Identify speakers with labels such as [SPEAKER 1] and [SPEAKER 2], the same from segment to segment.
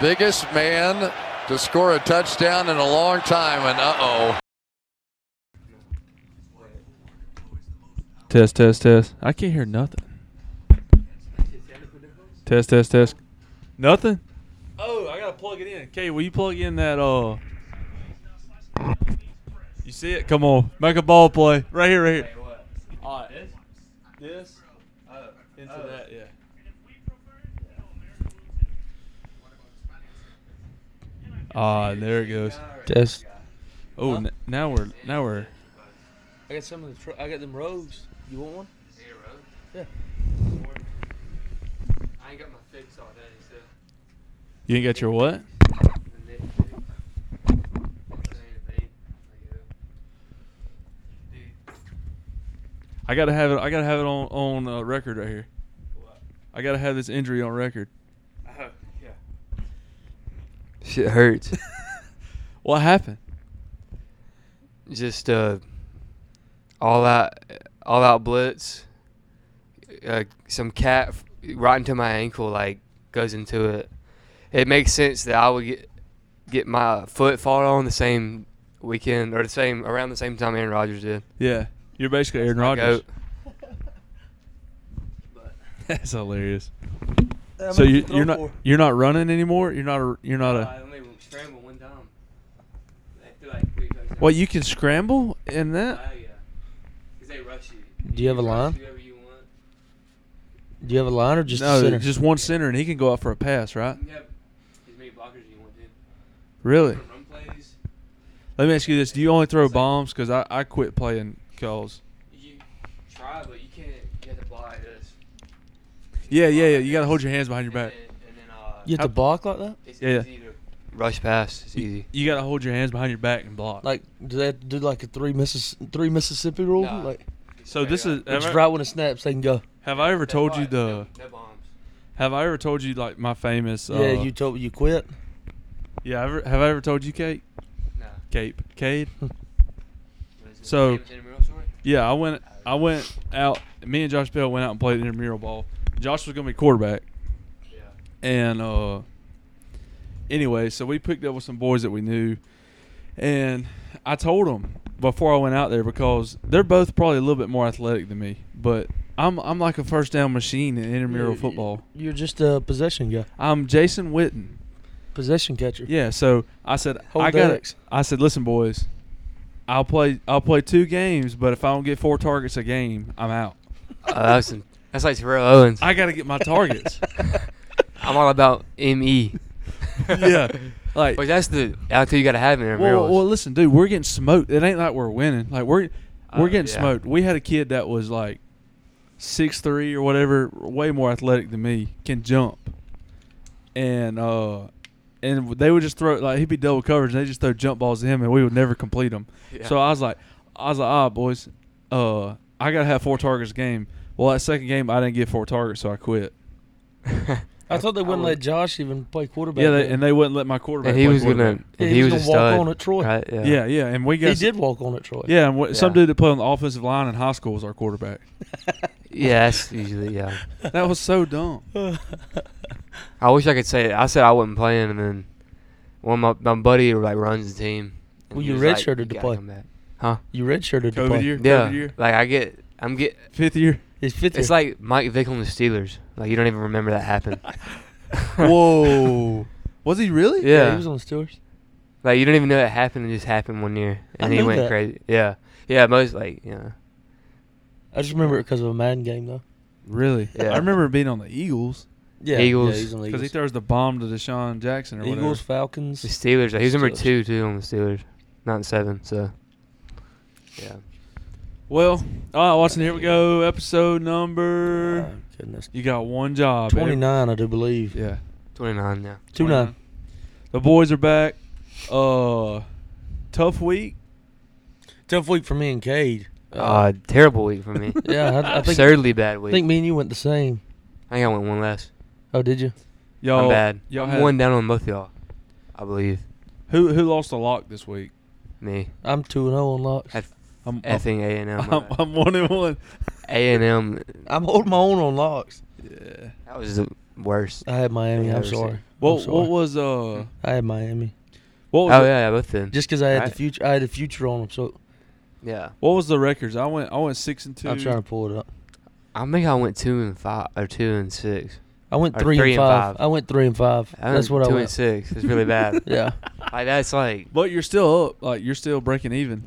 [SPEAKER 1] biggest man to score a touchdown in a long time, and uh oh.
[SPEAKER 2] Test, test, test. I can't hear nothing. Test, test, test. Nothing. Oh, I gotta plug it in. Okay, will you plug in that? Uh, you see it? Come on, make a ball play right here, right here. All right, this, this, Oh, into that, yeah. Ah, there it goes.
[SPEAKER 3] Test.
[SPEAKER 2] Oh, n- now we're now we're.
[SPEAKER 4] I got some of the. Tro- I got them robes. You want one?
[SPEAKER 5] I ain't got my fix all day,
[SPEAKER 2] You ain't got your what?
[SPEAKER 5] so the next fix. Same thing, I guess.
[SPEAKER 2] I gotta have it. I gotta have it on on uh, record right here. I gotta have this injury on record.
[SPEAKER 3] Shit hurts.
[SPEAKER 2] What happened?
[SPEAKER 3] Just uh, all out, all out blitz. Uh, some cat f- right into my ankle, like goes into it. It makes sense that I would get get my foot fought on the same weekend or the same around the same time Aaron Rodgers did.
[SPEAKER 2] Yeah, you're basically Aaron
[SPEAKER 3] My
[SPEAKER 2] Rodgers.
[SPEAKER 3] goat.
[SPEAKER 2] That's hilarious. So you, you're not you're not running anymore. You're not a, you're not
[SPEAKER 5] I
[SPEAKER 2] a.
[SPEAKER 5] only scramble one time. They threw like three touchdowns.
[SPEAKER 2] Well, you can scramble in
[SPEAKER 5] Oh,
[SPEAKER 2] that.
[SPEAKER 5] yeah. 'Cause they rush you.
[SPEAKER 4] Do you have a
[SPEAKER 5] They rush
[SPEAKER 4] line?
[SPEAKER 5] Whoever you want.
[SPEAKER 4] Do you have a line or just a
[SPEAKER 2] no,
[SPEAKER 4] center?
[SPEAKER 2] just one center, and he can go out for a pass, right?
[SPEAKER 5] You can have as many blockers as you want, dude.
[SPEAKER 2] Really?
[SPEAKER 5] Run plays.
[SPEAKER 2] Let me ask you this: Do you only throw bombs? Because I, I quit playing calls.
[SPEAKER 5] You try, but you can't. You have to block like this.
[SPEAKER 2] Yeah, yeah, yeah. You gotta hold your hands behind your
[SPEAKER 5] And then,
[SPEAKER 2] back.
[SPEAKER 5] and then uh,
[SPEAKER 4] you have to block like that?
[SPEAKER 5] it's
[SPEAKER 2] Yeah.
[SPEAKER 5] easy to
[SPEAKER 3] Rush pass is easy.
[SPEAKER 2] You gotta hold your hands behind your back and block.
[SPEAKER 4] Like, do they have to do like a three missis three Mississippi rule?
[SPEAKER 3] Nah.
[SPEAKER 4] Like,
[SPEAKER 2] so this is
[SPEAKER 4] it's
[SPEAKER 2] have I,
[SPEAKER 4] right when it snaps, they can go.
[SPEAKER 2] have I ever told you
[SPEAKER 5] Right,
[SPEAKER 2] the
[SPEAKER 5] no, no bombs.
[SPEAKER 2] have I ever told you like my famous uh,
[SPEAKER 4] yeah, you told you quit.
[SPEAKER 2] Yeah, I've, have I ever told you, Kate?
[SPEAKER 5] No.
[SPEAKER 2] Cape, Cade.
[SPEAKER 5] What is it,
[SPEAKER 2] So-
[SPEAKER 5] Davis Intramural story?
[SPEAKER 2] Yeah, I went. I went out. Me and Josh Bell went out and played intramural ball. Josh was gonna be quarterback,
[SPEAKER 5] Yeah.
[SPEAKER 2] and uh, anyway, so we picked up with some boys that we knew, and I told them before I went out there because they're both probably a little bit more athletic than me, but I'm I'm like a first down machine in intramural
[SPEAKER 4] You-
[SPEAKER 2] football.
[SPEAKER 4] You're just a possession guy,
[SPEAKER 2] I'm Jason Witten.
[SPEAKER 4] possession catcher.
[SPEAKER 2] Yeah, so I said
[SPEAKER 4] Hold
[SPEAKER 2] I got
[SPEAKER 4] Derek's.
[SPEAKER 2] I said, listen, boys, I'll play I'll play two games, but if I don't get four targets a game, I'm out.
[SPEAKER 3] Uh, that's that's like Terrell Owens.
[SPEAKER 2] I got to get my targets.
[SPEAKER 3] I'm all about me.
[SPEAKER 2] yeah, like
[SPEAKER 3] But that's the attitude you gotta have in there.
[SPEAKER 2] well, well, listen, dude, we're getting smoked. It ain't like we're winning. Like we're we're
[SPEAKER 4] Uh,
[SPEAKER 3] Oh,
[SPEAKER 2] getting
[SPEAKER 3] yeah.
[SPEAKER 2] smoked. We had a kid that was like six three or whatever, way more athletic than me, can jump, and uh, and they would just throw like he'd be double coverage, and they just throw jump balls to him, and we would never complete them.
[SPEAKER 3] Yeah.
[SPEAKER 2] So I was like, I was like, ah, boys, uh, I gotta have four targets a game. Well, that second game, I didn't get four targets, so I quit.
[SPEAKER 4] I thought they wouldn't let Josh even play quarterback.
[SPEAKER 2] yeah, they,
[SPEAKER 4] then.
[SPEAKER 2] and they wouldn't let my quarterback.
[SPEAKER 3] and he
[SPEAKER 2] play
[SPEAKER 3] was gonna,
[SPEAKER 2] quarterback.
[SPEAKER 3] and
[SPEAKER 4] Yeah,
[SPEAKER 3] he, was, a
[SPEAKER 4] gonna walk
[SPEAKER 3] stud,
[SPEAKER 4] on at Troy.
[SPEAKER 3] right? Yeah.
[SPEAKER 2] Yeah, yeah, and we got
[SPEAKER 4] he did walk on at Troy.
[SPEAKER 2] Yeah, and what, some
[SPEAKER 3] Yeah.
[SPEAKER 2] dude that played on the offensive line in high school was our quarterback.
[SPEAKER 3] Yeah, that's usually yeah.
[SPEAKER 2] That was so dumb.
[SPEAKER 3] I wish I could say it. I said I wasn't playing, and then one of my, my buddy like runs the team. and
[SPEAKER 4] Well,
[SPEAKER 3] he
[SPEAKER 4] you
[SPEAKER 3] was like,
[SPEAKER 4] redshirted
[SPEAKER 3] "You
[SPEAKER 4] to
[SPEAKER 3] gotta
[SPEAKER 4] play.
[SPEAKER 3] come back." huh?
[SPEAKER 4] You redshirted to
[SPEAKER 2] COVID
[SPEAKER 4] play.
[SPEAKER 2] year,
[SPEAKER 3] Yeah,
[SPEAKER 2] COVID year,
[SPEAKER 3] like I get, I'm get.
[SPEAKER 2] fifth year.
[SPEAKER 4] His fifth
[SPEAKER 3] It's
[SPEAKER 4] year.
[SPEAKER 3] like Mike Vick on the Steelers. Like you don't even remember that happened.
[SPEAKER 2] Whoa, was he really?
[SPEAKER 3] Yeah.
[SPEAKER 4] he was on the Steelers.
[SPEAKER 3] like you don't even know it happened. It just happened one year,
[SPEAKER 4] I
[SPEAKER 3] and he
[SPEAKER 4] knew
[SPEAKER 3] went
[SPEAKER 4] that.
[SPEAKER 3] crazy. Yeah, yeah. Most like yeah,
[SPEAKER 4] I just remember it because of a Madden game though.
[SPEAKER 2] Really?
[SPEAKER 3] Yeah.
[SPEAKER 2] I remember being on the Eagles
[SPEAKER 4] Yeah,
[SPEAKER 3] Eagles.
[SPEAKER 4] Yeah, he's on the
[SPEAKER 2] because he
[SPEAKER 4] Eagles.
[SPEAKER 2] throws the bomb to Deshaun Jackson or
[SPEAKER 4] Eagles,
[SPEAKER 2] whatever.
[SPEAKER 3] the
[SPEAKER 4] Falcons.
[SPEAKER 3] Steelers. Like, he was number
[SPEAKER 4] Steelers.
[SPEAKER 3] two too on the Steelers, not in seven. So yeah,
[SPEAKER 2] Well, all right, Watson. Here we go. Episode number.
[SPEAKER 4] Oh, goodness.
[SPEAKER 2] You got one job. Every-
[SPEAKER 4] Twenty nine, I do believe.
[SPEAKER 2] Yeah.
[SPEAKER 3] twenty nine now.
[SPEAKER 4] Two
[SPEAKER 2] 29.
[SPEAKER 4] nine.
[SPEAKER 2] The boys are back. Uh, tough week.
[SPEAKER 4] Tough week for me and Cade.
[SPEAKER 3] Uh,
[SPEAKER 2] Ah,
[SPEAKER 3] terrible week for me.
[SPEAKER 4] yeah, I, I think
[SPEAKER 3] Absurdly bad
[SPEAKER 4] I
[SPEAKER 3] week.
[SPEAKER 4] think me and you went the same.
[SPEAKER 3] I think I went one less.
[SPEAKER 4] Oh, did you?
[SPEAKER 2] Y'all
[SPEAKER 3] I'm bad.
[SPEAKER 2] Y'all
[SPEAKER 3] I'm
[SPEAKER 2] had,
[SPEAKER 3] one down on both y'all, I believe.
[SPEAKER 2] Who who lost a lock this week?
[SPEAKER 3] Me.
[SPEAKER 4] I'm two and zero
[SPEAKER 6] oh
[SPEAKER 4] on locks.
[SPEAKER 3] At
[SPEAKER 2] I'm I'm,
[SPEAKER 3] effing A and
[SPEAKER 2] I'm,
[SPEAKER 3] M.
[SPEAKER 2] I'm one and one.
[SPEAKER 3] A and M.
[SPEAKER 4] I'm holding my own on locks.
[SPEAKER 2] Yeah.
[SPEAKER 3] That was the worst.
[SPEAKER 4] I had Miami.
[SPEAKER 3] Yeah,
[SPEAKER 4] I'm
[SPEAKER 3] I see.
[SPEAKER 4] sorry.
[SPEAKER 2] What
[SPEAKER 6] sorry.
[SPEAKER 2] what was uh
[SPEAKER 6] I had Miami
[SPEAKER 2] what
[SPEAKER 3] Oh
[SPEAKER 2] was the,
[SPEAKER 3] yeah, yeah, both them.
[SPEAKER 6] just because I had
[SPEAKER 3] Right.
[SPEAKER 6] the future. I had the future on them, so
[SPEAKER 3] yeah,
[SPEAKER 2] what was the records? I went I went six and 2
[SPEAKER 6] I'm trying to pull it up.
[SPEAKER 3] I think I went two and five or two and six.
[SPEAKER 6] I went
[SPEAKER 3] Or
[SPEAKER 6] three,
[SPEAKER 3] three
[SPEAKER 6] and,
[SPEAKER 3] and five.
[SPEAKER 6] five. I went three and five.
[SPEAKER 3] I
[SPEAKER 6] That's
[SPEAKER 3] went
[SPEAKER 6] what I
[SPEAKER 3] two
[SPEAKER 6] went.
[SPEAKER 3] and six. It's really bad.
[SPEAKER 6] Yeah,
[SPEAKER 3] like that's like
[SPEAKER 2] but you're still up. Like you're still breaking even.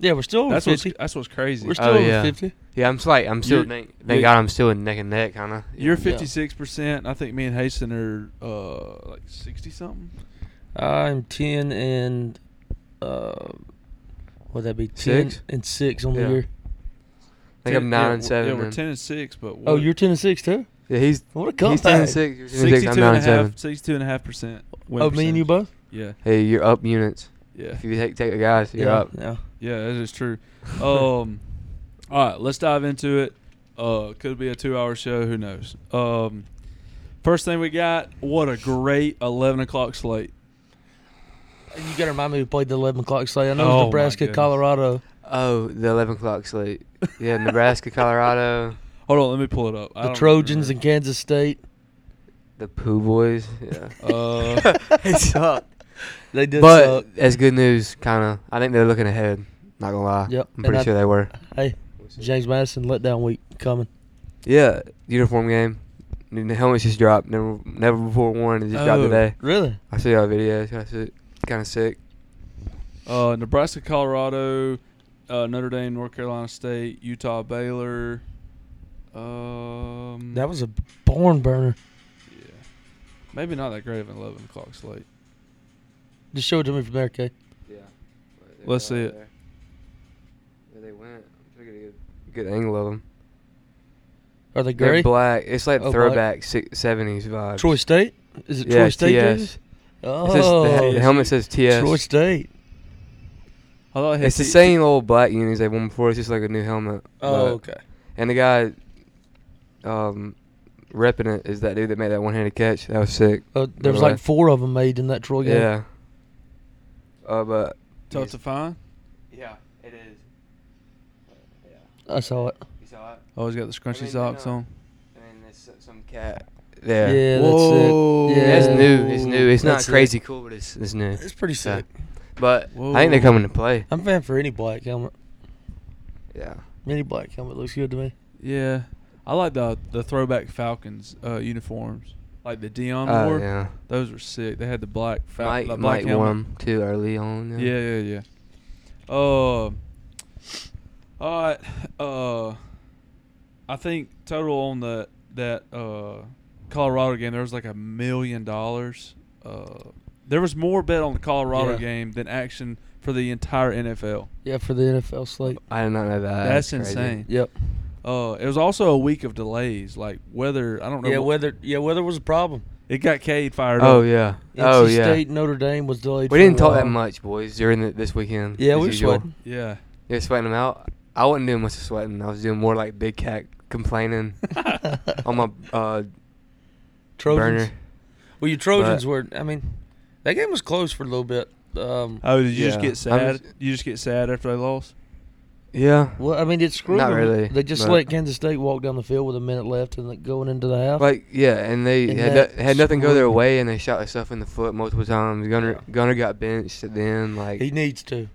[SPEAKER 6] yeah. We're still over
[SPEAKER 2] That's what's
[SPEAKER 6] Oh, fifty.
[SPEAKER 2] that's what's crazy.
[SPEAKER 6] We're still
[SPEAKER 3] Oh,
[SPEAKER 6] over
[SPEAKER 3] yeah.
[SPEAKER 6] fifty.
[SPEAKER 3] yeah. I'm s- like I'm still
[SPEAKER 2] You're-
[SPEAKER 3] thank,
[SPEAKER 2] you're-
[SPEAKER 3] thank God I'm still in neck and neck kind of.
[SPEAKER 2] You're 56 percent. I think me and Hasten are uh like 60 something.
[SPEAKER 6] I'm ten and uh, what that be? Ten
[SPEAKER 3] Six?
[SPEAKER 6] and six on
[SPEAKER 3] Yeah.
[SPEAKER 6] the year.
[SPEAKER 3] I think I'm nine and seven.
[SPEAKER 2] Yeah, we're
[SPEAKER 3] and-
[SPEAKER 2] 10 and six. But
[SPEAKER 6] Oh,
[SPEAKER 2] what-
[SPEAKER 6] you're ten and six too.
[SPEAKER 3] yeah, he's
[SPEAKER 6] What a
[SPEAKER 3] he's ten and
[SPEAKER 6] comeback!
[SPEAKER 3] six. You're ten and
[SPEAKER 2] 62
[SPEAKER 3] six. I'm nine
[SPEAKER 2] and a
[SPEAKER 3] and seven.
[SPEAKER 2] half, 62 and a half percent. win
[SPEAKER 6] Oh, me and you
[SPEAKER 2] percentage.
[SPEAKER 6] both.
[SPEAKER 2] Yeah,
[SPEAKER 3] Hey, you're up units.
[SPEAKER 2] yeah,
[SPEAKER 3] If you take take the guys, you're
[SPEAKER 6] yeah,
[SPEAKER 3] up.
[SPEAKER 6] yeah.
[SPEAKER 2] yeah. That is true. Um, all right, let's dive into it. Uh, could be a two-hour show. Who knows? Um, first thing we got. What a great 11 o'clock slate.
[SPEAKER 6] You got to remind me who played the 11 o'clock slate. I know it
[SPEAKER 2] Oh,
[SPEAKER 6] was
[SPEAKER 2] my
[SPEAKER 6] Nebraska,
[SPEAKER 2] goodness.
[SPEAKER 6] Colorado.
[SPEAKER 3] Oh, the eleven o'clock slate. Yeah, Nebraska, Colorado,
[SPEAKER 2] Hold on, let me pull it up. I
[SPEAKER 6] The
[SPEAKER 2] don't
[SPEAKER 6] Trojans and
[SPEAKER 2] remember.
[SPEAKER 6] Kansas State.
[SPEAKER 3] the Pooh Boys. Yeah,
[SPEAKER 2] Uh,
[SPEAKER 3] it sucked.
[SPEAKER 6] They did
[SPEAKER 3] But that's good news, kind of. I think they're looking ahead. Not gonna lie.
[SPEAKER 6] Yep,
[SPEAKER 3] I'm
[SPEAKER 6] and
[SPEAKER 3] pretty
[SPEAKER 6] I-
[SPEAKER 3] sure they were.
[SPEAKER 6] suck. Hey, James Madison letdown week coming.
[SPEAKER 3] Yeah, uniform game. The helmets just dropped. Never, never before worn. It just dropped
[SPEAKER 2] Oh.
[SPEAKER 3] today.
[SPEAKER 6] Really?
[SPEAKER 3] I see our videos. That's it. Kind of sick.
[SPEAKER 2] Uh, Nebraska, Colorado, uh, Notre Dame, North Carolina State, Utah, Baylor. Um,
[SPEAKER 6] That was a barn burner.
[SPEAKER 2] yeah. Maybe not that great of an eleven o'clock slate.
[SPEAKER 6] Just show it to me from there, Kay.
[SPEAKER 3] Yeah.
[SPEAKER 2] Let's see it.
[SPEAKER 3] Where they went. I'm trying to get a good, good angle of them.
[SPEAKER 6] Are they
[SPEAKER 3] They're
[SPEAKER 6] gray?
[SPEAKER 3] black. It's like
[SPEAKER 6] Oh, black.
[SPEAKER 3] throwback si- 70s vibes.
[SPEAKER 6] Troy State? Is it
[SPEAKER 3] Yeah,
[SPEAKER 6] Troy State?
[SPEAKER 3] TS.
[SPEAKER 6] jerseys?
[SPEAKER 3] It says, the,
[SPEAKER 6] Oh,
[SPEAKER 3] the helmet says TS.
[SPEAKER 6] Troy State.
[SPEAKER 2] I thought it had
[SPEAKER 3] It's the
[SPEAKER 2] T-
[SPEAKER 3] same old black unis they won before. It's just like a new helmet.
[SPEAKER 6] Oh,
[SPEAKER 3] But-
[SPEAKER 6] okay.
[SPEAKER 3] And the guy, um, repping it is that dude that made that one-handed catch. That was sick.
[SPEAKER 6] Uh, there was
[SPEAKER 3] Right.
[SPEAKER 6] like four of them made in that Troy game.
[SPEAKER 3] Yeah. Uh, but
[SPEAKER 2] Tough to find.
[SPEAKER 3] yeah, it is. Yeah,
[SPEAKER 6] I saw it.
[SPEAKER 3] you saw it.
[SPEAKER 6] Oh.
[SPEAKER 2] Always got the scrunchy
[SPEAKER 3] I mean, they're
[SPEAKER 2] socks
[SPEAKER 3] not-
[SPEAKER 2] on.
[SPEAKER 3] And then there's some cat. There.
[SPEAKER 6] Yeah,
[SPEAKER 2] Whoa.
[SPEAKER 6] that's it. Yeah.
[SPEAKER 3] That's new. It's new. It's
[SPEAKER 6] That's it.
[SPEAKER 3] not crazy cool, but it's it's new.
[SPEAKER 6] It's pretty
[SPEAKER 3] So,
[SPEAKER 6] sick.
[SPEAKER 3] But I think they're
[SPEAKER 2] Whoa.
[SPEAKER 3] coming to play.
[SPEAKER 6] I'm fan for any black helmet.
[SPEAKER 3] Yeah.
[SPEAKER 6] Any black helmet looks good to me.
[SPEAKER 2] Yeah, I like the the throwback Falcons uh, uniforms, like the Dion
[SPEAKER 3] Oh,
[SPEAKER 2] Moore.
[SPEAKER 3] yeah.
[SPEAKER 2] Those were sick. They had the black Fal-
[SPEAKER 3] Mike,
[SPEAKER 2] the black
[SPEAKER 3] Mike
[SPEAKER 2] helmet.
[SPEAKER 3] wore 'em too early on.
[SPEAKER 2] Yeah, yeah, yeah. Uh, all right. Uh, I think total on the that uh Colorado game there was like a million dollars. Uh, there was more bet on the Colorado
[SPEAKER 6] Yeah.
[SPEAKER 2] game than action for the entire NFL.
[SPEAKER 6] Yeah, for the NFL slate.
[SPEAKER 3] I did not know that.
[SPEAKER 2] That's
[SPEAKER 3] crazy.
[SPEAKER 2] insane.
[SPEAKER 6] Yep.
[SPEAKER 2] Uh, it was also a week of delays, like weather. I don't know.
[SPEAKER 6] Yeah,
[SPEAKER 2] what-
[SPEAKER 6] weather. Yeah, weather was a problem.
[SPEAKER 2] it got Cade fired
[SPEAKER 3] Oh
[SPEAKER 2] up.
[SPEAKER 3] yeah.
[SPEAKER 6] NC
[SPEAKER 3] Oh yeah.
[SPEAKER 6] State, Notre Dame was delayed.
[SPEAKER 3] we
[SPEAKER 6] for a
[SPEAKER 3] didn't talk that
[SPEAKER 6] while.
[SPEAKER 3] much, boys, during the, this weekend.
[SPEAKER 6] Yeah,
[SPEAKER 3] as
[SPEAKER 6] we were
[SPEAKER 3] usual.
[SPEAKER 6] sweating.
[SPEAKER 2] Yeah.
[SPEAKER 3] You were sweating them out. I wasn't doing much of sweating. I was doing more like big cat complaining on my uh,
[SPEAKER 6] Trojans.
[SPEAKER 3] burner.
[SPEAKER 6] Well, your Trojans
[SPEAKER 3] But-
[SPEAKER 6] were. I mean, that game was close for a little bit. Um,
[SPEAKER 3] Uh,
[SPEAKER 2] Oh, did you just
[SPEAKER 3] Yeah.
[SPEAKER 2] get
[SPEAKER 3] I'm
[SPEAKER 2] sad?
[SPEAKER 3] just-
[SPEAKER 2] you just get sad after they lost?
[SPEAKER 3] Yeah.
[SPEAKER 6] well, I mean, it screwed
[SPEAKER 3] Not
[SPEAKER 6] them.
[SPEAKER 3] really,
[SPEAKER 6] They just
[SPEAKER 3] but-
[SPEAKER 6] let Kansas State walk down the field with a minute left and like, going into the half.
[SPEAKER 3] Like yeah, and they
[SPEAKER 6] And
[SPEAKER 3] had,
[SPEAKER 6] that
[SPEAKER 3] no- had nothing go their
[SPEAKER 6] screwed-
[SPEAKER 3] way, and they shot themselves in the foot multiple times. Gunner
[SPEAKER 6] Yeah.
[SPEAKER 3] Gunner got benched at the end, like,
[SPEAKER 6] he needs to.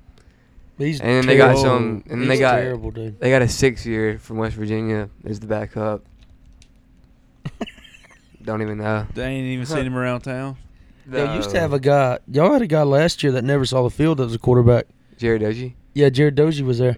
[SPEAKER 6] He's
[SPEAKER 3] and then they got
[SPEAKER 6] terrible.
[SPEAKER 3] some, and then
[SPEAKER 6] He's
[SPEAKER 3] they got
[SPEAKER 6] terrible, dude.
[SPEAKER 3] they got a six year from West Virginia as the backup. Don't even know.
[SPEAKER 2] They ain't even seen him around town.
[SPEAKER 6] They used to have a guy. Y'all had a guy last year that never saw the field that was a quarterback.
[SPEAKER 3] Jared Doji.
[SPEAKER 6] Yeah, Jared Dozy was there.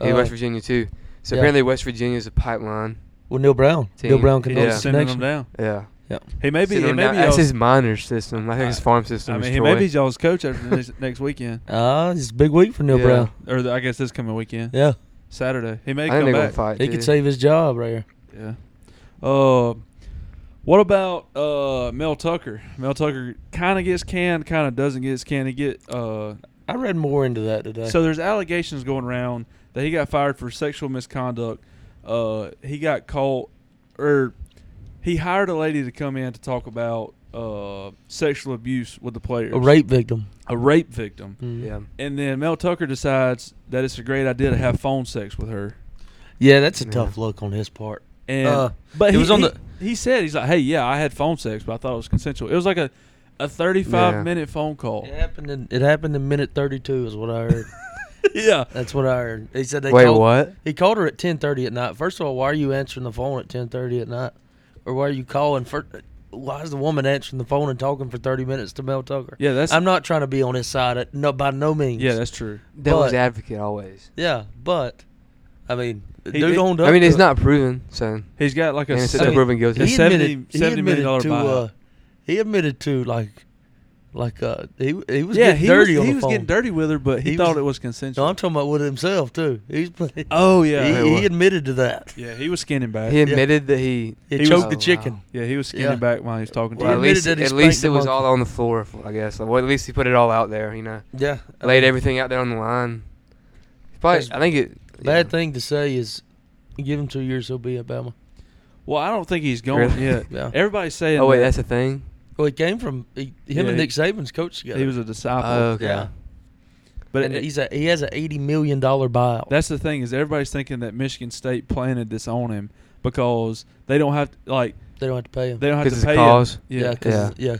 [SPEAKER 3] Hey,
[SPEAKER 6] Uh,
[SPEAKER 3] West Virginia too. So
[SPEAKER 6] yeah.
[SPEAKER 3] apparently West Virginia's a pipeline.
[SPEAKER 6] Well, Neil Brown.
[SPEAKER 3] Team.
[SPEAKER 6] Neil Brown can
[SPEAKER 3] Yeah.
[SPEAKER 6] yeah.
[SPEAKER 2] Just sending them down.
[SPEAKER 3] Yeah.
[SPEAKER 2] He may be.
[SPEAKER 3] Send
[SPEAKER 2] He
[SPEAKER 3] him
[SPEAKER 2] may
[SPEAKER 3] uh, down-
[SPEAKER 2] be
[SPEAKER 3] that's
[SPEAKER 2] y'all's-
[SPEAKER 3] his minor system. I think his farm system.
[SPEAKER 2] I mean,
[SPEAKER 3] is
[SPEAKER 2] he may
[SPEAKER 3] Troy.
[SPEAKER 2] be y'all's coach after the next, next weekend,
[SPEAKER 6] Ah, it's a big week for Neil
[SPEAKER 3] Yeah.
[SPEAKER 6] Brown.
[SPEAKER 2] or the, I guess this coming weekend,
[SPEAKER 6] Yeah,
[SPEAKER 2] Saturday. He may
[SPEAKER 3] I think
[SPEAKER 2] come
[SPEAKER 3] they're gonna
[SPEAKER 2] back.
[SPEAKER 3] fight.
[SPEAKER 6] he
[SPEAKER 3] too.
[SPEAKER 6] could save his job right here.
[SPEAKER 2] Yeah. Uh, what about uh, Mel Tucker? Mel Tucker kind of gets canned, kind of doesn't get canned. He get uh,
[SPEAKER 6] I read more into that today.
[SPEAKER 2] so there's allegations going around that he got fired for sexual misconduct. Uh, he got caught, or he hired a lady to come in to talk about uh, sexual abuse with the players,
[SPEAKER 6] a rape victim.
[SPEAKER 2] a rape victim.
[SPEAKER 6] Mm.
[SPEAKER 3] Yeah.
[SPEAKER 2] And then Mel Tucker decides that it's a great idea to have phone sex with her.
[SPEAKER 6] Yeah, that's a
[SPEAKER 3] Yeah.
[SPEAKER 6] tough look on his part.
[SPEAKER 2] And
[SPEAKER 6] Uh,
[SPEAKER 2] but
[SPEAKER 6] it
[SPEAKER 2] he
[SPEAKER 6] was on
[SPEAKER 2] he-
[SPEAKER 6] the
[SPEAKER 2] he said he's like, hey, yeah, I had phone sex, but I thought it was consensual. It was like a a 35
[SPEAKER 3] Yeah.
[SPEAKER 2] minute phone call.
[SPEAKER 6] It happened. In, it happened in minute thirty-two, is what I heard.
[SPEAKER 2] yeah.
[SPEAKER 6] That's what I heard. He said they.
[SPEAKER 3] Wait,
[SPEAKER 6] called,
[SPEAKER 3] what?
[SPEAKER 6] He called her at ten thirty at night. First of all, why are you answering the phone at ten thirty at night? Or why are you calling for? Why is the woman answering the phone and talking for thirty minutes to Mel Tucker?
[SPEAKER 2] Yeah, that's
[SPEAKER 6] I'm not trying to be on his side. At, no, by no means.
[SPEAKER 2] yeah, that's true.
[SPEAKER 3] Devil's
[SPEAKER 6] But-
[SPEAKER 3] advocate always.
[SPEAKER 6] Yeah, but I mean,
[SPEAKER 2] He-
[SPEAKER 6] dude
[SPEAKER 2] he-
[SPEAKER 6] owned up.
[SPEAKER 3] I mean,
[SPEAKER 6] to
[SPEAKER 3] it's
[SPEAKER 6] it.
[SPEAKER 3] not proven, so
[SPEAKER 2] He's got like a
[SPEAKER 3] and it's
[SPEAKER 2] se-
[SPEAKER 3] not proven guilty.
[SPEAKER 2] a
[SPEAKER 6] he
[SPEAKER 2] 70
[SPEAKER 6] admitted, he
[SPEAKER 2] 70 million dollar
[SPEAKER 6] admitted to,
[SPEAKER 2] buyout.
[SPEAKER 6] uh, he admitted to like, like uh, he he was
[SPEAKER 2] yeah,
[SPEAKER 6] getting
[SPEAKER 2] he
[SPEAKER 6] dirty
[SPEAKER 2] was,
[SPEAKER 6] on
[SPEAKER 2] he
[SPEAKER 6] the
[SPEAKER 2] was
[SPEAKER 6] phone.
[SPEAKER 2] getting dirty with her, but he,
[SPEAKER 6] He
[SPEAKER 2] thought
[SPEAKER 6] was-
[SPEAKER 2] it was
[SPEAKER 6] No,
[SPEAKER 2] consensual.
[SPEAKER 6] I'm talking about with himself too. He's
[SPEAKER 2] oh yeah,
[SPEAKER 3] Hey,
[SPEAKER 6] he,
[SPEAKER 3] what?
[SPEAKER 6] he admitted to that.
[SPEAKER 2] yeah, he was skinning back.
[SPEAKER 3] he admitted that he.
[SPEAKER 2] He
[SPEAKER 6] He,
[SPEAKER 2] was-
[SPEAKER 6] choked the
[SPEAKER 3] Oh,
[SPEAKER 6] chicken.
[SPEAKER 3] wow.
[SPEAKER 2] yeah, he was skinning
[SPEAKER 6] Yeah.
[SPEAKER 2] back while he was talking to
[SPEAKER 3] Well,
[SPEAKER 2] her.
[SPEAKER 3] at
[SPEAKER 6] admitted
[SPEAKER 3] least,
[SPEAKER 6] that he
[SPEAKER 3] at least
[SPEAKER 6] spanked
[SPEAKER 3] it was
[SPEAKER 6] the
[SPEAKER 3] all on the floor, I guess. Well, at least he put it all out there, you know.
[SPEAKER 6] Yeah, I
[SPEAKER 3] Laid
[SPEAKER 6] mean,
[SPEAKER 3] everything out there on the line. Probably,
[SPEAKER 6] That's
[SPEAKER 3] I think it.
[SPEAKER 6] Bad
[SPEAKER 3] yeah.
[SPEAKER 6] thing to say is, give him two years, he'll be at Bama.
[SPEAKER 2] Well, I don't think he's gone
[SPEAKER 3] Really?
[SPEAKER 2] yet.
[SPEAKER 6] Yeah.
[SPEAKER 2] Everybody's saying.
[SPEAKER 3] Oh wait,
[SPEAKER 2] that
[SPEAKER 3] that's a thing.
[SPEAKER 6] Well, he came from he, him
[SPEAKER 2] Yeah,
[SPEAKER 6] and
[SPEAKER 2] he-
[SPEAKER 6] Nick Saban's coach together.
[SPEAKER 2] he was a disciple.
[SPEAKER 3] Oh, okay.
[SPEAKER 6] Yeah.
[SPEAKER 2] but
[SPEAKER 6] and
[SPEAKER 2] it-
[SPEAKER 6] he's a he has an eighty million dollar buyout.
[SPEAKER 2] that's the thing is everybody's thinking that Michigan State planted this on him because they don't have like
[SPEAKER 6] they don't have to pay him.
[SPEAKER 2] they don't have
[SPEAKER 3] 'Cause
[SPEAKER 2] to
[SPEAKER 3] it's
[SPEAKER 2] pay
[SPEAKER 3] cause.
[SPEAKER 2] him. Yeah,
[SPEAKER 6] yeah, 'cause- yeah.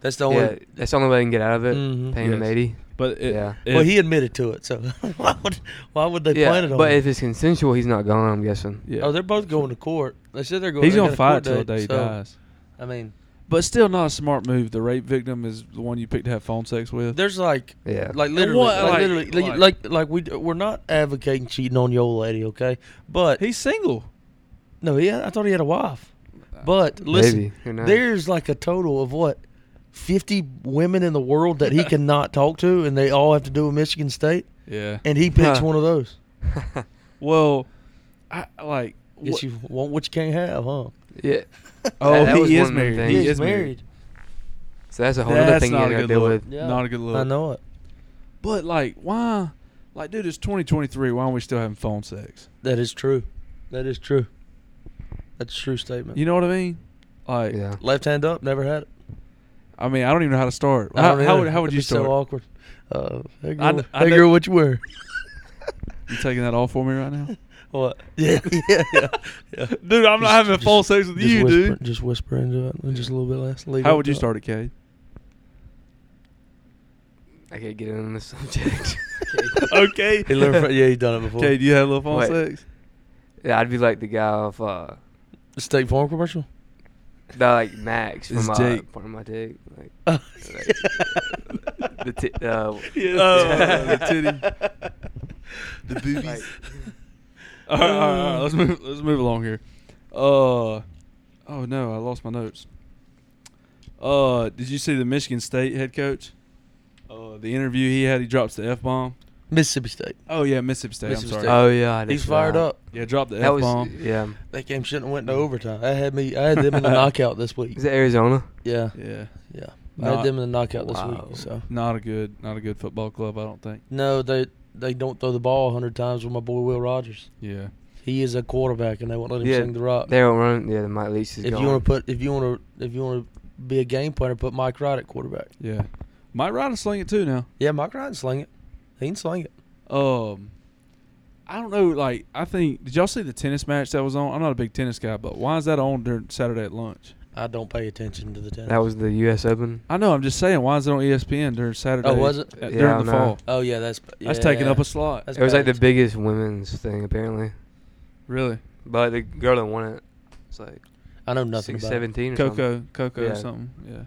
[SPEAKER 6] That's the only.
[SPEAKER 3] Yeah, that's the only way you can get out of it.
[SPEAKER 6] Mhm.
[SPEAKER 3] Paying him
[SPEAKER 2] Yes.
[SPEAKER 3] eighty.
[SPEAKER 2] but it,
[SPEAKER 3] Yeah.
[SPEAKER 2] it-
[SPEAKER 6] well, he admitted to it, so why would why would they
[SPEAKER 3] yeah,
[SPEAKER 6] plan it on?
[SPEAKER 3] but
[SPEAKER 6] him?
[SPEAKER 3] if it's consensual, he's not gone. I'm guessing.
[SPEAKER 2] yeah.
[SPEAKER 6] Oh, they're both going to court. They said they're going.
[SPEAKER 2] he's
[SPEAKER 6] they got
[SPEAKER 2] gonna
[SPEAKER 6] a
[SPEAKER 2] fight
[SPEAKER 6] court
[SPEAKER 2] till the
[SPEAKER 6] date,
[SPEAKER 2] day he
[SPEAKER 6] so,
[SPEAKER 2] dies.
[SPEAKER 6] I mean,
[SPEAKER 2] But still, not a smart move. The rape victim is the one you picked to have phone sex with.
[SPEAKER 6] there's like
[SPEAKER 3] Yeah.
[SPEAKER 6] like literally,
[SPEAKER 2] what-
[SPEAKER 6] like,
[SPEAKER 2] like-
[SPEAKER 6] literally, like,
[SPEAKER 2] like-
[SPEAKER 6] like like we d- we're not advocating cheating on your old lady, okay? But
[SPEAKER 2] He's single.
[SPEAKER 6] no, yeah, I thought he had a wife. But
[SPEAKER 3] Maybe.
[SPEAKER 6] listen,
[SPEAKER 3] Who knows?
[SPEAKER 6] there's like a total of what fifty women in the world that he cannot talk to, and they all have to do with Michigan State,
[SPEAKER 2] Yeah.
[SPEAKER 6] and he picks
[SPEAKER 3] Huh.
[SPEAKER 6] one of those.
[SPEAKER 2] Well, I like.
[SPEAKER 6] Guess
[SPEAKER 2] what-
[SPEAKER 6] you want what you can't have, huh?
[SPEAKER 3] yeah.
[SPEAKER 2] oh,
[SPEAKER 3] that was
[SPEAKER 2] he
[SPEAKER 3] one
[SPEAKER 2] is
[SPEAKER 3] of the
[SPEAKER 2] married.
[SPEAKER 3] things.
[SPEAKER 2] He
[SPEAKER 3] He's
[SPEAKER 2] is married.
[SPEAKER 3] So that's a whole other
[SPEAKER 2] That's
[SPEAKER 3] thing you
[SPEAKER 2] not a
[SPEAKER 3] got to
[SPEAKER 2] good
[SPEAKER 3] deal
[SPEAKER 2] look.
[SPEAKER 3] with.
[SPEAKER 6] Yeah.
[SPEAKER 2] Not a good look.
[SPEAKER 6] I know it.
[SPEAKER 2] But like, why? Like, dude, it's 2023. Why aren't we still having phone sex?
[SPEAKER 6] That is true. That is true. That's a true statement.
[SPEAKER 2] You know what I mean? Like,
[SPEAKER 3] Yeah.
[SPEAKER 6] Left hand up, never had it.
[SPEAKER 2] I mean, I don't even know how to start.
[SPEAKER 6] I
[SPEAKER 2] How,
[SPEAKER 6] don't
[SPEAKER 2] how
[SPEAKER 6] either.
[SPEAKER 2] would how would
[SPEAKER 6] It'd
[SPEAKER 2] you
[SPEAKER 6] be
[SPEAKER 2] start?
[SPEAKER 6] So awkward. Uh, hey
[SPEAKER 2] I
[SPEAKER 6] girl,
[SPEAKER 2] kn- I
[SPEAKER 6] hey
[SPEAKER 2] kn-
[SPEAKER 6] girl, what you wear?
[SPEAKER 2] you taking that off for me right now,
[SPEAKER 6] What? Yeah, yeah, yeah. yeah.
[SPEAKER 2] dude? I'm
[SPEAKER 6] not having a phone
[SPEAKER 2] sex with
[SPEAKER 6] Just whisper, Just whisper into it, just a little bit less. Lead
[SPEAKER 2] How
[SPEAKER 6] up
[SPEAKER 2] would you
[SPEAKER 6] to it.
[SPEAKER 2] start it, Cade?
[SPEAKER 3] I can't get in on this subject.
[SPEAKER 2] okay.
[SPEAKER 6] He learned. From, yeah, he done it before.
[SPEAKER 2] Cade, you had a little phone
[SPEAKER 3] Wait.
[SPEAKER 2] sex?
[SPEAKER 3] yeah, I'd be like the guy off, uh,
[SPEAKER 6] State Farm commercial.
[SPEAKER 3] the, like Max
[SPEAKER 2] It's
[SPEAKER 3] from uh,
[SPEAKER 2] Jake.
[SPEAKER 3] part of my dick. Like,
[SPEAKER 6] Oh,
[SPEAKER 3] like, the t- uh,
[SPEAKER 2] Yeah. Oh, the titty. The boobies.
[SPEAKER 3] like,
[SPEAKER 2] All right, all right, all right. Let's move. Let's move along here. Uh, oh no, I lost my notes. Uh, did you see the Michigan State head coach? Uh, the interview he had, he drops the f bomb.
[SPEAKER 6] Mississippi State.
[SPEAKER 2] Oh yeah, Mississippi State.
[SPEAKER 6] Mississippi
[SPEAKER 2] I'm sorry. Oh.
[SPEAKER 6] State.
[SPEAKER 3] oh yeah, I did
[SPEAKER 6] He's
[SPEAKER 3] see
[SPEAKER 6] fired
[SPEAKER 3] that.
[SPEAKER 6] up.
[SPEAKER 2] Yeah, dropped the
[SPEAKER 3] That
[SPEAKER 2] f
[SPEAKER 3] was
[SPEAKER 2] bomb.
[SPEAKER 3] yeah.
[SPEAKER 6] That game shouldn't have went to overtime. I had me. I had them in the knockout this week.
[SPEAKER 3] Is it Arizona?
[SPEAKER 6] Yeah,
[SPEAKER 2] Yeah,
[SPEAKER 6] yeah. I
[SPEAKER 2] Not-
[SPEAKER 6] had them in the knockout this
[SPEAKER 3] Wow.
[SPEAKER 6] week. So
[SPEAKER 2] not a good, not a good football club. I don't think.
[SPEAKER 6] no, they they don't throw the ball hundred times with my boy Will Rogers.
[SPEAKER 2] Yeah.
[SPEAKER 6] He is a quarterback, and they won't let him
[SPEAKER 3] Yeah,
[SPEAKER 6] sing the rock.
[SPEAKER 3] They don't run. Yeah, the Mike Leach is
[SPEAKER 6] if
[SPEAKER 3] gone.
[SPEAKER 6] you want to put if you want to if you want to be a game planner, put Mike Wright at quarterback.
[SPEAKER 2] Yeah. Might ride and sling it too now.
[SPEAKER 6] Yeah, Mike Wright can sling it. He can sling it.
[SPEAKER 2] Um, I don't know. Like, I think did y'all see the tennis match that was on? I'm not a big tennis guy, but why is that on during Saturday at lunch?
[SPEAKER 6] I don't pay attention to the tennis.
[SPEAKER 3] that was the U.S. Open.
[SPEAKER 2] I know. I'm just saying, why is it on E ESPN during Saturday?
[SPEAKER 6] Oh, was it?
[SPEAKER 2] uh,
[SPEAKER 3] Yeah,
[SPEAKER 2] during
[SPEAKER 3] I
[SPEAKER 2] the
[SPEAKER 3] know.
[SPEAKER 2] fall?
[SPEAKER 6] oh yeah, that's yeah.
[SPEAKER 2] That's taking up a slot.
[SPEAKER 6] That's
[SPEAKER 3] it was like the
[SPEAKER 6] bad.
[SPEAKER 3] biggest women's thing apparently,
[SPEAKER 2] really,
[SPEAKER 3] but the girl that won it, it's like
[SPEAKER 6] I know nothing
[SPEAKER 3] six,
[SPEAKER 6] about. it.
[SPEAKER 3] seventeen or something.
[SPEAKER 2] Coco, Coco,
[SPEAKER 3] Yeah.
[SPEAKER 2] or something. Yeah,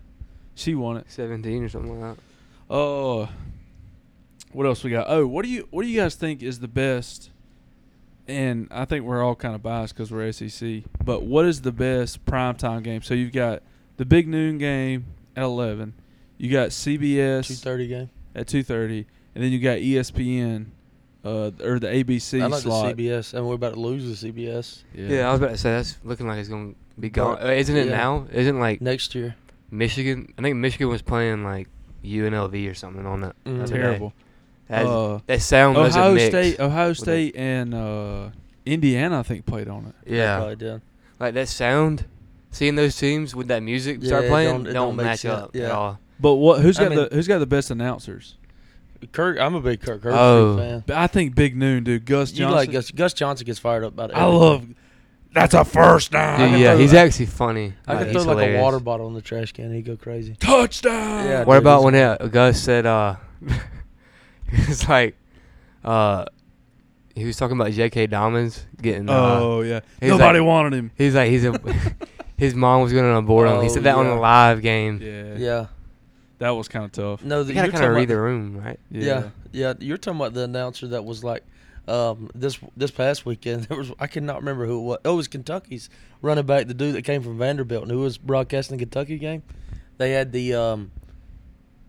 [SPEAKER 2] she won it.
[SPEAKER 3] Seventeen or something like that.
[SPEAKER 2] Oh, what else we got? Oh, what do you what do you guys think is the best? And I think we're all kind of biased because we're SEC. But what is the best primetime game? So you've got the big noon game at eleven. You got CBS
[SPEAKER 6] Two thirty game.
[SPEAKER 2] at two thirty, and then you got E ESPN uh, or the ABC
[SPEAKER 6] I like
[SPEAKER 2] slot.
[SPEAKER 6] the CBS, and we're about to lose the CBS
[SPEAKER 3] Yeah. I was about to say that's looking like it's gonna be gone.
[SPEAKER 6] But-
[SPEAKER 3] Uh, Isn't it
[SPEAKER 6] yeah.
[SPEAKER 3] now? Isn't like
[SPEAKER 6] next year.
[SPEAKER 3] Michigan? I think Michigan was playing like UNLV or something on it.
[SPEAKER 6] Mm.
[SPEAKER 3] the other day.
[SPEAKER 2] terrible.
[SPEAKER 3] That's-
[SPEAKER 2] Uh,
[SPEAKER 3] that sound was a
[SPEAKER 2] Ohio
[SPEAKER 3] mix.
[SPEAKER 2] State, oh, Ohio
[SPEAKER 3] a-
[SPEAKER 2] State, and uh, Indiana, I think played on it.
[SPEAKER 6] I
[SPEAKER 3] Yeah,
[SPEAKER 6] probably did.
[SPEAKER 3] like that sound. Seeing those teams with that music
[SPEAKER 6] Yeah,
[SPEAKER 3] start
[SPEAKER 6] it
[SPEAKER 3] playing
[SPEAKER 6] don't- it
[SPEAKER 3] don't,
[SPEAKER 6] don't make
[SPEAKER 3] match
[SPEAKER 6] sense.
[SPEAKER 3] up at
[SPEAKER 6] Yeah.
[SPEAKER 3] all.
[SPEAKER 2] But what? Who's
[SPEAKER 6] I
[SPEAKER 2] got
[SPEAKER 6] mean-
[SPEAKER 2] the Who's got the best announcers?
[SPEAKER 6] Kirk, I'm a big Kirk Herbstreit
[SPEAKER 3] Oh.
[SPEAKER 6] fan.
[SPEAKER 2] But I think Big Noon, dude. Gus
[SPEAKER 6] You
[SPEAKER 2] Johnson.
[SPEAKER 6] like Gus? Gus Johnson gets fired up about it.
[SPEAKER 2] I love. That's a first down.
[SPEAKER 3] Dude,
[SPEAKER 6] can
[SPEAKER 3] yeah,
[SPEAKER 6] throw
[SPEAKER 3] he's
[SPEAKER 6] the-
[SPEAKER 3] actually funny.
[SPEAKER 6] I could
[SPEAKER 3] he's
[SPEAKER 6] throw like a
[SPEAKER 3] hilarious.
[SPEAKER 6] water bottle in the trash can and he'd go crazy.
[SPEAKER 2] Touchdown.
[SPEAKER 6] Yeah.
[SPEAKER 3] What
[SPEAKER 6] dude,
[SPEAKER 3] about
[SPEAKER 6] he's-
[SPEAKER 3] when uh, Gus said uh, it's like, uh, he was talking about J.K. Dobbins getting. Uh,
[SPEAKER 2] Oh yeah.
[SPEAKER 3] He's
[SPEAKER 2] Nobody
[SPEAKER 3] like-
[SPEAKER 2] wanted him.
[SPEAKER 3] He's like he's a, his mom was going to abort him. He
[SPEAKER 6] Oh,
[SPEAKER 3] said that on the
[SPEAKER 6] yeah.
[SPEAKER 3] live game.
[SPEAKER 2] Yeah.
[SPEAKER 6] Yeah.
[SPEAKER 2] That was kind of tough.
[SPEAKER 6] No,
[SPEAKER 3] You
[SPEAKER 6] the,
[SPEAKER 3] gotta kind
[SPEAKER 6] you're talking
[SPEAKER 3] of
[SPEAKER 6] about
[SPEAKER 3] read
[SPEAKER 6] the-
[SPEAKER 3] the room, right?
[SPEAKER 6] Yeah, yeah. You're talking about the announcer that was like um, this this past weekend. There was I cannot remember who it was. Oh, it was Kentucky's running back, the dude that came from Vanderbilt and who was broadcasting the Kentucky game. They had the um,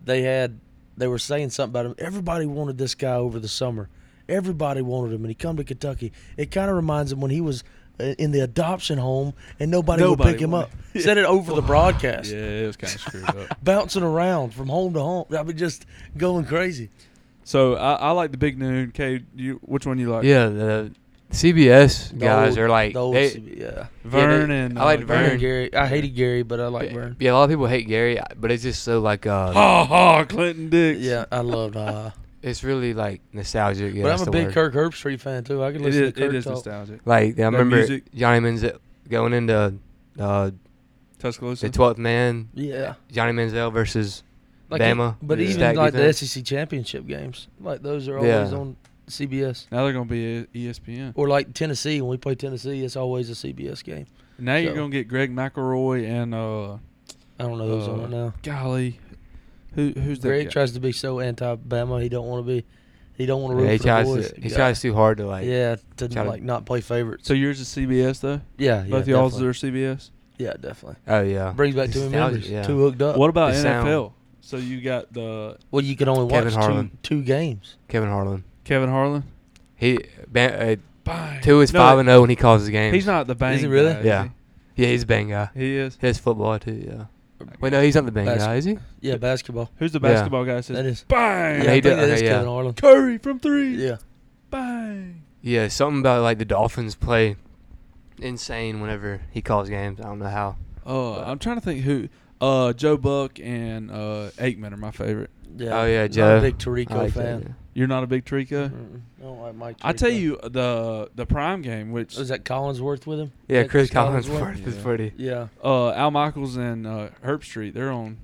[SPEAKER 6] they had they were saying something about him. Everybody wanted this guy over the summer. Everybody wanted him, and he come to Kentucky. It kind of reminds him when he was uh, in the adoption home and nobody,
[SPEAKER 2] Nobody
[SPEAKER 6] would pick him
[SPEAKER 2] wanted
[SPEAKER 6] up. Said it over the broadcast.
[SPEAKER 2] Yeah, it was kind of screwed up.
[SPEAKER 6] Bouncing around from home to home, I mean, just going crazy.
[SPEAKER 2] So I, I like the big noon. Kay, you which one you like?
[SPEAKER 3] Yeah, the CBS guys
[SPEAKER 6] old-
[SPEAKER 3] are like,
[SPEAKER 6] the old
[SPEAKER 3] they-
[SPEAKER 6] CB yeah.
[SPEAKER 2] Vern
[SPEAKER 3] they-
[SPEAKER 2] and
[SPEAKER 3] I like
[SPEAKER 2] uh,
[SPEAKER 6] Vern
[SPEAKER 3] Vern.
[SPEAKER 6] and Gary. I hated Gary, but I like Vern.
[SPEAKER 3] yeah, a lot of people hate Gary, but it's just so like, uh,
[SPEAKER 2] Ha ha, Clinton Dix.
[SPEAKER 6] Yeah, I loved. Uh,
[SPEAKER 3] it's really like nostalgic. Yeah,
[SPEAKER 6] but
[SPEAKER 3] that's
[SPEAKER 6] I'm a
[SPEAKER 3] the
[SPEAKER 6] big
[SPEAKER 3] word.
[SPEAKER 6] Kirk Herbstreit fan too. I could
[SPEAKER 2] It
[SPEAKER 6] listen
[SPEAKER 2] is,
[SPEAKER 6] to Kirk
[SPEAKER 2] it is
[SPEAKER 6] talk.
[SPEAKER 2] nostalgic.
[SPEAKER 3] Like I remember
[SPEAKER 2] music.
[SPEAKER 3] Johnny Manziel going into uh,
[SPEAKER 2] Tuscaloosa.
[SPEAKER 3] the twelfth man,
[SPEAKER 6] Yeah,
[SPEAKER 3] Johnny Manziel versus
[SPEAKER 6] like
[SPEAKER 3] Bama.
[SPEAKER 6] It, but
[SPEAKER 2] Yeah.
[SPEAKER 6] even
[SPEAKER 3] Stack
[SPEAKER 6] like the
[SPEAKER 3] defense.
[SPEAKER 6] SEC championship games, like those are
[SPEAKER 3] Yeah.
[SPEAKER 6] always on CBS.
[SPEAKER 2] now they're gonna be E- ESPN.
[SPEAKER 6] Or like Tennessee, when we play Tennessee, it's always a CBS game.
[SPEAKER 2] Now you're
[SPEAKER 6] So-
[SPEAKER 2] gonna get Greg McElroy and uh,
[SPEAKER 6] I don't know who's on
[SPEAKER 2] Uh,
[SPEAKER 6] it now.
[SPEAKER 2] golly, who who's that?
[SPEAKER 6] Greg
[SPEAKER 2] guy?
[SPEAKER 6] tries to be so anti-Bama. He don't want to be. He don't want to root
[SPEAKER 3] Yeah, he
[SPEAKER 6] for the
[SPEAKER 3] tries
[SPEAKER 6] boys.
[SPEAKER 3] to, he tries too hard to like.
[SPEAKER 6] yeah, to
[SPEAKER 3] try to-
[SPEAKER 6] like not play favorites.
[SPEAKER 2] So yours is CBS though.
[SPEAKER 6] yeah, yeah,
[SPEAKER 2] Both y'all's
[SPEAKER 6] definitely.
[SPEAKER 2] are CBS.
[SPEAKER 6] yeah, definitely.
[SPEAKER 3] Oh yeah.
[SPEAKER 6] Brings back two
[SPEAKER 3] Nostalgia,
[SPEAKER 6] memories.
[SPEAKER 3] yeah.
[SPEAKER 6] Two hooked up.
[SPEAKER 2] What about
[SPEAKER 3] the
[SPEAKER 2] NFL?
[SPEAKER 3] sound.
[SPEAKER 2] So you got the
[SPEAKER 6] Well, you could only
[SPEAKER 3] Kevin
[SPEAKER 6] watch two,
[SPEAKER 3] Harlan.
[SPEAKER 6] two games.
[SPEAKER 3] Kevin Harlan.
[SPEAKER 2] Kevin Harlan.
[SPEAKER 3] He ban,
[SPEAKER 2] Bang.
[SPEAKER 3] uh, two is
[SPEAKER 2] No,
[SPEAKER 3] five and zero when he calls the game.
[SPEAKER 2] He's not the bang.
[SPEAKER 6] he really?
[SPEAKER 2] guy, is
[SPEAKER 3] Yeah. Yeah, he's a bang guy.
[SPEAKER 2] he? He is.
[SPEAKER 3] He has football too. Yeah. Wait, no, he's not the bang
[SPEAKER 6] Bas-
[SPEAKER 3] guy, is he?
[SPEAKER 6] Yeah, basketball.
[SPEAKER 2] Who's the
[SPEAKER 3] Yeah.
[SPEAKER 2] basketball guy? That says
[SPEAKER 6] That is.
[SPEAKER 2] bang.
[SPEAKER 6] Yeah,
[SPEAKER 3] Yeah,
[SPEAKER 6] I
[SPEAKER 3] he
[SPEAKER 6] think
[SPEAKER 3] did-
[SPEAKER 6] that is
[SPEAKER 3] okay, yeah.
[SPEAKER 6] Kevin Harlan.
[SPEAKER 2] Curry from three.
[SPEAKER 6] Yeah,
[SPEAKER 2] Bang.
[SPEAKER 3] Yeah, something about like the Dolphins play insane whenever he calls games. I don't know how.
[SPEAKER 2] Uh,
[SPEAKER 3] But-
[SPEAKER 2] I'm trying to think who. Uh, Joe Buck and uh Aikman are my favorite.
[SPEAKER 6] yeah.
[SPEAKER 3] Oh yeah,
[SPEAKER 6] Not
[SPEAKER 3] Joe.
[SPEAKER 6] a big Tarico
[SPEAKER 3] I like that,
[SPEAKER 6] fan.
[SPEAKER 3] yeah.
[SPEAKER 2] You're not a big Trico.
[SPEAKER 6] Mm-mm. I don't like Mike.
[SPEAKER 2] I tell
[SPEAKER 6] Tirico.
[SPEAKER 2] you the the prime game, which
[SPEAKER 6] was that Collinsworth with him?
[SPEAKER 3] Yeah,
[SPEAKER 6] Is that
[SPEAKER 3] Chris
[SPEAKER 6] Collinsworth?
[SPEAKER 3] Collinsworth is
[SPEAKER 2] Yeah.
[SPEAKER 3] pretty.
[SPEAKER 6] Yeah, Oh,
[SPEAKER 2] uh, Al Michaels and uh, Herb Street, they're on.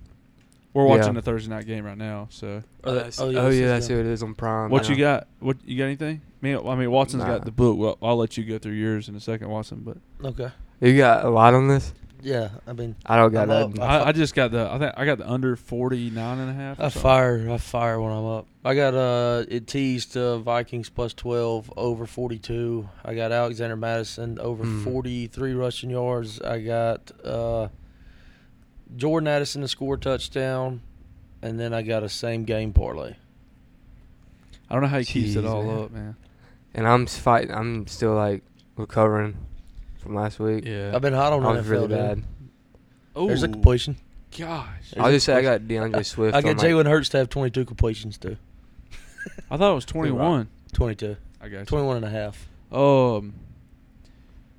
[SPEAKER 2] We're
[SPEAKER 3] Yeah.
[SPEAKER 2] watching the Thursday night game right now. So
[SPEAKER 6] Or
[SPEAKER 3] Oh,
[SPEAKER 6] that-
[SPEAKER 3] that's-
[SPEAKER 6] oh,
[SPEAKER 3] oh
[SPEAKER 6] yeah,
[SPEAKER 3] yeah,
[SPEAKER 6] this is
[SPEAKER 3] that's
[SPEAKER 6] them.
[SPEAKER 3] who it is on Prime.
[SPEAKER 2] what you
[SPEAKER 3] I know.
[SPEAKER 2] got? What you got? Anything? Me? I mean, Watson's got
[SPEAKER 3] Nah.
[SPEAKER 2] the book. Well, I'll let you go through yours in a second, Watson. But
[SPEAKER 6] okay.
[SPEAKER 3] You got a lot on this.
[SPEAKER 6] Yeah, I mean,
[SPEAKER 3] I don't got
[SPEAKER 6] I'm
[SPEAKER 3] nothing.
[SPEAKER 6] up.
[SPEAKER 2] I, I just got the. I think I got the under 49 and a half. or
[SPEAKER 6] I
[SPEAKER 2] something.
[SPEAKER 6] fire, I fire when I'm up. I got uh, it teased uh, Vikings plus twelve over forty two. I got Alexander Madison over
[SPEAKER 3] Hmm.
[SPEAKER 6] forty three rushing yards. I got uh, Jordan Addison to score a touchdown, and then I got a same game parlay.
[SPEAKER 2] I don't know how he keeps it
[SPEAKER 3] Jeez,
[SPEAKER 2] all
[SPEAKER 3] man.
[SPEAKER 2] up, man.
[SPEAKER 3] And I'm s- fighting. I'm still like recovering from last week.
[SPEAKER 2] Yeah.
[SPEAKER 6] I've been hot
[SPEAKER 3] I
[SPEAKER 6] on NFL.
[SPEAKER 3] was really
[SPEAKER 6] dude.
[SPEAKER 3] bad.
[SPEAKER 2] Oh,
[SPEAKER 6] There's a completion.
[SPEAKER 2] gosh.
[SPEAKER 6] There's
[SPEAKER 3] I'll
[SPEAKER 6] a
[SPEAKER 3] just say I got
[SPEAKER 6] completion.
[SPEAKER 3] DeAndre Swift.
[SPEAKER 6] I got
[SPEAKER 3] on, like,
[SPEAKER 6] Jalen Hurts to have 22 completions too.
[SPEAKER 2] I thought it was 21.
[SPEAKER 6] 22,
[SPEAKER 2] I got you.
[SPEAKER 6] 21 and a half.
[SPEAKER 2] Um.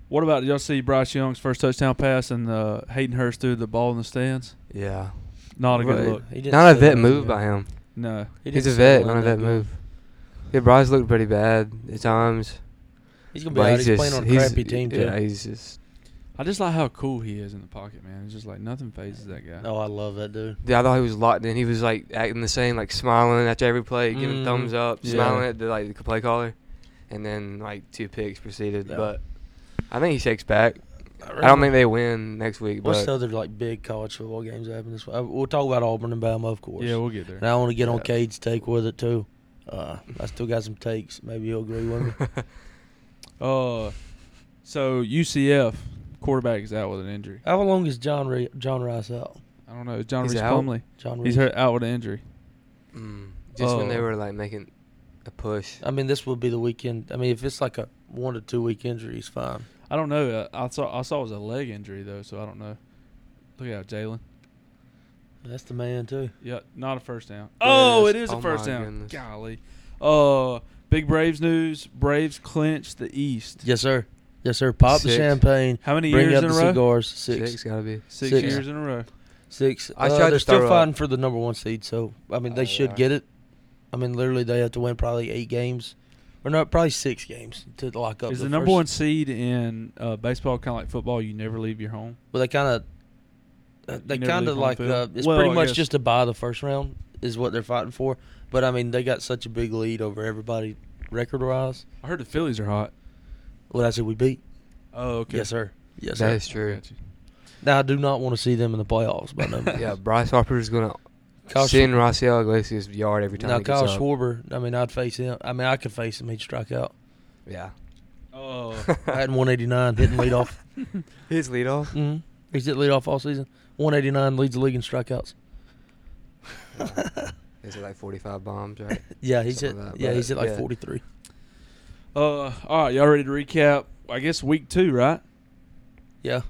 [SPEAKER 2] What about did y'all see Bryce Young's first touchdown pass and uh, Hayden Hurst threw the ball in the stands?
[SPEAKER 3] Yeah.
[SPEAKER 2] Not a good
[SPEAKER 3] Right.
[SPEAKER 2] look.
[SPEAKER 6] He didn't
[SPEAKER 3] Not a
[SPEAKER 6] settle
[SPEAKER 3] vet
[SPEAKER 6] in
[SPEAKER 3] move
[SPEAKER 6] there.
[SPEAKER 3] by him.
[SPEAKER 2] No.
[SPEAKER 6] He didn't
[SPEAKER 3] He's a
[SPEAKER 6] settle
[SPEAKER 3] vet,
[SPEAKER 6] in
[SPEAKER 3] not a
[SPEAKER 6] there,
[SPEAKER 3] vet
[SPEAKER 6] dude.
[SPEAKER 3] move. Yeah, Bryce looked pretty bad at times.
[SPEAKER 6] He's gonna be
[SPEAKER 3] but
[SPEAKER 6] out.
[SPEAKER 3] he's, just,
[SPEAKER 6] He's, playing on a
[SPEAKER 3] he's,
[SPEAKER 6] crappy team too.
[SPEAKER 3] Yeah, he's just.
[SPEAKER 2] I just like how cool he is in the pocket, man. It's just like nothing phases that guy.
[SPEAKER 6] Oh, I love that dude.
[SPEAKER 3] Yeah, I thought he was locked in. He was like acting the same, like smiling after every play, giving
[SPEAKER 6] Mm,
[SPEAKER 3] thumbs up,
[SPEAKER 2] yeah.
[SPEAKER 3] smiling at the like the play caller, and then like two picks proceeded.
[SPEAKER 6] Yeah.
[SPEAKER 3] But I think he shakes back. I don't think they win next week.
[SPEAKER 6] What's the
[SPEAKER 3] but
[SPEAKER 6] other like big college football games that happen this week? Uh, We'll talk about Auburn and Bama, of course.
[SPEAKER 2] yeah, we'll get
[SPEAKER 6] and
[SPEAKER 2] there.
[SPEAKER 6] I want to get on
[SPEAKER 3] Yeah.
[SPEAKER 6] Cade's take with it too. Uh, I still got some takes. Maybe he'll agree with me.
[SPEAKER 2] Uh, so UCF quarterback is out with an injury.
[SPEAKER 6] How long is John Re- John Rice out?
[SPEAKER 2] I don't know. John
[SPEAKER 3] He's
[SPEAKER 2] Reese
[SPEAKER 3] out?
[SPEAKER 2] Plumley.
[SPEAKER 6] John Reese.
[SPEAKER 2] He's hurt out with an injury.
[SPEAKER 3] Mm, just when they
[SPEAKER 2] Oh.
[SPEAKER 3] were like making a push.
[SPEAKER 6] I mean, this will be the weekend. I mean, if it's like a one to two week injury, he's fine.
[SPEAKER 2] I don't know. Uh, I, I saw I saw it was a leg injury though, so I don't know. Look out, Jalen.
[SPEAKER 6] That's the man too.
[SPEAKER 2] Yeah, not a first down.
[SPEAKER 3] Yeah, it
[SPEAKER 2] oh,
[SPEAKER 3] is.
[SPEAKER 2] it is
[SPEAKER 3] Oh
[SPEAKER 2] a first
[SPEAKER 3] my
[SPEAKER 2] down.
[SPEAKER 3] goodness.
[SPEAKER 2] Golly. Uh, big Braves news. Braves clinched the East.
[SPEAKER 6] Yes, sir. Yes, sir. Pop the
[SPEAKER 3] Six.
[SPEAKER 6] champagne.
[SPEAKER 2] How many
[SPEAKER 6] Bring
[SPEAKER 2] years
[SPEAKER 6] up
[SPEAKER 2] in
[SPEAKER 6] the
[SPEAKER 2] a row?
[SPEAKER 6] cigars.
[SPEAKER 3] Six,
[SPEAKER 6] Six.
[SPEAKER 3] six gotta be.
[SPEAKER 2] Six,
[SPEAKER 6] Six.
[SPEAKER 2] years in a row.
[SPEAKER 6] Six.
[SPEAKER 3] I
[SPEAKER 6] Uh,
[SPEAKER 3] tried to
[SPEAKER 6] they're
[SPEAKER 3] throw
[SPEAKER 6] still
[SPEAKER 3] up.
[SPEAKER 6] fighting for the number one seed, so I mean they
[SPEAKER 3] Oh,
[SPEAKER 6] should
[SPEAKER 3] yeah.
[SPEAKER 6] get it. I mean, literally, they have to win probably eight games or no, probably six games to lock up.
[SPEAKER 2] Is the,
[SPEAKER 6] the
[SPEAKER 2] number
[SPEAKER 6] first-
[SPEAKER 2] one seed in uh, baseball kind of like football? You never leave your home.
[SPEAKER 6] Well, they kind of, they
[SPEAKER 2] never
[SPEAKER 6] kind
[SPEAKER 2] leave
[SPEAKER 6] of
[SPEAKER 2] home
[SPEAKER 6] like
[SPEAKER 2] field?
[SPEAKER 6] uh, it's
[SPEAKER 2] Well,
[SPEAKER 6] pretty
[SPEAKER 2] I
[SPEAKER 6] much
[SPEAKER 2] guess-
[SPEAKER 6] just to buy the first round is what they're fighting for. But I mean, they got such a big lead over everybody record wise.
[SPEAKER 2] I heard the Phillies are hot.
[SPEAKER 6] What I said we beat.
[SPEAKER 2] Oh, okay.
[SPEAKER 6] Yes, sir. Yes,
[SPEAKER 3] That
[SPEAKER 6] sir.
[SPEAKER 3] is true.
[SPEAKER 2] Got you.
[SPEAKER 6] Now I do not want to see them in the playoffs. By no means.
[SPEAKER 3] Yeah, Bryce Harper's gonna
[SPEAKER 6] Kyle
[SPEAKER 3] send Rossiel Iglesias yard every time.
[SPEAKER 6] now
[SPEAKER 3] he gets
[SPEAKER 6] Kyle
[SPEAKER 3] up.
[SPEAKER 6] Schwarber. I mean, I'd face him. I mean, I could face him. He'd strike out.
[SPEAKER 3] Yeah.
[SPEAKER 2] Oh,
[SPEAKER 6] I had 189 hitting leadoff.
[SPEAKER 3] His leadoff.
[SPEAKER 6] Mm-hmm. He's at leadoff all season. 189 leads the league in strikeouts.
[SPEAKER 3] Is it like 45 bombs, right?
[SPEAKER 6] Yeah, he's
[SPEAKER 3] Something
[SPEAKER 6] at
[SPEAKER 3] like that,
[SPEAKER 6] yeah
[SPEAKER 3] but
[SPEAKER 6] he's at like
[SPEAKER 3] yeah.
[SPEAKER 6] 43.
[SPEAKER 2] uh, all right. Y'all ready to recap? I guess week two, right?
[SPEAKER 6] Yeah.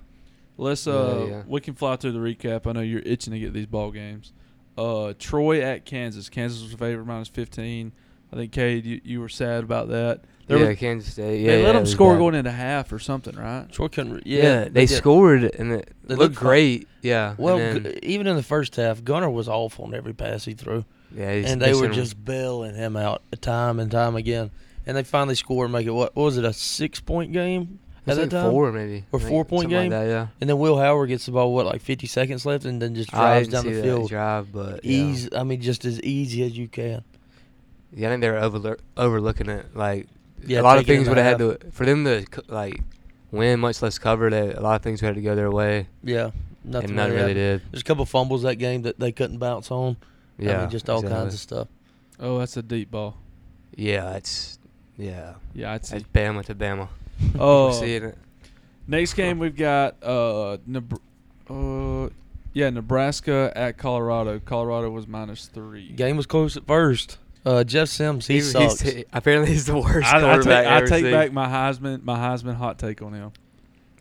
[SPEAKER 2] Let's
[SPEAKER 3] Yeah,
[SPEAKER 2] uh,
[SPEAKER 3] yeah.
[SPEAKER 2] we can fly through the recap. I know you're itching to get these ball games. Uh, Troy at Kansas. Kansas was a favorite minus fifteen. I think Cade, you, you were sad about that. There
[SPEAKER 3] yeah,
[SPEAKER 2] was-
[SPEAKER 3] Kansas State. Yeah,
[SPEAKER 2] they
[SPEAKER 3] yeah,
[SPEAKER 2] let
[SPEAKER 3] it
[SPEAKER 2] them
[SPEAKER 3] was
[SPEAKER 2] score
[SPEAKER 3] bad.
[SPEAKER 2] going into half or something, right?
[SPEAKER 6] Troy couldn't. re-
[SPEAKER 3] Yeah,
[SPEAKER 6] Yeah,
[SPEAKER 3] they
[SPEAKER 6] did.
[SPEAKER 3] scored and it
[SPEAKER 6] They
[SPEAKER 3] looked,
[SPEAKER 6] looked fun.
[SPEAKER 3] great. Yeah. and
[SPEAKER 6] Well,
[SPEAKER 3] then-
[SPEAKER 6] g- even in the first half, Gunner was off on every pass he threw,
[SPEAKER 3] yeah, he's-
[SPEAKER 6] and they were
[SPEAKER 3] sent him-
[SPEAKER 6] just bailing him out time and time again. And they finally scored, and make it what, what was it a six point game
[SPEAKER 3] it was
[SPEAKER 6] at that
[SPEAKER 3] like
[SPEAKER 6] time?
[SPEAKER 3] four maybe
[SPEAKER 6] Or
[SPEAKER 3] I think,
[SPEAKER 6] four-point
[SPEAKER 3] something like
[SPEAKER 6] game?
[SPEAKER 3] that, yeah,
[SPEAKER 6] And then Will Howard gets the ball what like 50 seconds left, and then just
[SPEAKER 3] I
[SPEAKER 6] drives
[SPEAKER 3] didn't
[SPEAKER 6] down
[SPEAKER 3] see
[SPEAKER 6] the
[SPEAKER 3] that
[SPEAKER 6] field.
[SPEAKER 3] drive, but yeah.
[SPEAKER 6] Easy, I mean, just as easy as you can.
[SPEAKER 3] Yeah, I think they were overlook, overlooking it. Like
[SPEAKER 6] Yeah,
[SPEAKER 3] a lot of
[SPEAKER 6] taking it
[SPEAKER 3] things
[SPEAKER 6] in
[SPEAKER 3] would have
[SPEAKER 6] half.
[SPEAKER 3] had to for them to co- like win, much less cover. They, a lot of things would have to go their way,
[SPEAKER 6] Yeah, nothing,
[SPEAKER 3] and none really
[SPEAKER 6] happened.
[SPEAKER 3] did.
[SPEAKER 6] There's a couple fumbles that game that they couldn't bounce on.
[SPEAKER 3] Yeah,
[SPEAKER 6] I mean, just all
[SPEAKER 3] exactly.
[SPEAKER 6] kinds of stuff.
[SPEAKER 2] Oh, that's a deep ball.
[SPEAKER 3] Yeah, it's yeah,
[SPEAKER 2] Yeah, I'd see.
[SPEAKER 3] it's Bama to Bama.
[SPEAKER 2] Oh,
[SPEAKER 3] We're seeing it.
[SPEAKER 2] Next game we've got uh, Nebr uh yeah Nebraska at Colorado. Colorado was minus three.
[SPEAKER 6] Game was close at first. Uh, Jeff Sims, he
[SPEAKER 3] He's-
[SPEAKER 6] sucks.
[SPEAKER 3] He's, apparently, he's the worst
[SPEAKER 2] I, I take,
[SPEAKER 3] quarterback
[SPEAKER 2] I
[SPEAKER 3] ever
[SPEAKER 2] take
[SPEAKER 3] seen.
[SPEAKER 2] back my Heisman my Heisman hot take on him.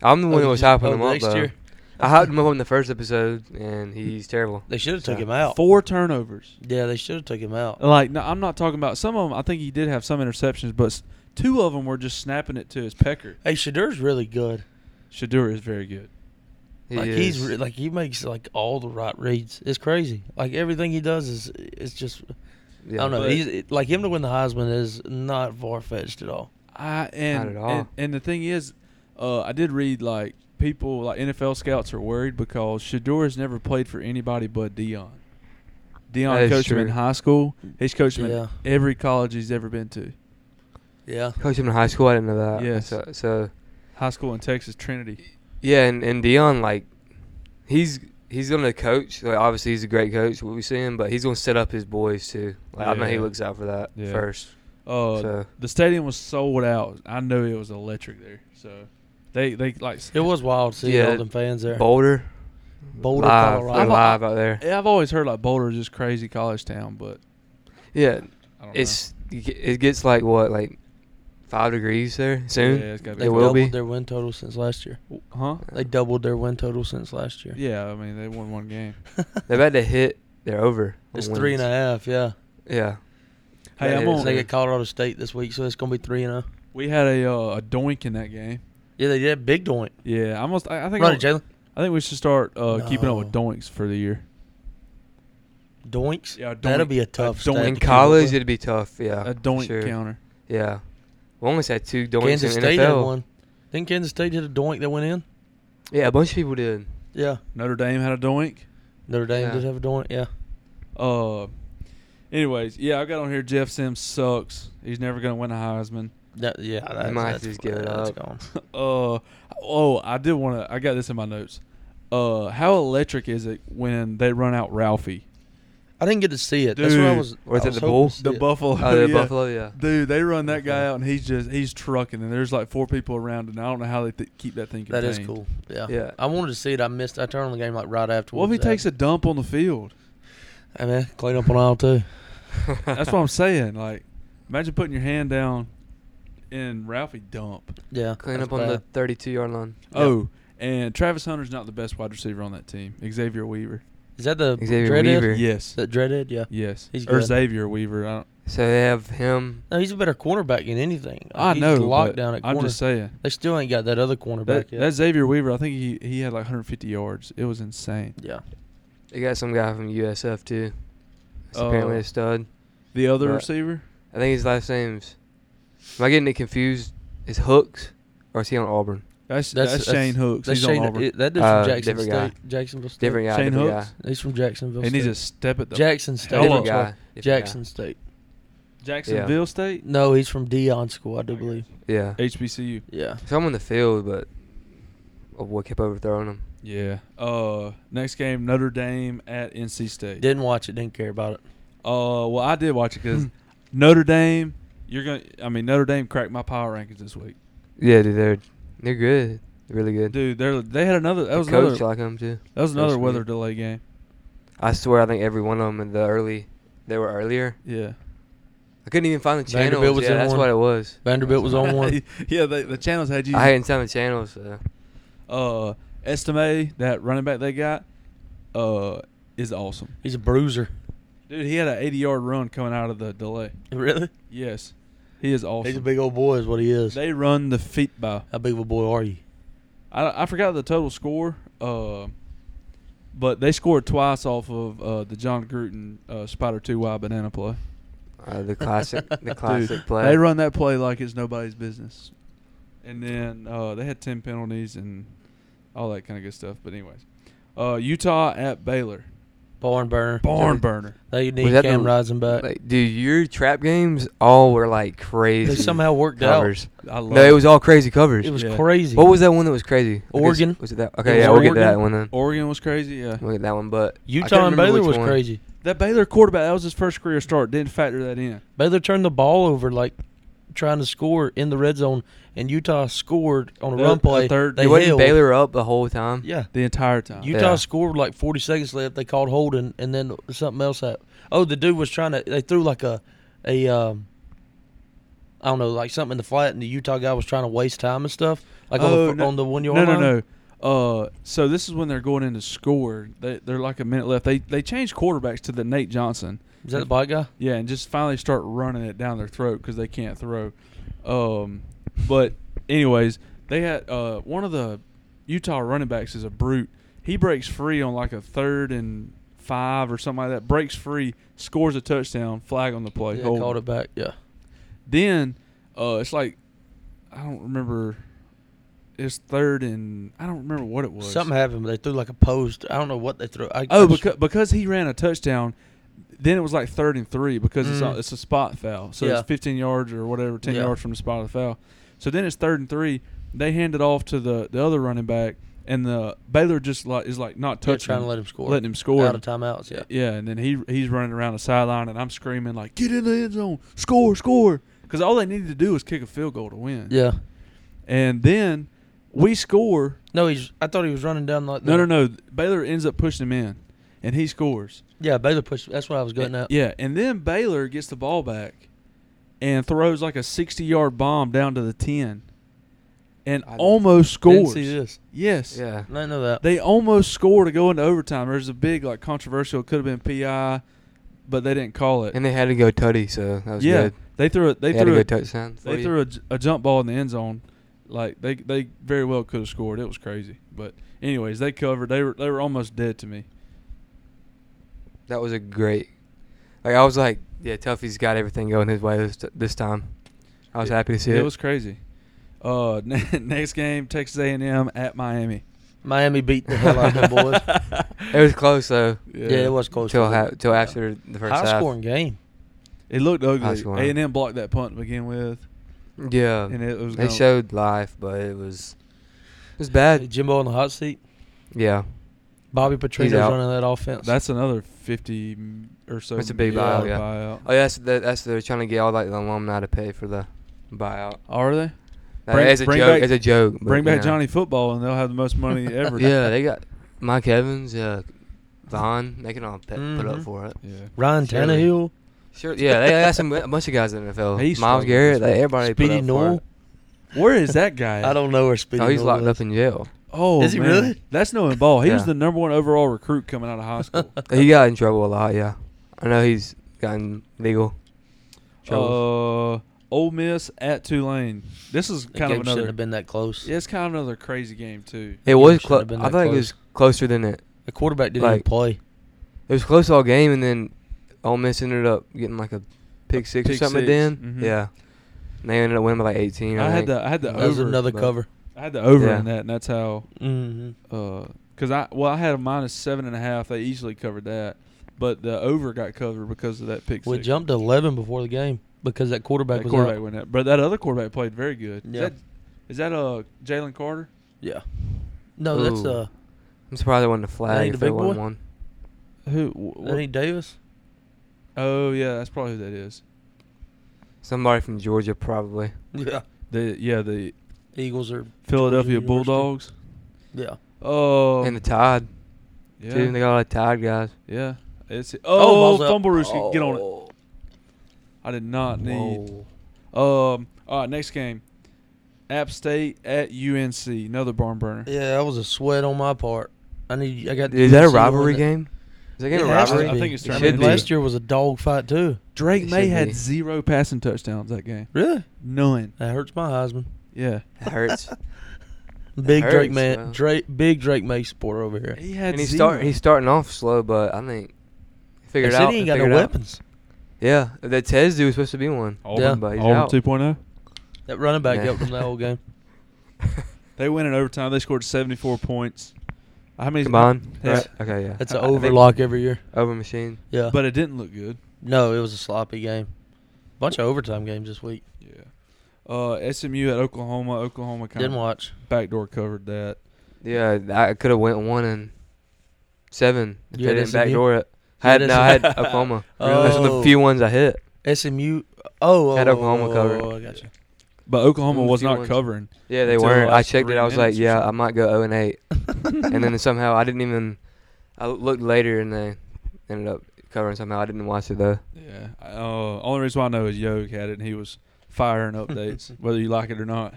[SPEAKER 3] I'm the
[SPEAKER 6] Oh,
[SPEAKER 3] one who
[SPEAKER 6] you
[SPEAKER 3] was
[SPEAKER 6] just-
[SPEAKER 3] hyping
[SPEAKER 6] oh,
[SPEAKER 3] him up
[SPEAKER 6] next
[SPEAKER 3] though.
[SPEAKER 6] year?
[SPEAKER 3] I hyped him up on the first episode, and he's terrible.
[SPEAKER 6] They should have took
[SPEAKER 3] So,
[SPEAKER 6] him out.
[SPEAKER 2] Four turnovers.
[SPEAKER 6] Yeah, they should have took him out.
[SPEAKER 2] Like no, I'm not talking about some of them. I think he did have some interceptions, but s- two of them were just snapping it to his pecker.
[SPEAKER 6] Hey, Shadur's really good.
[SPEAKER 2] Shadur is very good.
[SPEAKER 3] He
[SPEAKER 6] like
[SPEAKER 3] is-
[SPEAKER 6] he's re- like he makes like all the right reads. It's crazy. Like everything he does is it's just
[SPEAKER 3] yeah.
[SPEAKER 6] I don't know.
[SPEAKER 2] But-
[SPEAKER 6] He's like him to win the Heisman is not far fetched at all.
[SPEAKER 2] I and,
[SPEAKER 3] at all.
[SPEAKER 2] and and the thing is, uh, I did read like people like NFL scouts are worried because Shador has never played for anybody but Dion.
[SPEAKER 3] That
[SPEAKER 2] Dion
[SPEAKER 3] is
[SPEAKER 2] coached him in
[SPEAKER 3] true.
[SPEAKER 2] high school. He's coached him
[SPEAKER 6] Yeah.
[SPEAKER 2] in every college he's ever been to.
[SPEAKER 6] Yeah.
[SPEAKER 3] Coached him in high school. I didn't know that.
[SPEAKER 2] Yes.
[SPEAKER 3] So, so
[SPEAKER 2] High school in Texas Trinity.
[SPEAKER 3] yeah, and, and Dion like he's he's gonna coach. Like, obviously, he's a great coach. What we see him, but he's gonna set up his boys too. Like I know he
[SPEAKER 2] Yeah.
[SPEAKER 3] looks out for that
[SPEAKER 2] Yeah.
[SPEAKER 3] first.
[SPEAKER 2] Uh,
[SPEAKER 3] So-
[SPEAKER 2] the stadium was sold out. I know it was electric there. So they they like
[SPEAKER 6] It was wild to see
[SPEAKER 3] Yeah,
[SPEAKER 6] all them fans there.
[SPEAKER 3] Boulder,
[SPEAKER 6] Boulder,
[SPEAKER 3] live,
[SPEAKER 6] Colorado.
[SPEAKER 3] they're live out there.
[SPEAKER 2] Yeah, I've always heard like Boulder is just crazy college town, but
[SPEAKER 3] Yeah,
[SPEAKER 2] I don't
[SPEAKER 3] it's it gets like what like five degrees there
[SPEAKER 2] know.
[SPEAKER 3] soon.
[SPEAKER 2] Yeah, it's gotta be
[SPEAKER 3] They
[SPEAKER 6] They've
[SPEAKER 2] cold.
[SPEAKER 3] will
[SPEAKER 6] doubled
[SPEAKER 3] be.
[SPEAKER 6] their win total since last year.
[SPEAKER 2] huh?
[SPEAKER 6] They doubled their win total since last year.
[SPEAKER 2] Yeah, I mean they won one game.
[SPEAKER 3] They're about to hit. They're over. on
[SPEAKER 6] It's three and a
[SPEAKER 3] wins.
[SPEAKER 6] half, yeah.
[SPEAKER 3] Yeah.
[SPEAKER 2] Hey,
[SPEAKER 3] That
[SPEAKER 2] I'm
[SPEAKER 3] is-
[SPEAKER 2] on.
[SPEAKER 6] They get Colorado State this week, so it's gonna be three and a.
[SPEAKER 2] We had a uh, a doink in that game.
[SPEAKER 6] Yeah, they did big doink.
[SPEAKER 2] Yeah, I almost. I, I think.
[SPEAKER 6] Run
[SPEAKER 2] I'll-
[SPEAKER 6] it, Jalen.
[SPEAKER 2] I think we should start uh, keeping up with
[SPEAKER 6] No.
[SPEAKER 2] doinks for the year.
[SPEAKER 6] Doinks.
[SPEAKER 2] Yeah, a
[SPEAKER 6] That'll
[SPEAKER 2] doink-
[SPEAKER 6] be
[SPEAKER 2] a
[SPEAKER 6] a tough.
[SPEAKER 2] doink
[SPEAKER 6] stat
[SPEAKER 3] In
[SPEAKER 6] to
[SPEAKER 3] college,
[SPEAKER 6] keep up
[SPEAKER 3] it'd be tough. Yeah.
[SPEAKER 2] a
[SPEAKER 3] for
[SPEAKER 2] doink
[SPEAKER 3] sure.
[SPEAKER 2] counter.
[SPEAKER 3] Yeah. We almost had two
[SPEAKER 6] with.
[SPEAKER 3] doinks
[SPEAKER 6] Kansas
[SPEAKER 3] in
[SPEAKER 6] State
[SPEAKER 3] NFL.
[SPEAKER 6] had one. Didn't Kansas State hit a doink that went in?
[SPEAKER 3] Yeah, a bunch of people did.
[SPEAKER 6] Yeah.
[SPEAKER 2] Notre Dame had a doink.
[SPEAKER 6] Notre Dame
[SPEAKER 3] Yeah.
[SPEAKER 6] did have a doink. Yeah.
[SPEAKER 2] Uh, anyways, yeah, I got on here. Jeff Sims sucks. He's never gonna win a Heisman.
[SPEAKER 6] That, yeah. That's,
[SPEAKER 3] might
[SPEAKER 6] that's,
[SPEAKER 3] just give it
[SPEAKER 6] that's
[SPEAKER 3] up.
[SPEAKER 6] gone.
[SPEAKER 2] uh, oh, I did want to. I got this in my notes. Uh, how electric is it when they run out Ralphie?
[SPEAKER 6] I didn't get to see it. that's what I
[SPEAKER 2] Dude.
[SPEAKER 6] was.
[SPEAKER 3] Or is
[SPEAKER 6] I
[SPEAKER 3] it
[SPEAKER 6] was
[SPEAKER 3] the
[SPEAKER 6] hoping to
[SPEAKER 3] Bulls?
[SPEAKER 6] see
[SPEAKER 2] The
[SPEAKER 6] it.
[SPEAKER 2] Buffalo.
[SPEAKER 3] Oh, the
[SPEAKER 2] yeah.
[SPEAKER 3] Buffalo, yeah.
[SPEAKER 2] Dude, they run that guy out and he's just he's trucking and there's like four people around and I don't know how they th- keep that thing
[SPEAKER 6] That
[SPEAKER 2] contained.
[SPEAKER 6] is cool. Yeah.
[SPEAKER 3] Yeah.
[SPEAKER 6] I wanted to see it. I missed. I turned on the game like right after.
[SPEAKER 2] What if he takes a dump on the field?
[SPEAKER 6] Hey man, clean up on aisle two.
[SPEAKER 2] That's what I'm saying. Like, imagine putting your hand down and Ralphie dump.
[SPEAKER 6] Yeah.
[SPEAKER 3] Clean
[SPEAKER 6] that's
[SPEAKER 3] up on the
[SPEAKER 6] bad.
[SPEAKER 3] 32 yard line.
[SPEAKER 2] Oh, and Travis Hunter's not the best wide receiver on that team. Xavier Weaver.
[SPEAKER 6] Is that the
[SPEAKER 3] Xavier
[SPEAKER 6] dreaded?
[SPEAKER 3] Weaver.
[SPEAKER 2] Yes.
[SPEAKER 6] Is that dreaded? Yeah.
[SPEAKER 2] yes.
[SPEAKER 6] He's
[SPEAKER 2] or
[SPEAKER 6] good.
[SPEAKER 2] Xavier Weaver. I, don't,
[SPEAKER 3] So they have him.
[SPEAKER 6] No, he's a better cornerback than anything.
[SPEAKER 2] I
[SPEAKER 6] he's
[SPEAKER 2] know.
[SPEAKER 6] Locked
[SPEAKER 2] but
[SPEAKER 6] down at corner.
[SPEAKER 2] I'm just saying.
[SPEAKER 6] they still ain't got that other cornerback
[SPEAKER 2] That,
[SPEAKER 6] yet.
[SPEAKER 2] that Xavier Weaver, I think he, he had like 150 yards. It was insane.
[SPEAKER 6] yeah.
[SPEAKER 3] They got some guy from USF too. It's
[SPEAKER 2] Oh.
[SPEAKER 3] apparently a stud.
[SPEAKER 2] The other
[SPEAKER 3] But-
[SPEAKER 2] receiver?
[SPEAKER 3] I think his last name's Am I getting it confused? Is Hooks or is he on Auburn?
[SPEAKER 2] That's, that's,
[SPEAKER 6] That's- that's-
[SPEAKER 2] Shane Hooks.
[SPEAKER 6] That's
[SPEAKER 2] He's
[SPEAKER 6] Shane,
[SPEAKER 2] on Auburn.
[SPEAKER 6] it- that dude's
[SPEAKER 3] Uh,
[SPEAKER 6] from Jackson
[SPEAKER 3] different
[SPEAKER 6] State.
[SPEAKER 3] guy.
[SPEAKER 6] Jacksonville State.
[SPEAKER 3] Different guy.
[SPEAKER 2] Shane
[SPEAKER 3] different
[SPEAKER 2] Hooks?
[SPEAKER 3] guy.
[SPEAKER 6] He's from Jacksonville
[SPEAKER 2] and
[SPEAKER 6] State.
[SPEAKER 2] he's a step at the
[SPEAKER 6] Jackson State.
[SPEAKER 2] Hello.
[SPEAKER 6] I'm
[SPEAKER 3] Different
[SPEAKER 2] Hello.
[SPEAKER 6] sorry.
[SPEAKER 3] guy. different
[SPEAKER 6] Jackson State.
[SPEAKER 2] Jacksonville State
[SPEAKER 6] No, he's from Dion School, I do believe.
[SPEAKER 3] guy. Yeah.
[SPEAKER 2] HBCU.
[SPEAKER 6] Yeah.
[SPEAKER 3] So I'm on the field, but oh boy, kept overthrowing him.
[SPEAKER 2] Yeah. Uh, next game Notre Dame at NC State.
[SPEAKER 6] Didn't watch it. Didn't care about it.
[SPEAKER 2] Uh, well, I did watch it because Notre Dame. You're gonna. I mean, Notre Dame cracked my power rankings this week,
[SPEAKER 3] Yeah, dude, they're they're good, They're really good.
[SPEAKER 2] dude. They they had another. That
[SPEAKER 3] The
[SPEAKER 2] was another.
[SPEAKER 3] coach like him too.
[SPEAKER 2] that was another
[SPEAKER 3] coach
[SPEAKER 2] weather
[SPEAKER 3] made-
[SPEAKER 2] delay game.
[SPEAKER 3] I swear, I think every one of them in the early, they were earlier.
[SPEAKER 2] Yeah.
[SPEAKER 3] I couldn't even find the
[SPEAKER 6] Vanderbilt
[SPEAKER 3] channels.
[SPEAKER 6] was
[SPEAKER 3] yeah,
[SPEAKER 6] in
[SPEAKER 3] that's
[SPEAKER 6] one.
[SPEAKER 3] what it was.
[SPEAKER 6] Vanderbilt was on one.
[SPEAKER 2] yeah, they, the channels had you.
[SPEAKER 3] I hadn't found the channels. So.
[SPEAKER 2] uh, estimate that running back they got. Uh, is awesome,
[SPEAKER 6] He's a bruiser.
[SPEAKER 2] dude. He had an 80 yard run coming out of the delay.
[SPEAKER 6] Really?
[SPEAKER 2] Yes, he is awesome.
[SPEAKER 6] He's a big old boy, is what he is.
[SPEAKER 2] They run the feet by.
[SPEAKER 6] How big of a boy are you?
[SPEAKER 2] I, I forgot the total score, uh, but they scored twice off of uh, the John Gruden uh, Spider 2Y banana play.
[SPEAKER 3] Uh, the classic, the
[SPEAKER 6] Dude,
[SPEAKER 3] classic
[SPEAKER 2] Dude,
[SPEAKER 3] play.
[SPEAKER 2] They run that play like it's nobody's business. And then uh, they had 10 penalties and all that kind of good stuff. But, anyways, uh, Utah at Baylor.
[SPEAKER 6] Barn burner.
[SPEAKER 2] Barn burner.
[SPEAKER 6] They
[SPEAKER 3] Was
[SPEAKER 6] need
[SPEAKER 3] that
[SPEAKER 6] Cam
[SPEAKER 3] the-
[SPEAKER 6] Rising back.
[SPEAKER 3] Like, dude, your trap games all were like crazy.
[SPEAKER 6] They somehow worked out.
[SPEAKER 3] covers.
[SPEAKER 2] I love
[SPEAKER 3] No, it was all crazy covers.
[SPEAKER 6] It was
[SPEAKER 2] Yeah.
[SPEAKER 6] crazy.
[SPEAKER 3] what was that one that was crazy? I guess-
[SPEAKER 6] Oregon.
[SPEAKER 3] Was it that?
[SPEAKER 6] It
[SPEAKER 3] Okay,
[SPEAKER 6] was
[SPEAKER 3] yeah, we'll get to that
[SPEAKER 2] Oregon.
[SPEAKER 3] one then.
[SPEAKER 2] Oregon was crazy. Yeah.
[SPEAKER 3] We'll get to that one, but I couldn't
[SPEAKER 6] Utah and
[SPEAKER 3] remember
[SPEAKER 6] Baylor
[SPEAKER 3] which
[SPEAKER 6] was
[SPEAKER 3] one.
[SPEAKER 6] crazy.
[SPEAKER 2] That Baylor quarterback, that was his first career start. Didn't factor that in.
[SPEAKER 6] Baylor turned the ball over like trying to score in the red zone, and Utah scored on a
[SPEAKER 2] The-
[SPEAKER 6] run
[SPEAKER 2] the
[SPEAKER 6] play.
[SPEAKER 2] third-
[SPEAKER 6] they
[SPEAKER 3] It wasn't
[SPEAKER 6] held.
[SPEAKER 3] Baylor up the whole time.
[SPEAKER 6] Yeah.
[SPEAKER 2] The entire time.
[SPEAKER 6] Utah
[SPEAKER 3] Yeah.
[SPEAKER 6] scored like 40 seconds left. They called holding, and then something else happened. Oh, the dude was trying to. They threw like a, a, um, I don't know, like something in the flat, and the Utah guy was trying to waste time and stuff, like on, the,
[SPEAKER 2] Oh,
[SPEAKER 6] fir-
[SPEAKER 2] no-
[SPEAKER 6] on the one yard
[SPEAKER 2] No, no,
[SPEAKER 6] line.
[SPEAKER 2] no. Uh, so this is when they're going in to score. They, they're like a minute left. They they changed quarterbacks to the Nate Johnson.
[SPEAKER 6] Is that the black guy?
[SPEAKER 2] Yeah, and just finally start running it down their throat because they can't throw. Um, but anyways, they had uh, one of the Utah running backs is a brute. He breaks free on like a third and five or something like that. Breaks free, scores a touchdown, flag on the play.
[SPEAKER 6] yeah,
[SPEAKER 2] hold.
[SPEAKER 6] called it back. Yeah.
[SPEAKER 2] Then uh, it's like I don't remember. It's third and I don't remember what it was.
[SPEAKER 6] Something happened, but they threw like a post. I don't know what they threw. I,
[SPEAKER 2] Oh,
[SPEAKER 6] I just-
[SPEAKER 2] because because he ran a touchdown, then it was like third and three because it's
[SPEAKER 6] Mm.
[SPEAKER 2] a, it's a spot foul, so
[SPEAKER 6] Yeah.
[SPEAKER 2] it's 15 yards or whatever, 10
[SPEAKER 6] Yeah.
[SPEAKER 2] yards from the spot of the foul. So then it's third and three. They hand it off to the the other running back, and the Baylor just like is like not
[SPEAKER 6] Yeah,
[SPEAKER 2] touching,
[SPEAKER 6] trying to let him score.
[SPEAKER 2] letting him score.
[SPEAKER 6] out of timeouts. Yeah.
[SPEAKER 2] Yeah, and then he he's running around the sideline, and I'm screaming like, "Get in the end zone, score, score!" Because all they needed to do was kick a field goal to win.
[SPEAKER 6] Yeah.
[SPEAKER 2] and then we score.
[SPEAKER 6] No, he's. I thought he was running down like.
[SPEAKER 2] No,
[SPEAKER 6] the-
[SPEAKER 2] no, no. Baylor ends up pushing him in, and he scores.
[SPEAKER 6] Yeah, Baylor pushed. That's what I was getting at.
[SPEAKER 2] Yeah, and then Baylor gets the ball back and throws like a 60 yard bomb down to the 10 and
[SPEAKER 3] I didn't-
[SPEAKER 2] almost
[SPEAKER 6] Didn't
[SPEAKER 2] scores.
[SPEAKER 6] see this.
[SPEAKER 2] Yes.
[SPEAKER 3] Yeah.
[SPEAKER 6] I didn't know that.
[SPEAKER 2] They almost score to go into overtime. There's a big, like, controversial. It could have been PI, but they didn't call it.
[SPEAKER 3] And they had to go tutty, so that was
[SPEAKER 2] yeah.
[SPEAKER 3] good.
[SPEAKER 2] They threw it. They,
[SPEAKER 3] They, had to
[SPEAKER 2] threw
[SPEAKER 3] go
[SPEAKER 2] it.
[SPEAKER 3] touchdown. for
[SPEAKER 2] They
[SPEAKER 3] you.
[SPEAKER 2] threw a, j- a jump ball in the end zone. Like they, they very well could have scored. It was crazy, but anyways, they covered. They were they were almost dead to me.
[SPEAKER 3] That was a great. Like I was like, yeah, Tuffy's got everything going his way this, this time. I was happy to see it.
[SPEAKER 2] It was crazy. Uh, next game, Texas A and M at Miami.
[SPEAKER 6] Miami beat the hell out of them boys.
[SPEAKER 3] It was close though,
[SPEAKER 6] yeah. it was close.
[SPEAKER 3] till
[SPEAKER 6] to
[SPEAKER 3] ha-
[SPEAKER 6] it.
[SPEAKER 3] till
[SPEAKER 6] Yeah.
[SPEAKER 3] after the first
[SPEAKER 6] high
[SPEAKER 3] half.
[SPEAKER 6] scoring game.
[SPEAKER 2] It looked
[SPEAKER 3] High
[SPEAKER 2] ugly.
[SPEAKER 3] scoring.
[SPEAKER 2] A and M blocked that punt to begin with,
[SPEAKER 3] Yeah,
[SPEAKER 2] and it was.
[SPEAKER 3] they
[SPEAKER 2] gone.
[SPEAKER 3] showed life, but it was it was bad.
[SPEAKER 6] Jimbo in the hot seat.
[SPEAKER 3] Yeah,
[SPEAKER 6] Bobby Petrino's
[SPEAKER 3] out.
[SPEAKER 6] running that offense.
[SPEAKER 2] That's another fifty m- or so.
[SPEAKER 3] That's a big
[SPEAKER 2] million
[SPEAKER 3] buyout, yeah.
[SPEAKER 2] buyout.
[SPEAKER 3] oh yeah, that's the, that's they're trying to get all like the alumni to pay for the buyout.
[SPEAKER 2] Oh, Are they
[SPEAKER 3] That-
[SPEAKER 2] Bring-
[SPEAKER 3] as a
[SPEAKER 2] bring
[SPEAKER 3] joke,
[SPEAKER 2] back-
[SPEAKER 3] as a joke. but,
[SPEAKER 2] bring
[SPEAKER 3] you
[SPEAKER 2] back
[SPEAKER 3] know.
[SPEAKER 2] Johnny Football and they'll have the most money ever?
[SPEAKER 3] Yeah, they got Mike Evans, uh, Vaughn. They can all pe- put up
[SPEAKER 6] Mhm.
[SPEAKER 3] for it.
[SPEAKER 2] yeah.
[SPEAKER 6] Ryan
[SPEAKER 3] Surely.
[SPEAKER 6] Tannehill,
[SPEAKER 3] Sure. Yeah, they got some a bunch of guys in the NFL.
[SPEAKER 2] He's
[SPEAKER 3] Miles
[SPEAKER 2] struggling
[SPEAKER 3] Garrett,
[SPEAKER 2] this week.
[SPEAKER 3] they, everybody. put
[SPEAKER 6] Speedy
[SPEAKER 3] up for
[SPEAKER 6] Noel.
[SPEAKER 3] it.
[SPEAKER 2] Where is that guy?
[SPEAKER 6] I don't know where Speedy.
[SPEAKER 3] Oh, he's
[SPEAKER 6] Noel
[SPEAKER 3] locked
[SPEAKER 6] is.
[SPEAKER 3] up in jail.
[SPEAKER 2] Oh,
[SPEAKER 6] Is he
[SPEAKER 2] man.
[SPEAKER 6] really?
[SPEAKER 2] That's no ball. He was
[SPEAKER 3] Yeah.
[SPEAKER 2] the number one overall recruit coming out of high school.
[SPEAKER 3] He got in trouble a lot. Yeah, I know he's gotten legal. troubles.
[SPEAKER 2] uh, Ole Miss at Tulane. This is
[SPEAKER 6] That
[SPEAKER 2] kind
[SPEAKER 6] game
[SPEAKER 2] of
[SPEAKER 6] shouldn't
[SPEAKER 2] another.
[SPEAKER 6] have been that close.
[SPEAKER 2] Yeah, it's kind of another crazy game too.
[SPEAKER 3] it was
[SPEAKER 6] shouldn't
[SPEAKER 3] close. I
[SPEAKER 6] have been
[SPEAKER 3] thought
[SPEAKER 6] that
[SPEAKER 3] it was closer than it.
[SPEAKER 6] The quarterback didn't even
[SPEAKER 3] Like-
[SPEAKER 6] play.
[SPEAKER 3] It was close all game, and then Ole Miss ended up getting like a pick six
[SPEAKER 2] Pick
[SPEAKER 3] or something.
[SPEAKER 2] six,
[SPEAKER 3] Then
[SPEAKER 2] mhm.
[SPEAKER 3] yeah, And they ended up winning by like 18. I,
[SPEAKER 2] I had
[SPEAKER 3] think.
[SPEAKER 2] the I had the
[SPEAKER 6] That
[SPEAKER 2] over.
[SPEAKER 6] was another
[SPEAKER 2] but-
[SPEAKER 6] cover.
[SPEAKER 2] I had the over
[SPEAKER 3] Yeah.
[SPEAKER 2] in that, and that's how.
[SPEAKER 6] Mm-hmm.
[SPEAKER 2] Uh, cause I well I had a minus seven and a half. They easily covered that, but the over got covered because of that pick.
[SPEAKER 6] We
[SPEAKER 2] six.
[SPEAKER 6] jumped to 11 before the game because that quarterback
[SPEAKER 2] That
[SPEAKER 6] was
[SPEAKER 2] quarterback
[SPEAKER 6] out.
[SPEAKER 2] went out, but that other quarterback played very good.
[SPEAKER 6] Yeah.
[SPEAKER 2] Is that, is that uh Jalen Carter?
[SPEAKER 6] Yeah. No, that's
[SPEAKER 3] Ooh.
[SPEAKER 6] uh,
[SPEAKER 3] I'm surprised they won the flag
[SPEAKER 6] ain't
[SPEAKER 3] if
[SPEAKER 6] the
[SPEAKER 3] they
[SPEAKER 6] big
[SPEAKER 3] won
[SPEAKER 6] boy?
[SPEAKER 3] one.
[SPEAKER 2] Who? wh-
[SPEAKER 6] that ain't Davis.
[SPEAKER 2] oh yeah, that's probably who that is.
[SPEAKER 3] Somebody from Georgia probably.
[SPEAKER 6] Yeah.
[SPEAKER 2] The yeah the
[SPEAKER 6] Eagles are.
[SPEAKER 2] Philadelphia
[SPEAKER 6] University.
[SPEAKER 2] Bulldogs.
[SPEAKER 6] Yeah.
[SPEAKER 2] Oh
[SPEAKER 3] and the Tide.
[SPEAKER 2] yeah
[SPEAKER 3] Too. They got a lot of Tide guys.
[SPEAKER 2] yeah. It's
[SPEAKER 6] balls
[SPEAKER 2] oh,
[SPEAKER 6] up.
[SPEAKER 2] fumble rooski. Get on it.
[SPEAKER 6] Oh.
[SPEAKER 2] I did not need.
[SPEAKER 6] Whoa.
[SPEAKER 2] Um. All right, next game. App State at UNC. Another barn burner.
[SPEAKER 6] Yeah, that was a sweat on my part. I need. I got.
[SPEAKER 3] Is that a
[SPEAKER 6] UNC to
[SPEAKER 3] rivalry
[SPEAKER 6] win it.
[SPEAKER 3] game? Is that game a
[SPEAKER 6] It has to
[SPEAKER 3] rivalry?
[SPEAKER 2] I
[SPEAKER 6] be.
[SPEAKER 2] think it's
[SPEAKER 6] It should
[SPEAKER 2] tournament.
[SPEAKER 3] Should
[SPEAKER 6] be.
[SPEAKER 3] be.
[SPEAKER 6] Last year was a dog fight too.
[SPEAKER 2] Drake
[SPEAKER 3] It
[SPEAKER 2] May
[SPEAKER 3] should
[SPEAKER 2] had
[SPEAKER 3] be. Uh,
[SPEAKER 2] zero passing touchdowns that game.
[SPEAKER 6] Really?
[SPEAKER 2] None.
[SPEAKER 6] That hurts my Heisman.
[SPEAKER 2] Yeah.
[SPEAKER 3] That hurts.
[SPEAKER 6] Big Drake
[SPEAKER 3] hurts,
[SPEAKER 6] man,
[SPEAKER 3] man.
[SPEAKER 6] Drake, big Drake May supporter over here.
[SPEAKER 2] He had
[SPEAKER 3] and he's
[SPEAKER 2] zero.
[SPEAKER 3] start he's starting off slow, but I think he figured
[SPEAKER 6] They
[SPEAKER 3] it
[SPEAKER 6] said
[SPEAKER 3] out.
[SPEAKER 6] he ain't
[SPEAKER 3] They
[SPEAKER 6] got no
[SPEAKER 3] figured it out.
[SPEAKER 6] weapons.
[SPEAKER 3] Yeah, that Tez dude was supposed to be one.
[SPEAKER 2] Auburn,
[SPEAKER 6] Yeah.
[SPEAKER 3] but he's
[SPEAKER 2] Auburn oh.
[SPEAKER 3] out.
[SPEAKER 2] 2.0.
[SPEAKER 6] That running back
[SPEAKER 3] Nah.
[SPEAKER 6] helped him that whole game.
[SPEAKER 2] They win in overtime. They scored 74 points. How many?
[SPEAKER 3] Combined.
[SPEAKER 2] That's-
[SPEAKER 3] Right? Okay, yeah.
[SPEAKER 6] That's
[SPEAKER 3] I-
[SPEAKER 6] an
[SPEAKER 3] I think
[SPEAKER 6] overlock every year.
[SPEAKER 3] Over machine.
[SPEAKER 6] Yeah.
[SPEAKER 2] But it didn't look good.
[SPEAKER 6] no, it was a sloppy game. Bunch of overtime games this week.
[SPEAKER 2] Yeah. Uh, SMU at Oklahoma. Oklahoma kind
[SPEAKER 6] Didn't
[SPEAKER 2] of
[SPEAKER 6] watch.
[SPEAKER 2] backdoor covered that.
[SPEAKER 3] Yeah, I could have went one and seven if
[SPEAKER 6] You
[SPEAKER 3] they
[SPEAKER 6] had
[SPEAKER 3] didn't
[SPEAKER 6] SMU?
[SPEAKER 3] backdoor it.
[SPEAKER 6] You
[SPEAKER 3] I had
[SPEAKER 6] had
[SPEAKER 3] no, I had Oklahoma. That's one of
[SPEAKER 6] Oh.
[SPEAKER 3] the few ones I hit.
[SPEAKER 6] SMU. Oh,
[SPEAKER 3] Had
[SPEAKER 6] oh,
[SPEAKER 3] Oklahoma
[SPEAKER 6] oh,
[SPEAKER 3] covered.
[SPEAKER 6] Oh, I got you.
[SPEAKER 2] But Oklahoma
[SPEAKER 3] Only
[SPEAKER 2] was
[SPEAKER 3] few
[SPEAKER 2] not
[SPEAKER 3] ones.
[SPEAKER 2] covering.
[SPEAKER 3] Yeah, they
[SPEAKER 2] Until the
[SPEAKER 3] weren't. I
[SPEAKER 2] last
[SPEAKER 3] checked it.
[SPEAKER 2] three
[SPEAKER 3] I was like,
[SPEAKER 2] minutes or
[SPEAKER 3] yeah, I
[SPEAKER 2] something.
[SPEAKER 3] might go zero and eight. and then somehow I didn't even. I looked later and they ended up covering somehow. I didn't watch it though.
[SPEAKER 2] Yeah. Uh, only reason why I know is Yoke had it, and he was firing updates, whether you like it or not.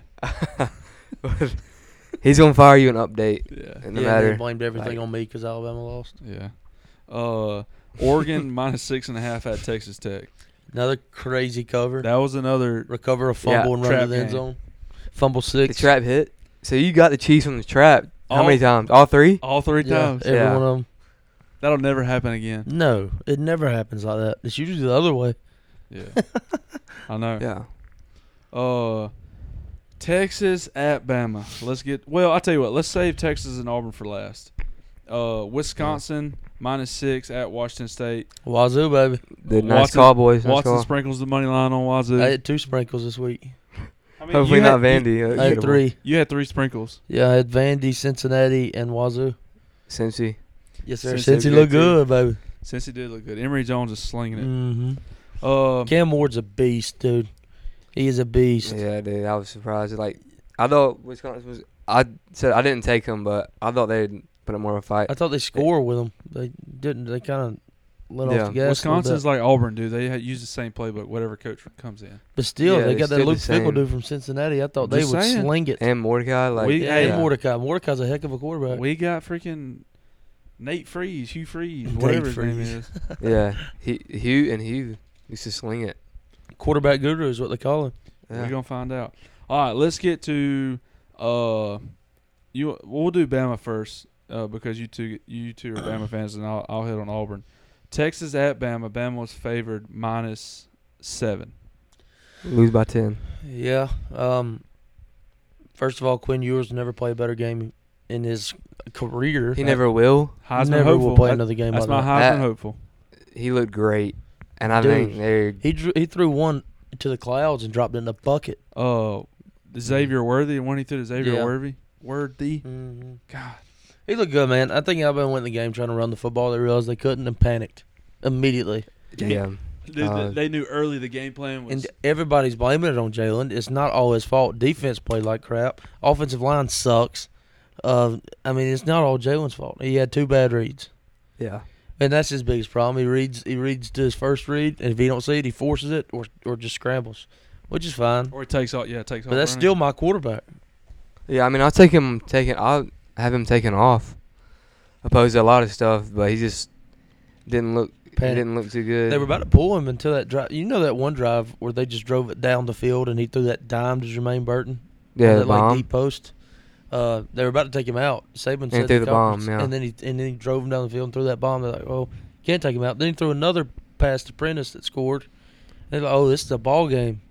[SPEAKER 3] He's gonna fire you an update.
[SPEAKER 2] Yeah.
[SPEAKER 3] No
[SPEAKER 6] yeah,
[SPEAKER 3] matter.
[SPEAKER 6] they blamed everything
[SPEAKER 3] Like-
[SPEAKER 6] on me because Alabama lost.
[SPEAKER 2] Yeah. Uh, Oregon minus six and a half at Texas Tech.
[SPEAKER 6] Another crazy cover.
[SPEAKER 2] That was another.
[SPEAKER 6] Recover a fumble and run to
[SPEAKER 2] trap
[SPEAKER 6] the end
[SPEAKER 2] game.
[SPEAKER 6] zone. Fumble
[SPEAKER 3] The
[SPEAKER 6] six.
[SPEAKER 3] trap hit. So you got the Chiefs on the trap. How many
[SPEAKER 2] All-
[SPEAKER 3] times? All three?
[SPEAKER 2] All three
[SPEAKER 6] Yeah,
[SPEAKER 2] times.
[SPEAKER 6] every
[SPEAKER 3] Yeah.
[SPEAKER 6] one of them.
[SPEAKER 2] That'll never happen again.
[SPEAKER 6] No, it never happens like that. It's usually the other way.
[SPEAKER 2] Yeah. I know.
[SPEAKER 3] Yeah.
[SPEAKER 2] Uh, Texas at Bama. Let's get. Well, I tell you what. Let's save Texas and Auburn for last. Uh, Wisconsin minus six at Washington State.
[SPEAKER 6] Wazoo, baby.
[SPEAKER 3] The nice
[SPEAKER 2] Watson-
[SPEAKER 3] call, boys. Nice
[SPEAKER 2] Watson
[SPEAKER 3] call.
[SPEAKER 2] sprinkles the money line on Wazoo.
[SPEAKER 6] I had two sprinkles this week.
[SPEAKER 2] I mean,
[SPEAKER 3] Hopefully
[SPEAKER 2] you
[SPEAKER 3] not
[SPEAKER 2] had-
[SPEAKER 3] Vandy. uh,
[SPEAKER 6] I had three.
[SPEAKER 2] You had three sprinkles.
[SPEAKER 6] Yeah, I had Vandy, Cincinnati, and Wazoo.
[SPEAKER 3] Cincy.
[SPEAKER 6] Yes, sir.
[SPEAKER 2] Cincy
[SPEAKER 6] Since he
[SPEAKER 2] good,
[SPEAKER 6] looked
[SPEAKER 2] too.
[SPEAKER 6] good, baby.
[SPEAKER 2] Since he did look good, Emory Jones is slinging it.
[SPEAKER 6] hmm
[SPEAKER 2] Um,
[SPEAKER 6] Cam Ward's a beast, dude. He is a beast.
[SPEAKER 3] Yeah, dude. I was surprised. Like, I thought Wisconsin was. I said I didn't take them, but I thought they'd put up more of a fight.
[SPEAKER 6] I thought they scored with him. They didn't. They kind of let
[SPEAKER 3] Yeah.
[SPEAKER 6] off the gas.
[SPEAKER 2] Wisconsin's
[SPEAKER 6] Wisconsin's,
[SPEAKER 2] like Auburn, dude. They ha- use the same playbook, whatever coach comes in.
[SPEAKER 6] but still,
[SPEAKER 3] Yeah,
[SPEAKER 6] they
[SPEAKER 3] they
[SPEAKER 6] got that
[SPEAKER 3] still the
[SPEAKER 6] Luke Fickle
[SPEAKER 3] same.
[SPEAKER 6] dude from Cincinnati. I thought they
[SPEAKER 2] Just
[SPEAKER 6] would
[SPEAKER 2] saying.
[SPEAKER 6] sling it.
[SPEAKER 3] and Mordecai, like,
[SPEAKER 2] We-
[SPEAKER 6] yeah,
[SPEAKER 2] hey,
[SPEAKER 6] and Mordecai. Mordecai's a heck of a quarterback.
[SPEAKER 2] We got freaking Nate Freeze, Hugh Freeze,
[SPEAKER 6] Nate
[SPEAKER 2] whatever his name
[SPEAKER 6] Freeze.
[SPEAKER 2] is.
[SPEAKER 3] yeah. He, Hugh and Hugh used to sling it.
[SPEAKER 6] quarterback guru is what they call him.
[SPEAKER 3] Yeah.
[SPEAKER 2] We're gonna find out. All right, let's get to uh, you. We'll do Bama first uh, because you two you two are Bama fans, and I'll I'll hit on Auburn. Texas at Bama. Bama was favored minus seven.
[SPEAKER 3] Lose by ten.
[SPEAKER 6] Yeah. Um. First of all, Quinn Ewers never played a better game in his career.
[SPEAKER 3] He never will.
[SPEAKER 2] Heisman
[SPEAKER 6] never
[SPEAKER 2] hopeful.
[SPEAKER 6] will play
[SPEAKER 2] That-
[SPEAKER 6] another game
[SPEAKER 2] that's
[SPEAKER 6] like
[SPEAKER 2] my
[SPEAKER 6] that.
[SPEAKER 2] Heisman
[SPEAKER 3] That-
[SPEAKER 2] hopeful.
[SPEAKER 3] He looked great, and I
[SPEAKER 6] Dude.
[SPEAKER 3] think they're
[SPEAKER 6] He drew, he threw one to the clouds and dropped it in the bucket.
[SPEAKER 2] Uh, Xavier Worthy, the one he threw to Xavier
[SPEAKER 6] Yeah.
[SPEAKER 2] Worthy. Worthy.
[SPEAKER 6] Mm-hmm.
[SPEAKER 2] God.
[SPEAKER 6] He looked good, man. I think Alabama went in the game trying to run the football. They realized they couldn't and panicked immediately.
[SPEAKER 3] yeah.
[SPEAKER 2] Dude,
[SPEAKER 3] Uh,
[SPEAKER 2] they knew early the game plan was.
[SPEAKER 6] And everybody's blaming it on Jalen. It's not all his fault. Defense played like crap. Offensive line sucks. Uh, I mean, it's not all Jalen's fault. He had two bad reads,
[SPEAKER 3] Yeah.
[SPEAKER 6] and that's his biggest problem. He reads he reads to his first read, and if he don't see it, he forces it or or just scrambles, which is fine.
[SPEAKER 2] or it takes off. Yeah, it takes off.
[SPEAKER 6] But that's
[SPEAKER 2] running.
[SPEAKER 6] still my quarterback.
[SPEAKER 3] Yeah, I mean, I'll take him taking. I'll have him taken off. Opposed to a lot of stuff, but he just didn't look.
[SPEAKER 6] Panic.
[SPEAKER 3] Didn't look too good.
[SPEAKER 6] They were about to pull him until that drive. You know that one drive where they just drove it down the field and he threw that dime to Jermaine Burton.
[SPEAKER 3] yeah,
[SPEAKER 6] that
[SPEAKER 3] the bomb.
[SPEAKER 6] like deep post. Uh, they were about to take him out. Saban said
[SPEAKER 3] threw
[SPEAKER 6] in
[SPEAKER 3] the bomb,
[SPEAKER 6] conference,
[SPEAKER 3] yeah.
[SPEAKER 6] and then he and then he drove him down the field and threw that bomb. They're like, "Oh, can't take him out." Then he threw another pass to Prentice that scored. They're like, "Oh, this is a ball game."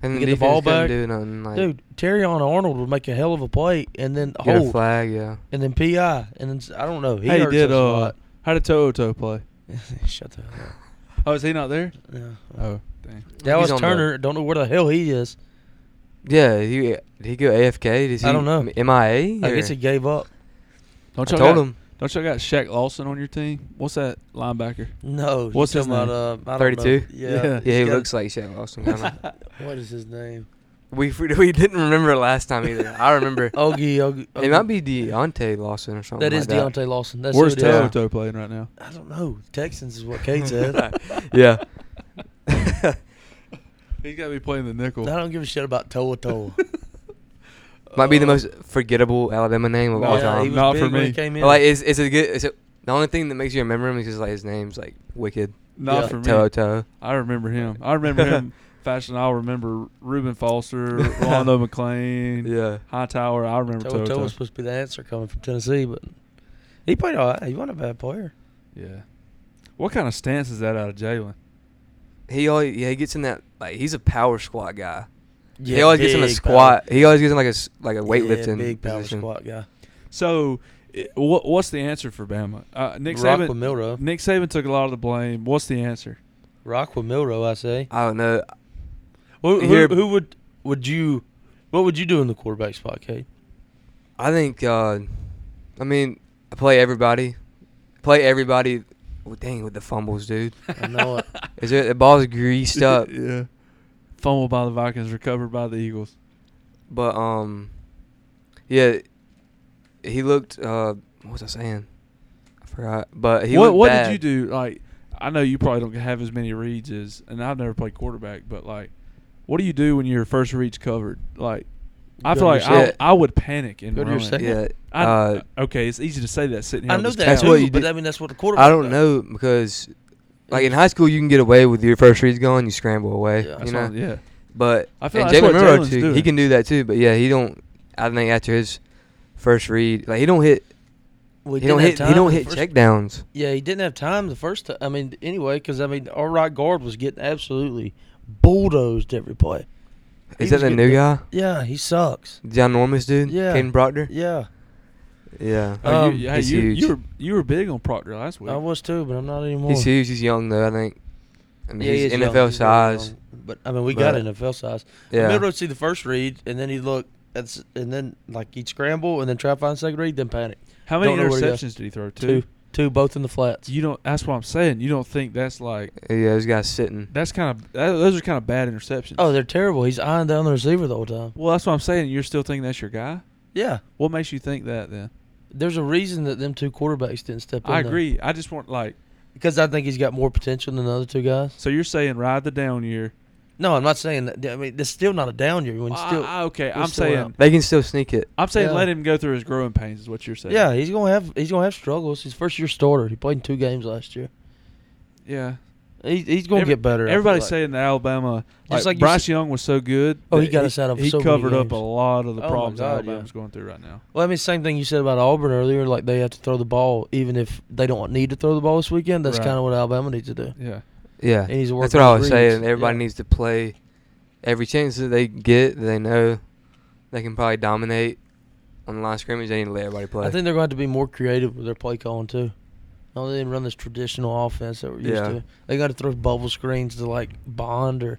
[SPEAKER 3] And the
[SPEAKER 6] get the
[SPEAKER 3] defense
[SPEAKER 6] ball back.
[SPEAKER 3] couldn't do nothing. Like,
[SPEAKER 6] Dude, oh. Terry on Arnold would make a hell of a play, and then
[SPEAKER 3] get a
[SPEAKER 6] hold,
[SPEAKER 3] flag. Yeah.
[SPEAKER 6] and then PI, and then s- I don't know. He
[SPEAKER 2] hey,
[SPEAKER 6] hurts
[SPEAKER 2] did
[SPEAKER 6] us a
[SPEAKER 2] uh,
[SPEAKER 6] lot.
[SPEAKER 2] how did Toto play?
[SPEAKER 6] Shut the hell up.
[SPEAKER 2] Oh, is he not there?
[SPEAKER 6] No.
[SPEAKER 2] Oh, dang.
[SPEAKER 6] Dallas
[SPEAKER 3] on the-
[SPEAKER 6] Turner, don't know where the hell he is.
[SPEAKER 3] Yeah. He did he go AFK? Does he,
[SPEAKER 6] I don't know.
[SPEAKER 3] MIA.
[SPEAKER 6] I guess
[SPEAKER 3] or-
[SPEAKER 6] he gave up.
[SPEAKER 2] Don't
[SPEAKER 3] I
[SPEAKER 2] y'all
[SPEAKER 3] told
[SPEAKER 2] got,
[SPEAKER 3] him
[SPEAKER 2] Don't y'all got Shaq Lawson on your team? What's that linebacker?
[SPEAKER 6] No.
[SPEAKER 2] What's
[SPEAKER 6] you
[SPEAKER 2] his
[SPEAKER 6] talking
[SPEAKER 2] name?
[SPEAKER 6] About, uh, I don't know.
[SPEAKER 3] 32?
[SPEAKER 6] Yeah.
[SPEAKER 2] Yeah.
[SPEAKER 3] Yeah, he
[SPEAKER 6] he's got-
[SPEAKER 3] looks like Shaq Lawson. Kinda.
[SPEAKER 6] What is his name?
[SPEAKER 3] we we didn't remember last time either. I remember
[SPEAKER 6] Ogie. Ogie, Ogie.
[SPEAKER 3] it might be Deontay Lawson or something.
[SPEAKER 6] Oh, That
[SPEAKER 3] like
[SPEAKER 6] is
[SPEAKER 3] that.
[SPEAKER 6] Deontay Lawson. That's
[SPEAKER 2] Where's
[SPEAKER 6] who it is.
[SPEAKER 2] Toto playing right now?
[SPEAKER 6] I don't know. Texans is what Kate said.
[SPEAKER 3] Yeah.
[SPEAKER 2] He's got to be playing the
[SPEAKER 6] I
[SPEAKER 2] nickel.
[SPEAKER 6] don't give a shit about Toa Toa.
[SPEAKER 3] Might be the most forgettable Alabama name of
[SPEAKER 2] No,
[SPEAKER 3] all
[SPEAKER 2] yeah,
[SPEAKER 3] time.
[SPEAKER 6] he was
[SPEAKER 2] Not
[SPEAKER 6] big
[SPEAKER 2] for
[SPEAKER 6] when
[SPEAKER 2] me.
[SPEAKER 6] he came in.
[SPEAKER 3] Like, it's, it's a good. It's a, the only thing that makes you remember him is just like his name's like wicked.
[SPEAKER 2] Not
[SPEAKER 6] Yeah.
[SPEAKER 2] for me.
[SPEAKER 3] Toto.
[SPEAKER 2] I remember him. I remember him. Fashion. I remember Reuben Foster, Rondo McLean,
[SPEAKER 3] Yeah.
[SPEAKER 2] Hightower. I remember
[SPEAKER 6] Toa
[SPEAKER 2] Toto.
[SPEAKER 6] Toa was supposed to be the answer coming from Tennessee, but he played all right. He wasn't a bad player.
[SPEAKER 2] Yeah. What kind of stance is that out of Jalen?
[SPEAKER 3] He always yeah he gets in that like he's a power squat guy. he always gets in a squat. He always gets in like a s- like a weightlifting
[SPEAKER 6] big power
[SPEAKER 3] position.
[SPEAKER 6] squat guy.
[SPEAKER 2] So, i- what what's the answer for Bama? Uh, Nick
[SPEAKER 6] Rock
[SPEAKER 2] Saban.
[SPEAKER 6] with Milrow.
[SPEAKER 2] Nick Saban took a lot of the blame. What's the answer?
[SPEAKER 6] Rock with Milrow, I say.
[SPEAKER 3] I don't know.
[SPEAKER 6] Who, who,
[SPEAKER 3] Here-
[SPEAKER 6] who would would you? What would you do in the quarterback spot, Kate?
[SPEAKER 3] I think. Uh, I mean, I play everybody. Play everybody. Well, dang with the fumbles, dude.
[SPEAKER 6] I know it.
[SPEAKER 3] Is it the ball's greased up?
[SPEAKER 2] yeah. Fumble by the Vikings, recovered by the Eagles.
[SPEAKER 3] But um, yeah, he looked. Uh, what was I saying? I forgot. But he
[SPEAKER 2] what
[SPEAKER 3] looked
[SPEAKER 2] what
[SPEAKER 3] bad.
[SPEAKER 2] did you do? Like, I know you probably don't have as many reads as, and I've never played quarterback, but like, what do you do when your first reads covered? Like, I feel
[SPEAKER 6] Go to
[SPEAKER 2] like
[SPEAKER 6] your
[SPEAKER 2] I,
[SPEAKER 3] second.
[SPEAKER 2] I would panic and
[SPEAKER 6] Go to your
[SPEAKER 2] run.
[SPEAKER 6] second.
[SPEAKER 3] Yeah.
[SPEAKER 2] I,
[SPEAKER 3] uh,
[SPEAKER 2] okay, it's easy to say that sitting here.
[SPEAKER 6] I
[SPEAKER 2] on
[SPEAKER 6] know
[SPEAKER 2] this
[SPEAKER 6] that.
[SPEAKER 3] That's
[SPEAKER 2] couch.
[SPEAKER 6] too,
[SPEAKER 3] what you
[SPEAKER 6] but
[SPEAKER 3] do.
[SPEAKER 6] I mean, that's what the quarterback.
[SPEAKER 3] I don't
[SPEAKER 6] does.
[SPEAKER 3] know because, like in high school, you can get away with your first reads gone, you scramble away.
[SPEAKER 6] Yeah,
[SPEAKER 3] you
[SPEAKER 2] That's
[SPEAKER 3] know.
[SPEAKER 2] what- yeah.
[SPEAKER 3] But
[SPEAKER 2] I feel
[SPEAKER 3] and
[SPEAKER 2] like that's
[SPEAKER 3] Jalen
[SPEAKER 2] what
[SPEAKER 3] Monroe
[SPEAKER 2] Jalen's
[SPEAKER 3] too, he
[SPEAKER 2] doing.
[SPEAKER 3] can do that too. But yeah, he don't. I think after his first read, like he don't hit.
[SPEAKER 6] Well,
[SPEAKER 3] he don't
[SPEAKER 6] didn't
[SPEAKER 3] hit.
[SPEAKER 6] have
[SPEAKER 3] He
[SPEAKER 6] time
[SPEAKER 3] don't
[SPEAKER 6] the
[SPEAKER 3] hit
[SPEAKER 6] first-
[SPEAKER 3] checkdowns.
[SPEAKER 6] Yeah, he didn't have time the first time. I mean, anyway, because I mean, our right guard was getting absolutely bulldozed every play. He
[SPEAKER 3] Is that
[SPEAKER 6] was
[SPEAKER 3] the
[SPEAKER 6] getting
[SPEAKER 3] new
[SPEAKER 6] the-
[SPEAKER 3] guy?
[SPEAKER 6] Yeah, he sucks.
[SPEAKER 3] John Normus dude.
[SPEAKER 6] Yeah.
[SPEAKER 3] Caden Proctor.
[SPEAKER 6] Yeah,
[SPEAKER 3] Yeah.
[SPEAKER 2] Oh,
[SPEAKER 6] Um,
[SPEAKER 2] you, hey,
[SPEAKER 3] he's
[SPEAKER 2] you, you
[SPEAKER 3] huge.
[SPEAKER 2] were you were big on Proctor last week.
[SPEAKER 6] I was too, but I'm not anymore.
[SPEAKER 3] He's huge. He's young though. I think. I mean,
[SPEAKER 6] Yeah, he
[SPEAKER 3] he's
[SPEAKER 6] is young.
[SPEAKER 3] NFL
[SPEAKER 6] He's very
[SPEAKER 3] size.
[SPEAKER 6] young. But I mean, we got
[SPEAKER 3] But-
[SPEAKER 6] NFL size.
[SPEAKER 3] Yeah.
[SPEAKER 6] Milrow see the first read, and then he look. That's and then like he'd scramble, and then try to find second read, then panic.
[SPEAKER 2] How many
[SPEAKER 6] Don't know where he
[SPEAKER 2] interceptions did he throw?
[SPEAKER 6] Two,
[SPEAKER 2] Two.
[SPEAKER 6] two, both in the flats.
[SPEAKER 2] You don't. That's what I'm saying. You don't think that's like
[SPEAKER 3] Yeah, this guy's sitting.
[SPEAKER 2] that's kind of that, those are kind of bad interceptions.
[SPEAKER 6] Oh, they're terrible. He's eyeing down the receiver the whole time.
[SPEAKER 2] well, that's what I'm saying. You're still thinking that's your guy.
[SPEAKER 6] Yeah,
[SPEAKER 2] What makes you think that then?
[SPEAKER 6] there's a reason that them two quarterbacks didn't step in.
[SPEAKER 2] I agree. I just want like
[SPEAKER 6] because I think he's got more potential than the other two guys.
[SPEAKER 2] so you're saying ride the down year.
[SPEAKER 6] No, I'm not saying that. I mean, that's still not a down year when you
[SPEAKER 2] Ah,
[SPEAKER 6] still.
[SPEAKER 2] ah, okay,
[SPEAKER 6] we're
[SPEAKER 2] I'm
[SPEAKER 6] still
[SPEAKER 2] saying
[SPEAKER 6] out.
[SPEAKER 3] They can still sneak it.
[SPEAKER 2] I'm saying
[SPEAKER 6] Yeah.
[SPEAKER 2] let him go through his growing pains is what you're saying.
[SPEAKER 6] yeah, he's gonna have he's gonna have struggles. He's first year starter. He played in two games last year.
[SPEAKER 2] yeah.
[SPEAKER 6] He, he's gonna
[SPEAKER 2] Every-
[SPEAKER 6] get better. I feel
[SPEAKER 2] Everybody's
[SPEAKER 6] like.
[SPEAKER 2] saying that Alabama, like,
[SPEAKER 6] like you
[SPEAKER 2] Bryce
[SPEAKER 6] said-
[SPEAKER 2] Young was so good.
[SPEAKER 6] Oh, he
[SPEAKER 2] that
[SPEAKER 6] got us out of
[SPEAKER 2] He
[SPEAKER 6] so many
[SPEAKER 2] covered up
[SPEAKER 6] games.
[SPEAKER 2] a lot of the
[SPEAKER 6] Oh my
[SPEAKER 2] problems
[SPEAKER 6] God, yeah.
[SPEAKER 2] Alabama's going through right now.
[SPEAKER 6] Well, I mean, same thing you said about Auburn earlier. Like they have to throw the ball, even if they don't need to throw the ball this weekend. That's
[SPEAKER 2] Right.
[SPEAKER 6] kind of what Alabama needs to do.
[SPEAKER 2] Yeah.
[SPEAKER 3] Yeah.
[SPEAKER 6] It needs to work
[SPEAKER 3] That's what
[SPEAKER 6] on
[SPEAKER 3] I
[SPEAKER 6] his
[SPEAKER 3] was saying.
[SPEAKER 6] reads.
[SPEAKER 3] Everybody
[SPEAKER 6] Yeah.
[SPEAKER 3] needs to play every chance that they get. They know they can probably dominate on the line of scrimmage. They need to let everybody play.
[SPEAKER 6] I think they're going to have to be more creative with their play calling too. Don't let them run this traditional offense that we're used
[SPEAKER 3] Yeah.
[SPEAKER 6] to. They got to throw bubble screens to like Bond or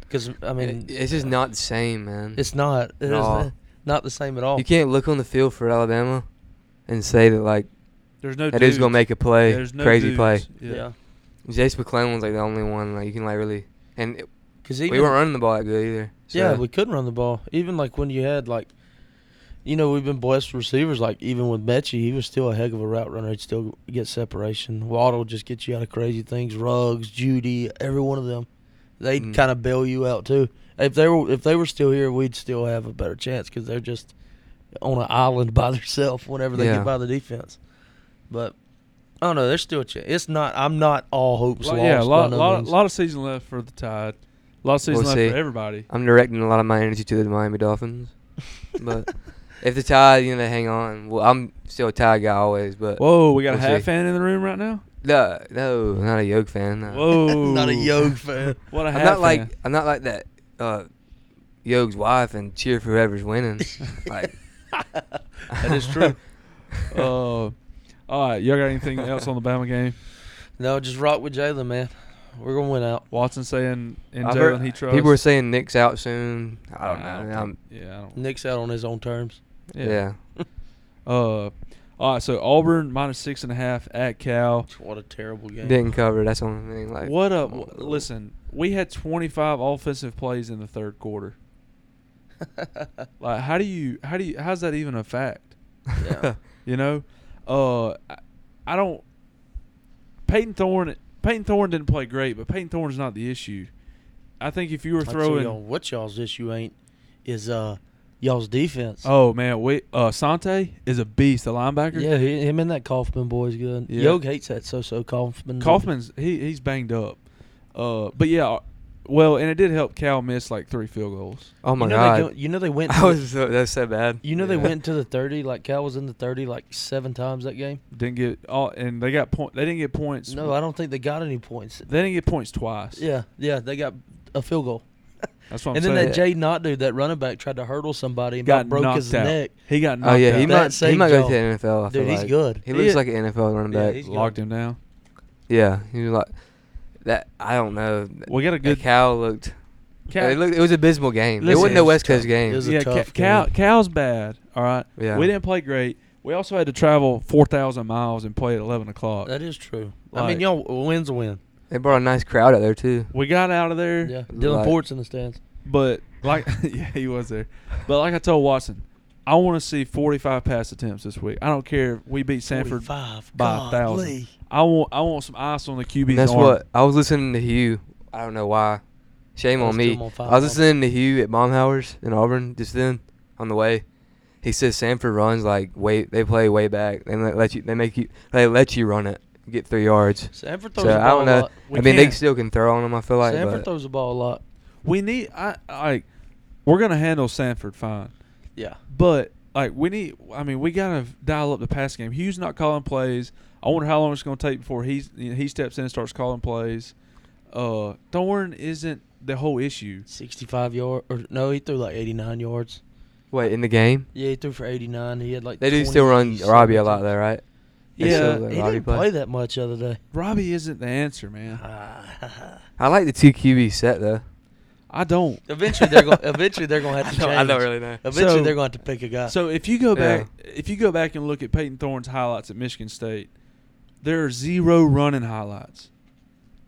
[SPEAKER 6] because I mean
[SPEAKER 3] It- it's just not the same, man.
[SPEAKER 6] It's not. It is
[SPEAKER 3] No.
[SPEAKER 6] not- not the same at all.
[SPEAKER 3] you can't look on the field for Alabama and say that like
[SPEAKER 2] There's no
[SPEAKER 3] that dude's gonna
[SPEAKER 2] dudes.
[SPEAKER 3] make a play,
[SPEAKER 2] There's no
[SPEAKER 3] crazy play.
[SPEAKER 2] dudes.
[SPEAKER 6] Yeah.
[SPEAKER 2] Yeah.
[SPEAKER 3] Jace McClellan's like the only one like you can like really, and it-
[SPEAKER 6] 'Cause
[SPEAKER 3] we
[SPEAKER 6] even
[SPEAKER 3] weren't running the ball that good either. So.
[SPEAKER 6] yeah, we couldn't run the ball. Even like when you had like, you know, we've been blessed with receivers. Like even with Mechie, he was still a heck of a route runner. He'd still get separation. Waddle just gets you out of crazy things. Ruggs, Judy, every one of them, they'd
[SPEAKER 3] Mm.
[SPEAKER 6] kind of bail you out too. If they were if they were still here, we'd still have a better chance because they're just on an island by themselves whenever they
[SPEAKER 3] Yeah.
[SPEAKER 6] get by the defense. But I don't know. There's still a chance. It's not. I'm not all hopes
[SPEAKER 2] Lot-
[SPEAKER 6] lost.
[SPEAKER 2] yeah, a
[SPEAKER 6] by
[SPEAKER 2] lot,
[SPEAKER 6] no
[SPEAKER 2] lot,
[SPEAKER 6] means.
[SPEAKER 2] lot of season left for the Tide. A lot of season
[SPEAKER 3] We'll
[SPEAKER 2] left
[SPEAKER 3] see. Uh,
[SPEAKER 2] for everybody.
[SPEAKER 3] I'm directing a lot of my energy to the Miami Dolphins, but if the tie, you know, they hang on. Well, I'm still a tie guy always, but
[SPEAKER 2] Whoa, we got
[SPEAKER 3] We'll
[SPEAKER 2] a hat
[SPEAKER 3] see.
[SPEAKER 2] fan in the room right now.
[SPEAKER 3] no, no, not a yoke fan. no.
[SPEAKER 2] Whoa,
[SPEAKER 6] not a Yogue fan.
[SPEAKER 2] What a
[SPEAKER 3] I'm
[SPEAKER 2] hat
[SPEAKER 3] not
[SPEAKER 2] fan.
[SPEAKER 3] like I'm not like that uh, Yoge's wife and cheer for whoever's winning. like,
[SPEAKER 6] that is true.
[SPEAKER 2] uh, all right, y'all got anything else on the Bama game?
[SPEAKER 6] No, just rock with Jalen, man. We're gonna win out.
[SPEAKER 2] Watson saying in
[SPEAKER 3] I've heard-
[SPEAKER 2] Jalen he trusts.
[SPEAKER 3] People were saying Nick's out soon. I don't
[SPEAKER 2] I don't
[SPEAKER 3] know. I'm,
[SPEAKER 2] think- yeah, I don't.
[SPEAKER 6] Nick's out on his own terms.
[SPEAKER 3] yeah.
[SPEAKER 2] Uh, all right. So Auburn minus six and a half at Cal.
[SPEAKER 6] What a terrible game.
[SPEAKER 3] didn't cover. That's the only thing. Like
[SPEAKER 2] What a
[SPEAKER 3] come on, bro.
[SPEAKER 2] listen. We had 25 offensive plays in the third quarter. Like, how do you? How do you? How's that even a fact?
[SPEAKER 6] Yeah.
[SPEAKER 2] You know, uh, I, I don't. Peyton Thorne. Peyton Thorne didn't play great, but Peyton Thorne's not the issue. I think if you were
[SPEAKER 6] I'd tell y'all
[SPEAKER 2] throwing,
[SPEAKER 6] what y'all's issue ain't is uh y'all's defense.
[SPEAKER 2] oh man, wait, uh, Sante is a beast, the linebacker.
[SPEAKER 6] Yeah, he, him and that Kaufman boy's good.
[SPEAKER 2] Yeah.
[SPEAKER 6] Yoke hates that so-so Kaufman.
[SPEAKER 2] Kaufman's he he's banged up, uh, but yeah, well, and it did help Cal miss like three field goals.
[SPEAKER 3] Oh my
[SPEAKER 6] you know
[SPEAKER 3] god.
[SPEAKER 6] They go, you know they went.
[SPEAKER 3] I
[SPEAKER 6] to-
[SPEAKER 3] was so, that was so bad.
[SPEAKER 6] you know they
[SPEAKER 2] Yeah.
[SPEAKER 6] went to the thirty. Like Cal was in the thirty like seven times that game.
[SPEAKER 2] Didn't get all, and they got point. They didn't get points.
[SPEAKER 6] No, I don't think they got any points.
[SPEAKER 2] They didn't get points twice.
[SPEAKER 6] Yeah, yeah, they got a field goal.
[SPEAKER 2] that's what I'm
[SPEAKER 6] and then
[SPEAKER 2] saying.
[SPEAKER 6] that Jay Knott dude, that running back, tried to hurdle somebody and
[SPEAKER 2] got
[SPEAKER 6] about broke
[SPEAKER 2] knocked
[SPEAKER 6] his
[SPEAKER 2] out.
[SPEAKER 6] neck.
[SPEAKER 2] He got knocked
[SPEAKER 3] Oh yeah, he
[SPEAKER 2] out.
[SPEAKER 6] That
[SPEAKER 3] might he
[SPEAKER 6] saved
[SPEAKER 3] might go to the
[SPEAKER 6] y'all.
[SPEAKER 3] NFL. I
[SPEAKER 6] Dude,
[SPEAKER 3] feel
[SPEAKER 6] he's
[SPEAKER 3] like.
[SPEAKER 6] good.
[SPEAKER 3] He
[SPEAKER 2] He
[SPEAKER 3] looks
[SPEAKER 2] is-
[SPEAKER 3] like an NFL running
[SPEAKER 6] Yeah,
[SPEAKER 3] back.
[SPEAKER 6] he's-
[SPEAKER 2] locked him down.
[SPEAKER 3] yeah, he was like that. I don't know.
[SPEAKER 2] We got a
[SPEAKER 3] Good
[SPEAKER 2] good
[SPEAKER 3] Cal looked.
[SPEAKER 2] Cal-
[SPEAKER 3] It looked. It was an abysmal game. it
[SPEAKER 2] Listen,
[SPEAKER 3] wasn't
[SPEAKER 2] it
[SPEAKER 3] a
[SPEAKER 2] was
[SPEAKER 3] West
[SPEAKER 6] tough.
[SPEAKER 3] Coast game.
[SPEAKER 6] It was a
[SPEAKER 2] yeah,
[SPEAKER 6] tough
[SPEAKER 2] Cal,
[SPEAKER 6] game.
[SPEAKER 2] Cal's bad. All right.
[SPEAKER 3] Yeah.
[SPEAKER 2] We didn't play great. We also had to travel four thousand miles and play at eleven o'clock.
[SPEAKER 6] That is true. I
[SPEAKER 2] Like-
[SPEAKER 6] mean, y'all a win's a win.
[SPEAKER 3] They brought a nice crowd out there too.
[SPEAKER 2] we got out of there.
[SPEAKER 6] Yeah, Dylan
[SPEAKER 3] Like-
[SPEAKER 6] Port's in the stands.
[SPEAKER 2] But like, yeah, he was there. But like I told Watson, I want to see 45 pass attempts this week. I don't care if we beat Sanford
[SPEAKER 6] 45,
[SPEAKER 2] by a thousand.
[SPEAKER 6] golly.
[SPEAKER 2] I want I want some ice on the QB's
[SPEAKER 3] And that's
[SPEAKER 2] arm.
[SPEAKER 3] what I was listening to Hugh. I don't know why. Shame
[SPEAKER 6] I
[SPEAKER 3] on
[SPEAKER 6] was doing
[SPEAKER 3] me.
[SPEAKER 6] my five
[SPEAKER 3] I was
[SPEAKER 6] miles.
[SPEAKER 3] listening to Hugh at Mom Hours in Auburn just then on the way. He says Sanford runs like way they play way back. They let- let you they make you they let you run it. Get three yards.
[SPEAKER 6] Sanford throws
[SPEAKER 3] So
[SPEAKER 6] the
[SPEAKER 3] I
[SPEAKER 6] ball
[SPEAKER 3] don't
[SPEAKER 6] a
[SPEAKER 3] know.
[SPEAKER 6] lot.
[SPEAKER 3] I
[SPEAKER 2] We
[SPEAKER 3] mean, they
[SPEAKER 2] can't-
[SPEAKER 3] still can throw on them. I feel like.
[SPEAKER 6] Sanford
[SPEAKER 3] but-
[SPEAKER 6] throws the ball a lot.
[SPEAKER 2] we need. I like. We're gonna handle Sanford fine,
[SPEAKER 6] Yeah.
[SPEAKER 2] but like we need. I mean, we gotta dial up the pass game. Hugh's not calling plays. I wonder how long it's gonna take before he's you know, he steps in and starts calling plays. Uh, Thorne isn't the whole issue.
[SPEAKER 6] 65 yard or no, he threw like 89 yards.
[SPEAKER 3] Wait, in the game,
[SPEAKER 6] Yeah, he threw for 89. He had like
[SPEAKER 3] they do still run
[SPEAKER 6] 27
[SPEAKER 3] Robbie a lot
[SPEAKER 6] attempts.
[SPEAKER 3] though, right? They
[SPEAKER 2] Yeah,
[SPEAKER 6] Yeah,
[SPEAKER 3] still let
[SPEAKER 6] he
[SPEAKER 3] Robbie
[SPEAKER 6] didn't play. that much the other day.
[SPEAKER 2] Robbie isn't the answer, man.
[SPEAKER 6] Uh-huh.
[SPEAKER 3] I like the two QB set though.
[SPEAKER 2] I don't.
[SPEAKER 6] eventually they're going eventually they're going to have
[SPEAKER 3] I
[SPEAKER 6] to
[SPEAKER 3] don't-
[SPEAKER 6] change.
[SPEAKER 3] I don't really know.
[SPEAKER 6] Eventually
[SPEAKER 2] So-
[SPEAKER 6] they're going to have to pick a guy.
[SPEAKER 2] So if you go
[SPEAKER 3] Yeah.
[SPEAKER 2] back, if you go back and look at Peyton Thorne's highlights at Michigan State, there are zero running highlights.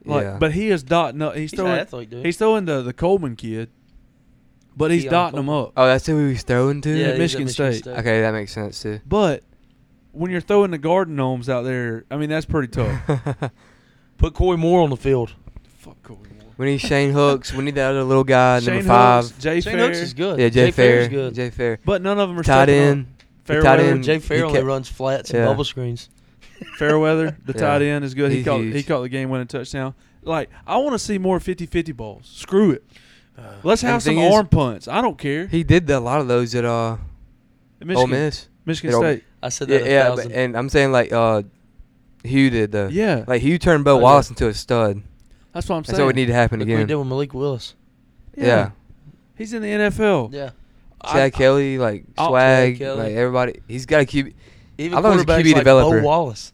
[SPEAKER 2] Like,
[SPEAKER 3] yeah.
[SPEAKER 2] but he is dotting up. He's
[SPEAKER 6] he's an
[SPEAKER 2] throwing.
[SPEAKER 6] athlete, dude.
[SPEAKER 2] he's throwing the the Coleman kid, but he's
[SPEAKER 6] Keon
[SPEAKER 2] dotting them
[SPEAKER 6] Coleman.
[SPEAKER 2] up.
[SPEAKER 3] oh, that's who he's throwing to.
[SPEAKER 6] Yeah,
[SPEAKER 2] at
[SPEAKER 6] he's at
[SPEAKER 2] Michigan State.
[SPEAKER 3] Okay, that makes sense too.
[SPEAKER 2] But when you're throwing the garden gnomes out there, I mean that's pretty tough.
[SPEAKER 6] Put Corey Moore on the field.
[SPEAKER 2] Fuck
[SPEAKER 6] oh,
[SPEAKER 2] Coleman. Moore.
[SPEAKER 3] we need Shane Hooks. We need that other little guy,
[SPEAKER 2] Shane
[SPEAKER 3] number five.
[SPEAKER 2] Hooks, Jay
[SPEAKER 6] Shane
[SPEAKER 2] Fair,
[SPEAKER 6] Hooks is good.
[SPEAKER 3] Yeah, Jay, Fair.
[SPEAKER 6] is good.
[SPEAKER 3] Jay Fair.
[SPEAKER 2] but none of them are
[SPEAKER 3] Tight
[SPEAKER 2] stepping up.
[SPEAKER 3] end. The tight
[SPEAKER 2] Fairweather,
[SPEAKER 3] end.
[SPEAKER 6] Jay
[SPEAKER 3] he
[SPEAKER 6] Fair only
[SPEAKER 3] kept-
[SPEAKER 6] runs flats
[SPEAKER 3] yeah. Uh,
[SPEAKER 6] and bubble screens.
[SPEAKER 2] Fairweather, the
[SPEAKER 3] Yeah.
[SPEAKER 2] tight end, is good. He
[SPEAKER 3] He's
[SPEAKER 2] caught he
[SPEAKER 3] huge.
[SPEAKER 2] caught the game winning touchdown. Like I want to see more 50-50 balls. Screw it. Let's
[SPEAKER 3] And
[SPEAKER 2] have
[SPEAKER 3] the
[SPEAKER 2] some
[SPEAKER 3] thing is-
[SPEAKER 2] arm punts. I don't care.
[SPEAKER 3] He did the- a lot of those at uh,
[SPEAKER 2] Michigan,
[SPEAKER 3] Ole Miss.
[SPEAKER 2] Michigan
[SPEAKER 3] At Ole-
[SPEAKER 2] State.
[SPEAKER 6] I said
[SPEAKER 3] Yeah,
[SPEAKER 6] that a
[SPEAKER 3] yeah but,
[SPEAKER 6] thousand.
[SPEAKER 3] and I'm saying like uh, Hugh did though.
[SPEAKER 2] Yeah.
[SPEAKER 3] Like Hugh turned Bo
[SPEAKER 6] Oh, yeah.
[SPEAKER 3] Wallace into a stud.
[SPEAKER 2] That's what I'm saying.
[SPEAKER 3] That's what would need to happen
[SPEAKER 6] Look what he
[SPEAKER 3] again.
[SPEAKER 6] did with Malik Willis.
[SPEAKER 3] yeah.
[SPEAKER 2] He's in the
[SPEAKER 3] Oh.
[SPEAKER 2] NFL.
[SPEAKER 6] Yeah.
[SPEAKER 2] I-
[SPEAKER 3] Chad Kelly, like
[SPEAKER 2] I'll-
[SPEAKER 3] swag,
[SPEAKER 6] Oh, Chad Kelly.
[SPEAKER 3] like everybody. He's got a QB.
[SPEAKER 6] Even
[SPEAKER 3] I thought he was a
[SPEAKER 6] quarterbacks
[SPEAKER 3] QB
[SPEAKER 6] like
[SPEAKER 3] developer.
[SPEAKER 6] Bo Wallace.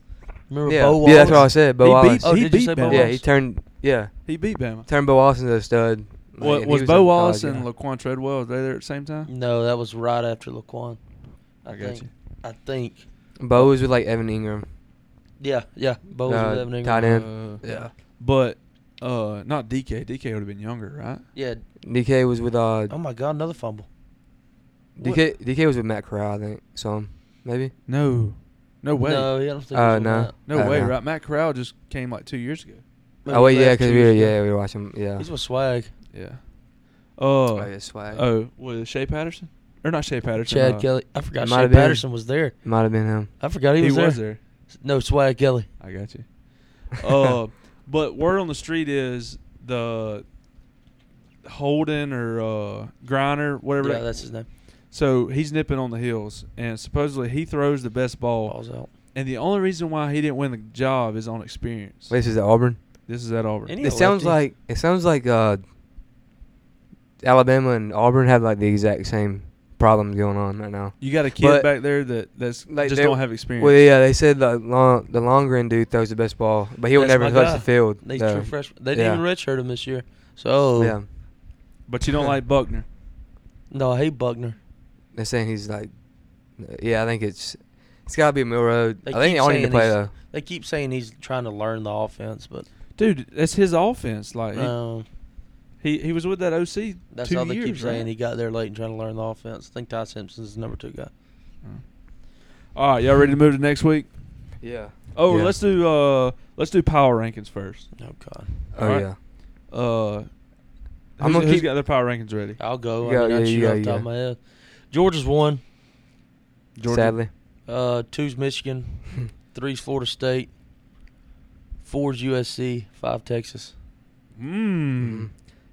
[SPEAKER 6] Remember
[SPEAKER 3] yeah.
[SPEAKER 6] Bo Wallace?
[SPEAKER 3] yeah, that's what I said. Bo
[SPEAKER 2] he
[SPEAKER 3] Wallace.
[SPEAKER 2] beat,
[SPEAKER 6] Oh,
[SPEAKER 2] he
[SPEAKER 6] did you
[SPEAKER 2] beat
[SPEAKER 6] say Bo
[SPEAKER 2] Bama.
[SPEAKER 3] yeah,
[SPEAKER 6] Wallace?
[SPEAKER 3] he turned. Yeah,
[SPEAKER 2] He beat Bama.
[SPEAKER 3] turned Bo Wallace into a stud. like,
[SPEAKER 2] Wa-
[SPEAKER 3] and he
[SPEAKER 2] was
[SPEAKER 3] in
[SPEAKER 2] Bo
[SPEAKER 3] college,
[SPEAKER 2] Wallace
[SPEAKER 3] yeah.
[SPEAKER 2] and Laquan Treadwell was they there at the same time?
[SPEAKER 6] No, that was right after Laquan.
[SPEAKER 2] I got
[SPEAKER 6] think,
[SPEAKER 2] you.
[SPEAKER 6] I think.
[SPEAKER 3] Bo was with like Evan Ingram.
[SPEAKER 6] Yeah, yeah. Bo was
[SPEAKER 3] Uh,
[SPEAKER 6] with Evan Ingram.
[SPEAKER 3] tight end.
[SPEAKER 2] Uh,
[SPEAKER 6] Yeah.
[SPEAKER 2] But uh, not DK. DK would have been younger, right?
[SPEAKER 6] Yeah.
[SPEAKER 3] DK was with uh
[SPEAKER 6] Oh my God, another fumble.
[SPEAKER 3] DK DK was with Matt Corral, I think. Some maybe.
[SPEAKER 2] No, no way, Uh-huh. no,
[SPEAKER 6] No, yeah, I don't think.
[SPEAKER 3] Oh,
[SPEAKER 6] it was on
[SPEAKER 3] no.
[SPEAKER 6] that.
[SPEAKER 3] I
[SPEAKER 2] way,
[SPEAKER 3] know.
[SPEAKER 2] right? Matt Corral just came like two years ago.
[SPEAKER 6] Maybe
[SPEAKER 3] oh wait, yeah,
[SPEAKER 6] last
[SPEAKER 3] because
[SPEAKER 6] two
[SPEAKER 3] we were
[SPEAKER 6] years ago.
[SPEAKER 3] yeah we were watching yeah.
[SPEAKER 6] Uh, He's with swag.
[SPEAKER 2] Yeah. Uh,
[SPEAKER 3] oh yeah, swag.
[SPEAKER 2] oh, was it Shea Patterson or not Shea Patterson?
[SPEAKER 6] Chad
[SPEAKER 2] uh,
[SPEAKER 6] Kelly. I forgot
[SPEAKER 3] might
[SPEAKER 6] Shea
[SPEAKER 3] have been.
[SPEAKER 6] Patterson was there.
[SPEAKER 3] Might have been him.
[SPEAKER 6] I forgot
[SPEAKER 2] He,
[SPEAKER 6] he was,
[SPEAKER 2] was
[SPEAKER 6] there.
[SPEAKER 2] there.
[SPEAKER 6] No, swag Kelly.
[SPEAKER 2] I got you. Uh, but word on the street is the Holden or uh, Griner, whatever.
[SPEAKER 6] Yeah,
[SPEAKER 2] that-
[SPEAKER 6] that's his name.
[SPEAKER 2] so he's nipping on the heels, and supposedly he throws the best ball.
[SPEAKER 6] Balls out.
[SPEAKER 2] And the only reason why he didn't win the job is on experience.
[SPEAKER 3] Wait, this is at Auburn.
[SPEAKER 2] This is at Auburn.
[SPEAKER 6] And he
[SPEAKER 3] It
[SPEAKER 6] a
[SPEAKER 3] sounds
[SPEAKER 6] lefty.
[SPEAKER 3] like it sounds like uh Alabama and Auburn have like the exact same problems going on right now.
[SPEAKER 2] You got a kid
[SPEAKER 3] But-
[SPEAKER 2] back there that that's
[SPEAKER 3] Like,
[SPEAKER 2] just
[SPEAKER 3] they-
[SPEAKER 2] don't have experience.
[SPEAKER 3] Well, yeah, they said the long the Longren dude throws the best ball, but he'll
[SPEAKER 6] That's
[SPEAKER 3] never
[SPEAKER 6] my
[SPEAKER 3] touch
[SPEAKER 6] guy.
[SPEAKER 3] the field.
[SPEAKER 6] They
[SPEAKER 3] so,
[SPEAKER 6] true freshman. They didn't
[SPEAKER 3] yeah.
[SPEAKER 6] even Oh. redshirt him this year. So
[SPEAKER 3] Yeah,
[SPEAKER 2] But you don't like Buckner.
[SPEAKER 6] no, I hate Buckner.
[SPEAKER 3] they're saying he's like, yeah, I think it's it's gotta be Milroad.
[SPEAKER 6] They
[SPEAKER 3] I think
[SPEAKER 6] keep
[SPEAKER 3] they all need to
[SPEAKER 6] saying
[SPEAKER 3] play
[SPEAKER 6] he's-
[SPEAKER 3] though.
[SPEAKER 6] They keep saying he's trying to learn the offense, but
[SPEAKER 2] Dude, that's his offense. Like he-
[SPEAKER 6] um,
[SPEAKER 2] he, he was with that OC
[SPEAKER 6] that's
[SPEAKER 2] two
[SPEAKER 6] all they
[SPEAKER 2] years.
[SPEAKER 6] keep saying.
[SPEAKER 2] right?
[SPEAKER 6] He got there late and trying to learn the offense. I think Ty Simpson's the number two guy.
[SPEAKER 2] all right, y'all ready to move to next week?
[SPEAKER 3] Yeah.
[SPEAKER 2] Oh,
[SPEAKER 3] Yeah.
[SPEAKER 2] let's do uh let's do power rankings first.
[SPEAKER 6] Oh God,
[SPEAKER 3] Oh
[SPEAKER 2] Alright.
[SPEAKER 3] yeah.
[SPEAKER 2] Uh,
[SPEAKER 3] I'm
[SPEAKER 2] I'm
[SPEAKER 3] gonna
[SPEAKER 2] gonna who's
[SPEAKER 3] keep-
[SPEAKER 2] got their power rankings ready?
[SPEAKER 6] I'll go.
[SPEAKER 3] Yeah,
[SPEAKER 6] I mean,
[SPEAKER 3] yeah,
[SPEAKER 6] I shoot
[SPEAKER 3] yeah,
[SPEAKER 6] off the
[SPEAKER 3] yeah.
[SPEAKER 6] top of my head. Georgia's one.
[SPEAKER 2] Georgia.
[SPEAKER 3] Sadly.
[SPEAKER 6] Uh, two's Michigan, three's Florida State, four's USC, five Texas.
[SPEAKER 2] Hmm.
[SPEAKER 3] Mhm.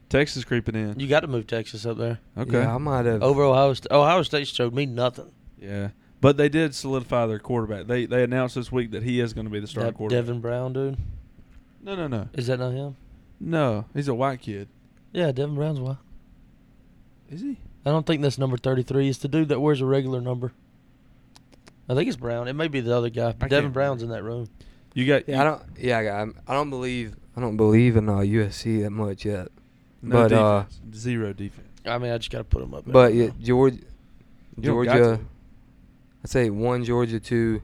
[SPEAKER 2] Texas creeping in.
[SPEAKER 6] Mm-hmm. You got to move Texas up there
[SPEAKER 2] okay.
[SPEAKER 3] Yeah, I might have.
[SPEAKER 6] over Ohio State. Ohio State showed me nothing.
[SPEAKER 2] Yeah. But they did solidify their quarterback. They they announced this week that he is going to be the starting
[SPEAKER 6] That
[SPEAKER 2] quarterback.
[SPEAKER 6] Devin Brown, dude.
[SPEAKER 2] No, no, no.
[SPEAKER 6] Is that not him?
[SPEAKER 2] No, he's a white kid.
[SPEAKER 6] Yeah, Devin Brown's why.
[SPEAKER 2] Is he?
[SPEAKER 6] I don't think that's number 33. It's the dude that wears a regular number. I think it's Brown. It may be the other guy.
[SPEAKER 2] can't
[SPEAKER 6] Devin Brown's in that room.
[SPEAKER 2] You got
[SPEAKER 3] Yeah, I don't. Yeah, I got- I'm- I don't believe. I don't believe in uh, USC that much yet.
[SPEAKER 2] no
[SPEAKER 3] but uh,
[SPEAKER 2] defense. zero defense.
[SPEAKER 6] I mean, I just got to put him up. there.
[SPEAKER 3] but yeah, Georgia,
[SPEAKER 2] You don't got
[SPEAKER 3] Georgia.
[SPEAKER 2] to.
[SPEAKER 3] I'd say one Georgia, two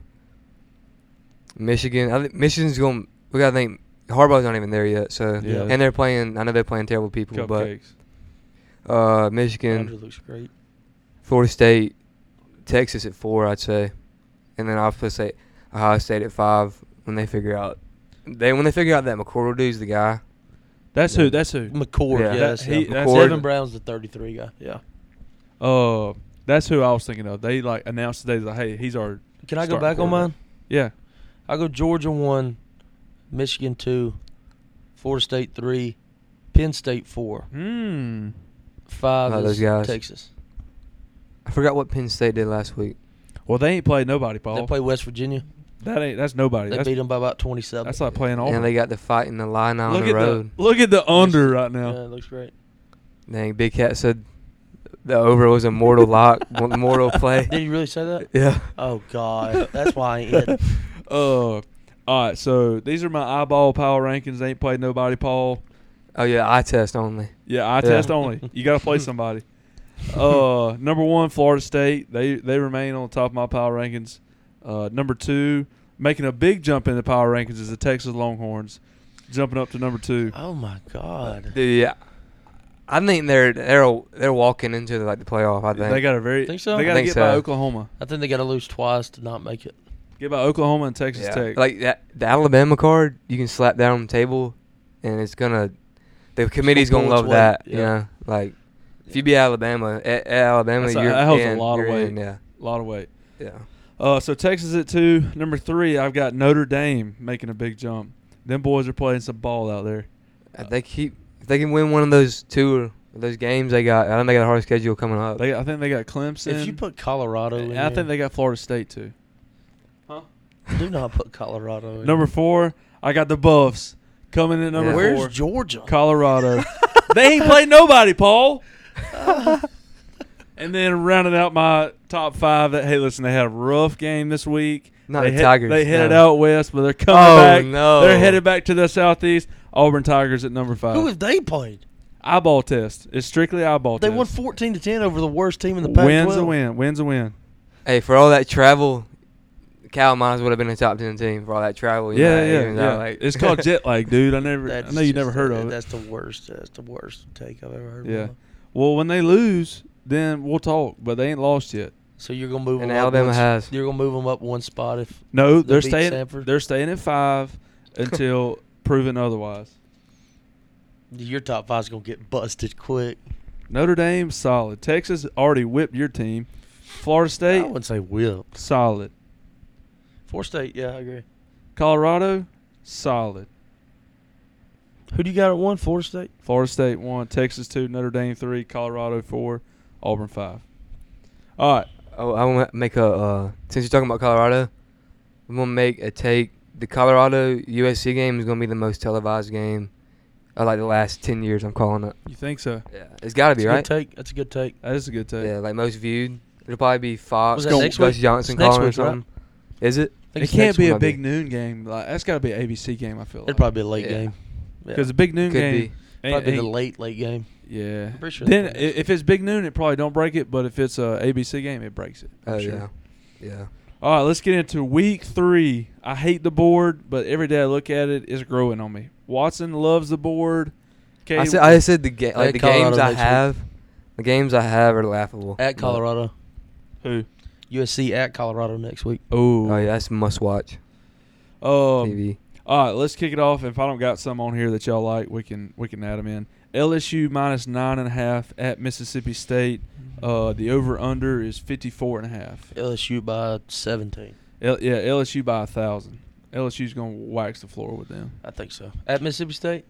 [SPEAKER 3] Michigan. I think Michigan's going. We gotta think. Harbaugh's not even there yet, so
[SPEAKER 2] Yeah.
[SPEAKER 3] and they're playing. I know they're playing terrible people,
[SPEAKER 2] Cupcakes.
[SPEAKER 3] but uh,
[SPEAKER 6] Andrew
[SPEAKER 3] Michigan,
[SPEAKER 6] looks great.
[SPEAKER 3] Florida State, Texas at four, I'd say, and then I'll put say Ohio State at five when they figure out. They when they figure out that McCordle dude's the guy.
[SPEAKER 2] That's
[SPEAKER 3] Yeah.
[SPEAKER 2] who. That's who.
[SPEAKER 6] McCord,
[SPEAKER 3] Yeah.
[SPEAKER 6] yeah.
[SPEAKER 2] That-
[SPEAKER 6] that's
[SPEAKER 2] he-
[SPEAKER 6] him.
[SPEAKER 2] that's-
[SPEAKER 6] Devin Brown's the 33 guy. Yeah.
[SPEAKER 2] Uh, that's who I was thinking of. They like announced today that hey, he's our
[SPEAKER 6] Can I go
[SPEAKER 2] starting
[SPEAKER 6] back on mine?
[SPEAKER 2] quarterback. yeah.
[SPEAKER 6] I'll go Georgia one, Michigan two, Florida State three, Penn State four,
[SPEAKER 2] Hmm.
[SPEAKER 6] five
[SPEAKER 3] Oh,
[SPEAKER 6] is
[SPEAKER 3] those guys.
[SPEAKER 6] Texas.
[SPEAKER 3] I forgot what Penn State did last week.
[SPEAKER 2] Well, they ain't played nobody, Paul.
[SPEAKER 6] They play West Virginia.
[SPEAKER 2] that ain't. That's nobody.
[SPEAKER 6] They
[SPEAKER 2] that's,
[SPEAKER 6] beat them by about twenty seven.
[SPEAKER 2] that's like playing Auburn.
[SPEAKER 3] And they got the fight in the line on
[SPEAKER 2] look
[SPEAKER 3] the
[SPEAKER 2] at
[SPEAKER 3] road.
[SPEAKER 2] the look at the under right
[SPEAKER 6] yeah,
[SPEAKER 2] now.
[SPEAKER 6] it looks great.
[SPEAKER 3] Dang, Big Cat said the over was a mortal lock, mo- mortal play.
[SPEAKER 6] Did you really say that?
[SPEAKER 3] Yeah.
[SPEAKER 6] Oh God, that's why I ain't.
[SPEAKER 2] Uh, all right. So these are my eyeball power rankings. They ain't played nobody, Paul.
[SPEAKER 3] Oh yeah, eye test only.
[SPEAKER 2] Yeah, eye test only. You got to play somebody. Uh, number one, Florida State. They they remain on top of my power rankings. Uh, number two, making a big jump in the power rankings is the Texas Longhorns, jumping up to number two.
[SPEAKER 6] Oh my God.
[SPEAKER 3] Dude, yeah. I think they're they're they're walking into like the playoff. I think.
[SPEAKER 2] They got a very.
[SPEAKER 6] Think so?
[SPEAKER 2] They
[SPEAKER 6] I
[SPEAKER 2] got to
[SPEAKER 3] think
[SPEAKER 2] get by
[SPEAKER 3] so.
[SPEAKER 2] Oklahoma.
[SPEAKER 6] I think they got to lose twice to not make it.
[SPEAKER 2] Get by Oklahoma and Texas
[SPEAKER 3] Yeah.
[SPEAKER 2] Tech.
[SPEAKER 3] Like that the Alabama card, you can slap down on the table, and it's gonna the committee's gonna
[SPEAKER 6] pull its
[SPEAKER 3] love
[SPEAKER 6] weight,
[SPEAKER 3] that.
[SPEAKER 6] yeah.
[SPEAKER 3] You know, like if you beat Alabama at, at Alabama,
[SPEAKER 2] That's a-
[SPEAKER 3] you're
[SPEAKER 2] that holds a
[SPEAKER 3] in,
[SPEAKER 2] lot of
[SPEAKER 3] you're
[SPEAKER 2] weight.
[SPEAKER 3] in, yeah.
[SPEAKER 2] a lot of weight.
[SPEAKER 3] Yeah.
[SPEAKER 2] Uh, so Texas at two. Number three, I've got Notre Dame making a big jump. Them boys are playing some ball out there.
[SPEAKER 3] If they keep if they can win one of those two those games they got, I think they got a hard schedule coming up.
[SPEAKER 2] They, I think they got Clemson.
[SPEAKER 6] If you put Colorado, in
[SPEAKER 2] and I think they got Florida State too.
[SPEAKER 6] they do not put Colorado. In.
[SPEAKER 2] Number four, I got the Buffs coming in at number
[SPEAKER 3] Yeah.
[SPEAKER 6] Where's
[SPEAKER 2] four.
[SPEAKER 6] Georgia?
[SPEAKER 2] Colorado. they ain't played nobody, Paul. and then rounding out my top five, that hey, listen, they had a rough game this week.
[SPEAKER 3] Not
[SPEAKER 2] they
[SPEAKER 3] the
[SPEAKER 2] head-
[SPEAKER 3] Tigers,
[SPEAKER 2] They headed
[SPEAKER 3] no.
[SPEAKER 2] out west, but they're coming
[SPEAKER 3] Oh,
[SPEAKER 2] back.
[SPEAKER 3] no.
[SPEAKER 2] They're headed back to the southeast. Auburn Tigers at number five.
[SPEAKER 6] Who have they played?
[SPEAKER 2] eyeball test. It's strictly eyeball
[SPEAKER 6] They
[SPEAKER 2] test.
[SPEAKER 6] won fourteen to ten over the worst team in the Pac-12.
[SPEAKER 2] Wins a win. Wins a win.
[SPEAKER 3] Hey, for all that travel, Cal Mines would have been a top ten team for all that travel. you
[SPEAKER 2] Yeah,
[SPEAKER 3] know,
[SPEAKER 2] yeah,
[SPEAKER 3] even
[SPEAKER 2] yeah.
[SPEAKER 3] though, like-
[SPEAKER 2] it's called jet lag, dude. I never. I
[SPEAKER 6] That's
[SPEAKER 2] know you
[SPEAKER 6] just-
[SPEAKER 2] never heard of it.
[SPEAKER 6] That's the worst. That's the worst take I've ever heard.
[SPEAKER 2] Yeah.
[SPEAKER 6] Of.
[SPEAKER 2] Well, when they lose, then we'll talk. But they ain't lost yet.
[SPEAKER 6] So you're gonna move
[SPEAKER 3] And
[SPEAKER 6] them
[SPEAKER 3] Alabama
[SPEAKER 6] up one, s-
[SPEAKER 3] has.
[SPEAKER 6] You're gonna move them up one spot if
[SPEAKER 2] No,
[SPEAKER 6] They
[SPEAKER 2] they're
[SPEAKER 6] beat
[SPEAKER 2] staying.
[SPEAKER 6] Sanford.
[SPEAKER 2] They're staying at five until proven otherwise.
[SPEAKER 6] your top five's gonna get busted quick.
[SPEAKER 2] Notre Dame solid. Texas already whipped your team. Florida
[SPEAKER 6] I
[SPEAKER 2] State
[SPEAKER 6] wouldn't say will.
[SPEAKER 2] solid.
[SPEAKER 6] Four state. Yeah, I agree.
[SPEAKER 2] Colorado solid.
[SPEAKER 6] Who do you got at one? Florida State.
[SPEAKER 2] Florida State one, Texas two, Notre Dame three, Colorado four, Auburn five. All right.
[SPEAKER 3] Oh, I want to make a. Uh, since you're talking about Colorado, I'm gonna make a take. The Colorado USC game is gonna be the most televised game uh, like the last ten years. I'm calling it.
[SPEAKER 2] You think so?
[SPEAKER 3] Yeah, it's got to
[SPEAKER 6] That's
[SPEAKER 3] be
[SPEAKER 6] a
[SPEAKER 3] right.
[SPEAKER 6] good take. That's a good take.
[SPEAKER 2] That is a good take.
[SPEAKER 3] Yeah, like most viewed. It'll probably be Fox.
[SPEAKER 6] Was that next
[SPEAKER 3] Gus
[SPEAKER 6] week?
[SPEAKER 3] Johnson
[SPEAKER 6] It's next
[SPEAKER 3] calling or
[SPEAKER 6] week, right?
[SPEAKER 3] something. Is it?
[SPEAKER 6] I think
[SPEAKER 2] It
[SPEAKER 6] it's
[SPEAKER 2] can't
[SPEAKER 6] next
[SPEAKER 2] be
[SPEAKER 6] week.
[SPEAKER 2] a
[SPEAKER 3] one, I
[SPEAKER 2] big
[SPEAKER 3] mean.
[SPEAKER 2] noon game. Like that's got to be an ABC game. I feel.
[SPEAKER 6] It'd probably be a late
[SPEAKER 3] Yeah.
[SPEAKER 6] game. Yeah.
[SPEAKER 2] because a big noon
[SPEAKER 3] Could
[SPEAKER 2] game. ain't-
[SPEAKER 6] probably be the
[SPEAKER 2] ain't-
[SPEAKER 6] late late game.
[SPEAKER 2] Yeah.
[SPEAKER 6] I'm pretty sure
[SPEAKER 2] then i-
[SPEAKER 6] that's what it is.
[SPEAKER 2] if it's big noon, it probably don't break it. But if it's a ABC game, it breaks it. I'm
[SPEAKER 3] Oh
[SPEAKER 2] sure.
[SPEAKER 3] yeah, yeah.
[SPEAKER 2] All right, let's get into week three. I hate the board, but every day I look at it, it's growing on me. Watson loves the board. Okay,
[SPEAKER 3] I said I said the ga-
[SPEAKER 6] At
[SPEAKER 3] like the
[SPEAKER 6] Colorado
[SPEAKER 3] games I
[SPEAKER 6] next week.
[SPEAKER 3] have, the games I have are laughable.
[SPEAKER 6] At
[SPEAKER 3] But-
[SPEAKER 6] Colorado,
[SPEAKER 2] who?
[SPEAKER 6] USC at Colorado next week.
[SPEAKER 2] Oh,
[SPEAKER 3] Oh yeah, that's must watch
[SPEAKER 2] Um,
[SPEAKER 3] TV.
[SPEAKER 2] All right, let's kick it off. If I don't got some on here that y'all like, we can we can add them in. LSU minus nine and a half at Mississippi State. Uh, the over under is fifty four and a half.
[SPEAKER 6] LSU by 17.
[SPEAKER 2] L- yeah, LSU by a thousand. LSU's gonna wax the floor with them.
[SPEAKER 6] I think so. At Mississippi State.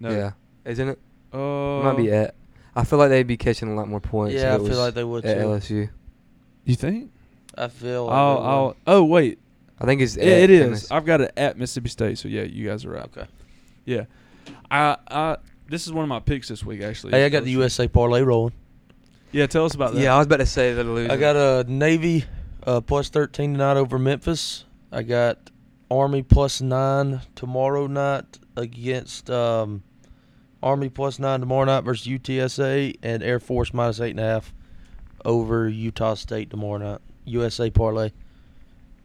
[SPEAKER 2] No.
[SPEAKER 3] Yeah, isn't it?
[SPEAKER 2] Uh,
[SPEAKER 3] Might be at. I feel like they'd be catching a lot more points. if
[SPEAKER 6] Yeah, I
[SPEAKER 3] it
[SPEAKER 6] feel
[SPEAKER 3] was
[SPEAKER 6] like they would,
[SPEAKER 3] at
[SPEAKER 6] too.
[SPEAKER 3] LSU.
[SPEAKER 2] You think?
[SPEAKER 6] I
[SPEAKER 2] I'll,
[SPEAKER 6] feel. like they will.
[SPEAKER 2] I'll, oh wait,
[SPEAKER 3] I think it's.
[SPEAKER 2] Yeah, it
[SPEAKER 3] at
[SPEAKER 2] is.
[SPEAKER 3] MS.
[SPEAKER 2] I've got it at Mississippi State. So yeah, you guys are right.
[SPEAKER 6] Okay.
[SPEAKER 2] Yeah. I I this is one of my picks this week actually.
[SPEAKER 6] Hey, Oh, I got the USA parlay rolling.
[SPEAKER 2] Yeah, tell us about that.
[SPEAKER 3] Yeah, I was about to say they're losing.
[SPEAKER 6] I got a Navy uh, plus 13 tonight over Memphis. I got Army plus 9 tomorrow night against um, Army plus 9 tomorrow night versus UTSA and Air Force minus 8.5 over Utah State tomorrow night. USA parlay.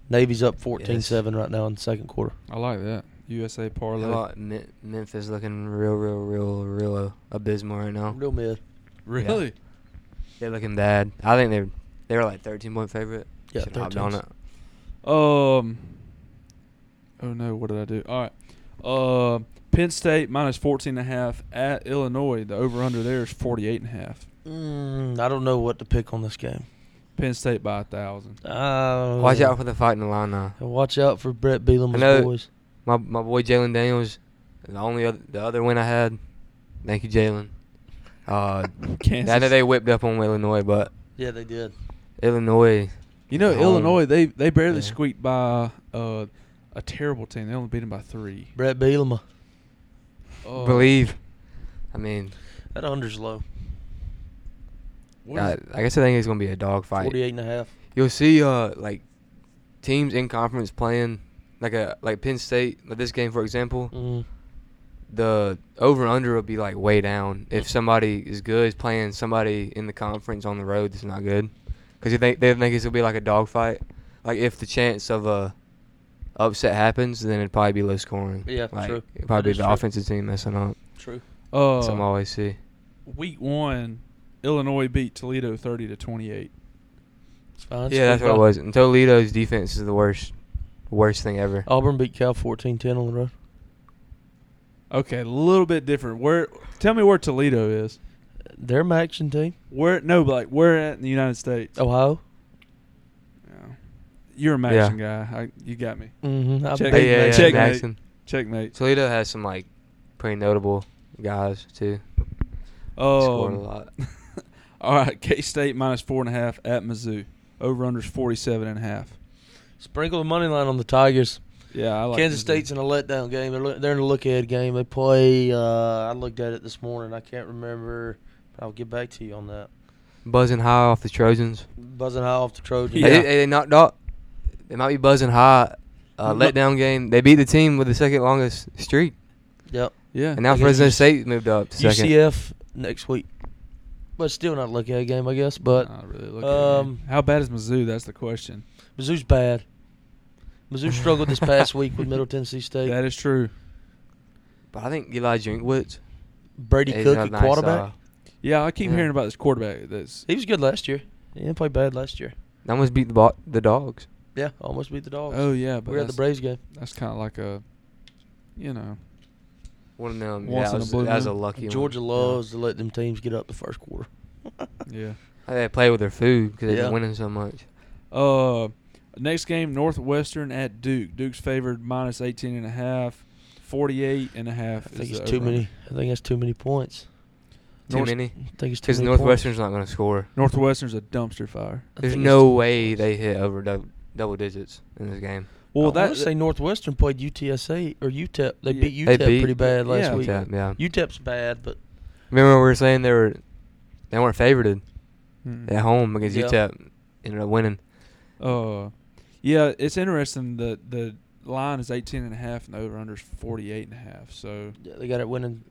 [SPEAKER 6] Navy's up 14 7 right now in the second quarter.
[SPEAKER 2] I like that USA parlay.
[SPEAKER 3] How about Mem- Memphis looking real, real, real, real uh, abysmal right now.
[SPEAKER 6] Real mid.
[SPEAKER 2] Really?
[SPEAKER 3] They're looking bad. I think they're they were like 13 point favorite.
[SPEAKER 6] Yeah,
[SPEAKER 3] Should've hopped on
[SPEAKER 6] 13s.
[SPEAKER 3] it.
[SPEAKER 2] Um. Oh no, what did I do? All right. Uh, Penn State minus 14 and a half at Illinois. The over under there is 48 and a half.
[SPEAKER 6] Mm, I don't know what to pick on this game.
[SPEAKER 2] Penn State by a thousand.
[SPEAKER 6] Uh,
[SPEAKER 3] Watch out for the fighting line now.
[SPEAKER 6] Watch out for Brett Bielema's
[SPEAKER 3] I know-
[SPEAKER 6] boys.
[SPEAKER 3] My my boy Jalen Daniels, the only other, the other win I had. Thank you, Jalen. Uh, I know
[SPEAKER 2] Kansas.
[SPEAKER 3] they whipped up on Illinois, but
[SPEAKER 6] Yeah, they did.
[SPEAKER 3] Illinois.
[SPEAKER 2] You know
[SPEAKER 3] Um,
[SPEAKER 2] Illinois they they barely
[SPEAKER 3] yeah.
[SPEAKER 2] squeaked by uh, a terrible team. They only beat them by three.
[SPEAKER 6] Brett Bielema.
[SPEAKER 2] Uh,
[SPEAKER 3] Oh, believe. I mean,
[SPEAKER 6] That under's low.
[SPEAKER 2] what
[SPEAKER 3] I,
[SPEAKER 2] is-
[SPEAKER 3] I guess I think it's gonna be a dog fight.
[SPEAKER 6] 48 and a half.
[SPEAKER 3] You'll see, uh, like teams in conference playing like a like Penn State. Like this game, for example,
[SPEAKER 6] Mm.
[SPEAKER 3] the over and under will be like way down if somebody is good is playing somebody in the conference on the road that's not good. Because they they think it's gonna be like a dogfight. Like if the chance of a upset happens, then it'd probably be low scoring.
[SPEAKER 6] Yeah,
[SPEAKER 3] like,
[SPEAKER 6] true.
[SPEAKER 3] It'd
[SPEAKER 6] That
[SPEAKER 3] probably
[SPEAKER 6] is
[SPEAKER 3] be the
[SPEAKER 6] true. Oh.
[SPEAKER 3] offensive team messing up.
[SPEAKER 6] True.
[SPEAKER 2] uh,
[SPEAKER 3] Something I always see.
[SPEAKER 2] week one, Illinois beat Toledo 30 to 28.
[SPEAKER 6] It's fine.
[SPEAKER 3] yeah, that's what it was. And Toledo's defense is the worst, worst thing ever.
[SPEAKER 6] Auburn beat Cal 14-10 on the road.
[SPEAKER 2] Okay, a little bit different. Where? Tell me where Toledo is.
[SPEAKER 6] They're my action team.
[SPEAKER 2] Where? No, but like where at in the United States?
[SPEAKER 3] Oh,
[SPEAKER 6] Ohio.
[SPEAKER 2] Yeah. You're a Maxon guy. I, you got me.
[SPEAKER 6] Mm-hmm. I
[SPEAKER 2] Check-
[SPEAKER 6] beat
[SPEAKER 2] yeah, yeah,
[SPEAKER 6] Mason.
[SPEAKER 2] check- Checkmate.
[SPEAKER 3] Maxon.
[SPEAKER 2] Checkmate.
[SPEAKER 3] Toledo has some like pretty notable guys too. Scored a
[SPEAKER 2] Oh,
[SPEAKER 3] lot.
[SPEAKER 2] all right. K State minus four and a half at Mizzou. Over unders 47 and a half.
[SPEAKER 6] Sprinkle the money line on the Tigers.
[SPEAKER 2] Yeah, I like
[SPEAKER 6] Kansas
[SPEAKER 2] Mizzou.
[SPEAKER 6] State's in a letdown game. They're, look- they're in a look-ahead game. They play. Uh, I looked at it this morning. I can't remember. I'll get back to you on that.
[SPEAKER 3] Buzzing high off the Trojans.
[SPEAKER 6] Buzzing high off the Trojans.
[SPEAKER 3] Hey, They, they knocked out. They might be buzzing high. Uh,
[SPEAKER 2] No.
[SPEAKER 3] letdown game. They beat the team with the second longest streak,
[SPEAKER 6] Yep.
[SPEAKER 2] Yeah.
[SPEAKER 3] and now
[SPEAKER 6] Against
[SPEAKER 3] Fresno
[SPEAKER 6] UC
[SPEAKER 3] State moved up to second.
[SPEAKER 6] UCF next week. But still not a look-ahead game, I guess. But
[SPEAKER 2] Not really looking at
[SPEAKER 6] um,
[SPEAKER 2] it. How bad is Mizzou? That's the question.
[SPEAKER 6] Mizzou's bad. Mizzou struggled this past week with Middle Tennessee State.
[SPEAKER 2] That is true.
[SPEAKER 3] But I think Eli Drinkwitz.
[SPEAKER 6] Brady
[SPEAKER 3] he's
[SPEAKER 6] Cook
[SPEAKER 3] got
[SPEAKER 6] at
[SPEAKER 3] a nice,
[SPEAKER 6] quarterback.
[SPEAKER 3] uh,
[SPEAKER 2] Yeah, I keep
[SPEAKER 3] Yeah.
[SPEAKER 2] hearing about this quarterback. That's
[SPEAKER 6] he was good last year. He didn't play bad last year.
[SPEAKER 3] They almost beat the bo- the dogs.
[SPEAKER 6] Yeah, almost beat the Dogs.
[SPEAKER 2] oh yeah, but
[SPEAKER 6] we had the
[SPEAKER 2] that's-
[SPEAKER 6] Braves game.
[SPEAKER 2] That's kind of like a, you know,
[SPEAKER 3] One of
[SPEAKER 2] Once
[SPEAKER 3] them. yeah,
[SPEAKER 2] in
[SPEAKER 3] that
[SPEAKER 2] a
[SPEAKER 3] was,
[SPEAKER 2] blue
[SPEAKER 3] that was a
[SPEAKER 2] moon.
[SPEAKER 3] lucky
[SPEAKER 6] Georgia
[SPEAKER 3] one.
[SPEAKER 6] loves to let them teams get up the first quarter.
[SPEAKER 2] yeah.
[SPEAKER 3] Yeah. They play with their food because they've
[SPEAKER 6] Yeah.
[SPEAKER 3] been winning so much.
[SPEAKER 2] Uh, next game Northwestern at Duke. Duke's favored minus 18 and a half. 48 and a half.
[SPEAKER 6] I think
[SPEAKER 2] is
[SPEAKER 6] it's
[SPEAKER 2] the
[SPEAKER 6] too
[SPEAKER 2] over-under.
[SPEAKER 6] many. I think that's too many points.
[SPEAKER 3] Too
[SPEAKER 2] North-
[SPEAKER 3] many.
[SPEAKER 6] I think it's too
[SPEAKER 3] Because
[SPEAKER 6] many.
[SPEAKER 3] Northwestern's not going to score.
[SPEAKER 2] Northwestern's a dumpster fire.
[SPEAKER 6] points. I
[SPEAKER 3] There's
[SPEAKER 6] think it's
[SPEAKER 3] no
[SPEAKER 6] too-
[SPEAKER 3] way they hit over dou- double digits in this game.
[SPEAKER 2] Well,
[SPEAKER 6] I
[SPEAKER 2] that
[SPEAKER 6] wanna say Northwestern played UTSA or UTEP.
[SPEAKER 2] Yeah.
[SPEAKER 6] They beat
[SPEAKER 3] They
[SPEAKER 6] UTEP
[SPEAKER 3] beat-
[SPEAKER 6] pretty bad last
[SPEAKER 2] Yeah.
[SPEAKER 6] week.
[SPEAKER 3] Yeah, E yeah.
[SPEAKER 6] UTEP's bad, but
[SPEAKER 3] Remember we were saying they were they weren't favored
[SPEAKER 2] Hmm.
[SPEAKER 3] at home because
[SPEAKER 6] Yeah.
[SPEAKER 3] UTEP ended up winning.
[SPEAKER 2] Uh, yeah, it's interesting that the line is 18 and a half and the over under is 48 and a half. So,
[SPEAKER 6] yeah, they got it winning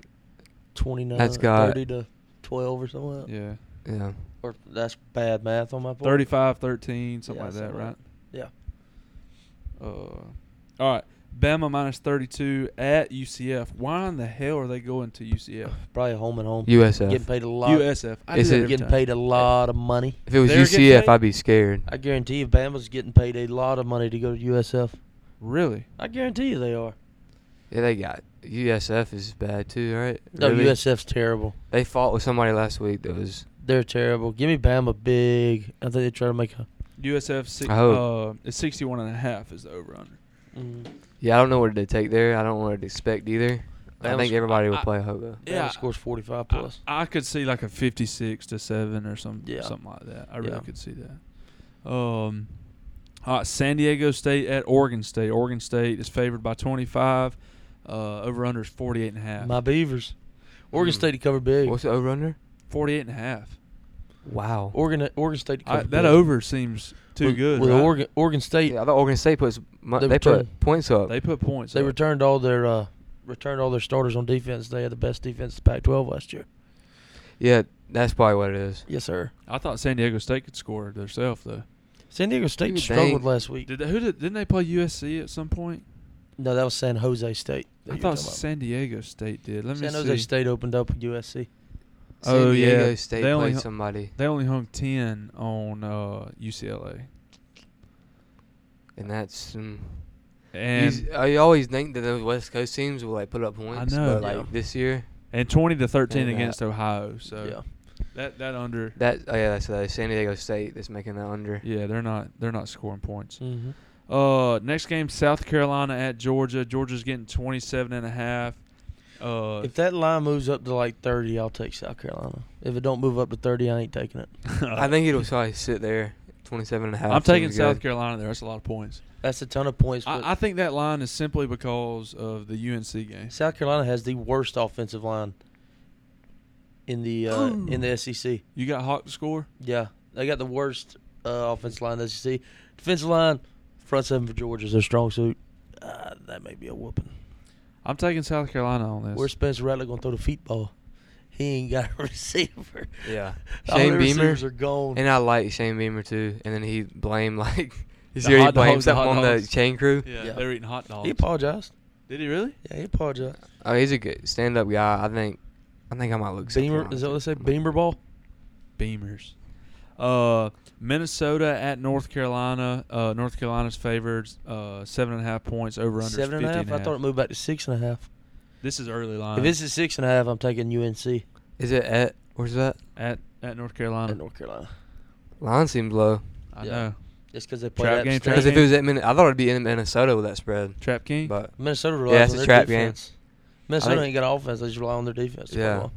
[SPEAKER 6] 29
[SPEAKER 3] That's got-
[SPEAKER 6] 30 to 12 or something. Like that.
[SPEAKER 2] yeah.
[SPEAKER 3] Yeah.
[SPEAKER 6] Or that's bad math on my part.
[SPEAKER 2] 35 13, something
[SPEAKER 6] Yeah,
[SPEAKER 2] like that,
[SPEAKER 6] something
[SPEAKER 2] right?
[SPEAKER 6] like- Yeah.
[SPEAKER 2] Uh, all right. Bama minus 32 at UCF. Why in the hell are they going to UCF?
[SPEAKER 6] Probably home and home.
[SPEAKER 3] USF.
[SPEAKER 6] Getting paid a lot.
[SPEAKER 2] USF. I do
[SPEAKER 3] Is
[SPEAKER 2] that
[SPEAKER 3] it-
[SPEAKER 2] every
[SPEAKER 6] Getting
[SPEAKER 2] time.
[SPEAKER 6] paid a lot of money.
[SPEAKER 3] if it was
[SPEAKER 2] They're getting
[SPEAKER 3] UCF,
[SPEAKER 2] paid?
[SPEAKER 3] I'd be scared.
[SPEAKER 6] I guarantee you, Bama's getting paid a lot of money to go to USF.
[SPEAKER 2] Really?
[SPEAKER 6] I guarantee you they are.
[SPEAKER 3] Yeah, they got USF is bad too, right?
[SPEAKER 6] No,
[SPEAKER 3] Really?
[SPEAKER 6] USF's terrible.
[SPEAKER 3] They fought with somebody last week that was
[SPEAKER 6] They're terrible. Give me Bama big. I think they try to make a.
[SPEAKER 2] USF six,
[SPEAKER 3] I
[SPEAKER 2] uh,
[SPEAKER 3] hope.
[SPEAKER 2] is 61 and a half is the over under.
[SPEAKER 6] Mm,
[SPEAKER 3] Yeah, I don't know what to take there. I don't know what to expect either. I
[SPEAKER 6] That
[SPEAKER 3] think
[SPEAKER 6] was-
[SPEAKER 3] everybody will
[SPEAKER 2] I-
[SPEAKER 3] play Hobo.
[SPEAKER 2] Yeah,
[SPEAKER 6] Bama scores 45
[SPEAKER 2] I-
[SPEAKER 6] plus.
[SPEAKER 2] I, could see like a 56 to 7 or some,
[SPEAKER 6] Yeah.
[SPEAKER 2] something like that. I really
[SPEAKER 6] Yeah.
[SPEAKER 2] could see that. Um, all right, San Diego State at Oregon State. Oregon State is favored by 25. Uh, over under is 48 and a half.
[SPEAKER 6] My Beavers. Oregon
[SPEAKER 3] Mm.
[SPEAKER 6] State to cover big.
[SPEAKER 3] What's the over under?
[SPEAKER 2] 48 and a half.
[SPEAKER 3] Wow.
[SPEAKER 6] Oregon Oregon State to
[SPEAKER 2] I-
[SPEAKER 6] cover
[SPEAKER 2] that
[SPEAKER 6] big.
[SPEAKER 2] over seems too
[SPEAKER 6] with,
[SPEAKER 2] good.
[SPEAKER 6] With
[SPEAKER 2] right?
[SPEAKER 6] Oregon Oregon State,
[SPEAKER 3] yeah, I thought Oregon State puts mu-
[SPEAKER 6] They
[SPEAKER 3] they, put
[SPEAKER 6] return-
[SPEAKER 3] points up.
[SPEAKER 2] they put points.
[SPEAKER 6] they
[SPEAKER 2] up.
[SPEAKER 6] returned all their uh, returned all their starters on defense. They had the best defense in Pac-12 last year.
[SPEAKER 3] yeah, that's probably what it is.
[SPEAKER 6] Yes, sir.
[SPEAKER 2] I thought San Diego State could score themselves though.
[SPEAKER 6] San Diego State
[SPEAKER 3] would
[SPEAKER 6] struggled
[SPEAKER 3] think-
[SPEAKER 6] last week.
[SPEAKER 2] Did they, who did, didn't they play USC at some point?
[SPEAKER 6] No, that was San Jose State. that
[SPEAKER 2] I
[SPEAKER 6] you were
[SPEAKER 2] thought
[SPEAKER 6] talking about.
[SPEAKER 2] San Diego State did. Let me
[SPEAKER 6] San
[SPEAKER 2] see.
[SPEAKER 6] Jose State opened up with USC.
[SPEAKER 2] Oh,
[SPEAKER 3] San Diego
[SPEAKER 2] yeah.
[SPEAKER 3] State
[SPEAKER 2] They only
[SPEAKER 3] played
[SPEAKER 2] hu-
[SPEAKER 3] somebody,
[SPEAKER 2] They only hung ten on uh, UCLA.
[SPEAKER 3] and that's. Um,
[SPEAKER 2] And
[SPEAKER 3] you, I always think that those West Coast teams will like put up points,
[SPEAKER 2] know.
[SPEAKER 3] but like
[SPEAKER 6] Yeah.
[SPEAKER 3] this year,
[SPEAKER 2] and twenty to thirteen
[SPEAKER 3] And, uh,
[SPEAKER 2] against Ohio. So
[SPEAKER 6] yeah.
[SPEAKER 2] that that under.
[SPEAKER 3] that oh yeah, that's uh, San Diego State that's making that under.
[SPEAKER 2] yeah, they're not they're not scoring points.
[SPEAKER 6] Mm-hmm.
[SPEAKER 2] Uh, next game, South Carolina at Georgia. Georgia's getting 27 and a half. Uh,
[SPEAKER 6] If that line moves up to like 30, I'll take South Carolina. If it don't move up to 30, I ain't taking it.
[SPEAKER 3] I think it'll probably sit there, 27 and a half.
[SPEAKER 2] I'm taking
[SPEAKER 3] seems
[SPEAKER 2] South
[SPEAKER 3] good.
[SPEAKER 2] Carolina there. That's a lot of points.
[SPEAKER 6] That's a ton of points. But
[SPEAKER 2] I, I think that line is simply because of the UNC game.
[SPEAKER 6] South Carolina has the worst offensive line in the uh, in the SEC.
[SPEAKER 2] You got Hawk to score.
[SPEAKER 6] Yeah, they got the worst uh, offensive line in the SEC. Defensive line, front seven for Georgia is their strong suit. Uh, that may be a whooping.
[SPEAKER 2] I'm taking South Carolina on this.
[SPEAKER 6] Where's Spencer Rattler gonna throw the feet ball? He ain't got a receiver.
[SPEAKER 3] Yeah.
[SPEAKER 6] All their
[SPEAKER 3] Shane Beamer.
[SPEAKER 6] receivers are gone.
[SPEAKER 3] And I like Shane Beamer too. And then he blamed like
[SPEAKER 2] The
[SPEAKER 3] you see he
[SPEAKER 2] hot
[SPEAKER 3] blamed
[SPEAKER 2] dogs, the
[SPEAKER 3] something
[SPEAKER 2] hot
[SPEAKER 3] on the
[SPEAKER 2] dogs.
[SPEAKER 3] chain crew.
[SPEAKER 2] yeah,
[SPEAKER 6] Yeah.
[SPEAKER 2] they're eating hot dogs.
[SPEAKER 6] he apologized.
[SPEAKER 2] Did he really?
[SPEAKER 6] Yeah, he apologized.
[SPEAKER 3] Oh, he's a good stand up guy. I think I think I might look something
[SPEAKER 6] Beamer
[SPEAKER 3] on
[SPEAKER 6] is that
[SPEAKER 3] him.
[SPEAKER 6] what they say? Beamer ball.
[SPEAKER 2] Beamers. Uh, Minnesota at North Carolina. Uh, North Carolina's favored. Uh, seven and a half points over under.
[SPEAKER 6] Seven and a half. I thought it moved back to six and a half.
[SPEAKER 2] This is early line.
[SPEAKER 6] if this is six and a half, I'm taking UNC
[SPEAKER 3] Is it at where's that?
[SPEAKER 2] at at North Carolina.
[SPEAKER 6] and North Carolina.
[SPEAKER 3] Line seems low.
[SPEAKER 2] I
[SPEAKER 6] Yeah.
[SPEAKER 2] know.
[SPEAKER 6] Just because they play
[SPEAKER 2] Trap
[SPEAKER 6] App
[SPEAKER 2] game,
[SPEAKER 6] State.
[SPEAKER 2] trap
[SPEAKER 3] Because if
[SPEAKER 2] game.
[SPEAKER 3] it was at Min- I thought it'd be in Minnesota with that spread.
[SPEAKER 2] Trap King.
[SPEAKER 3] But
[SPEAKER 6] Minnesota relies
[SPEAKER 3] yeah, it's
[SPEAKER 6] on
[SPEAKER 3] a
[SPEAKER 6] their
[SPEAKER 3] trap game.
[SPEAKER 6] defense. Minnesota
[SPEAKER 3] think-
[SPEAKER 6] ain't got offense. They just rely on their defense. to play
[SPEAKER 3] Yeah.
[SPEAKER 6] well.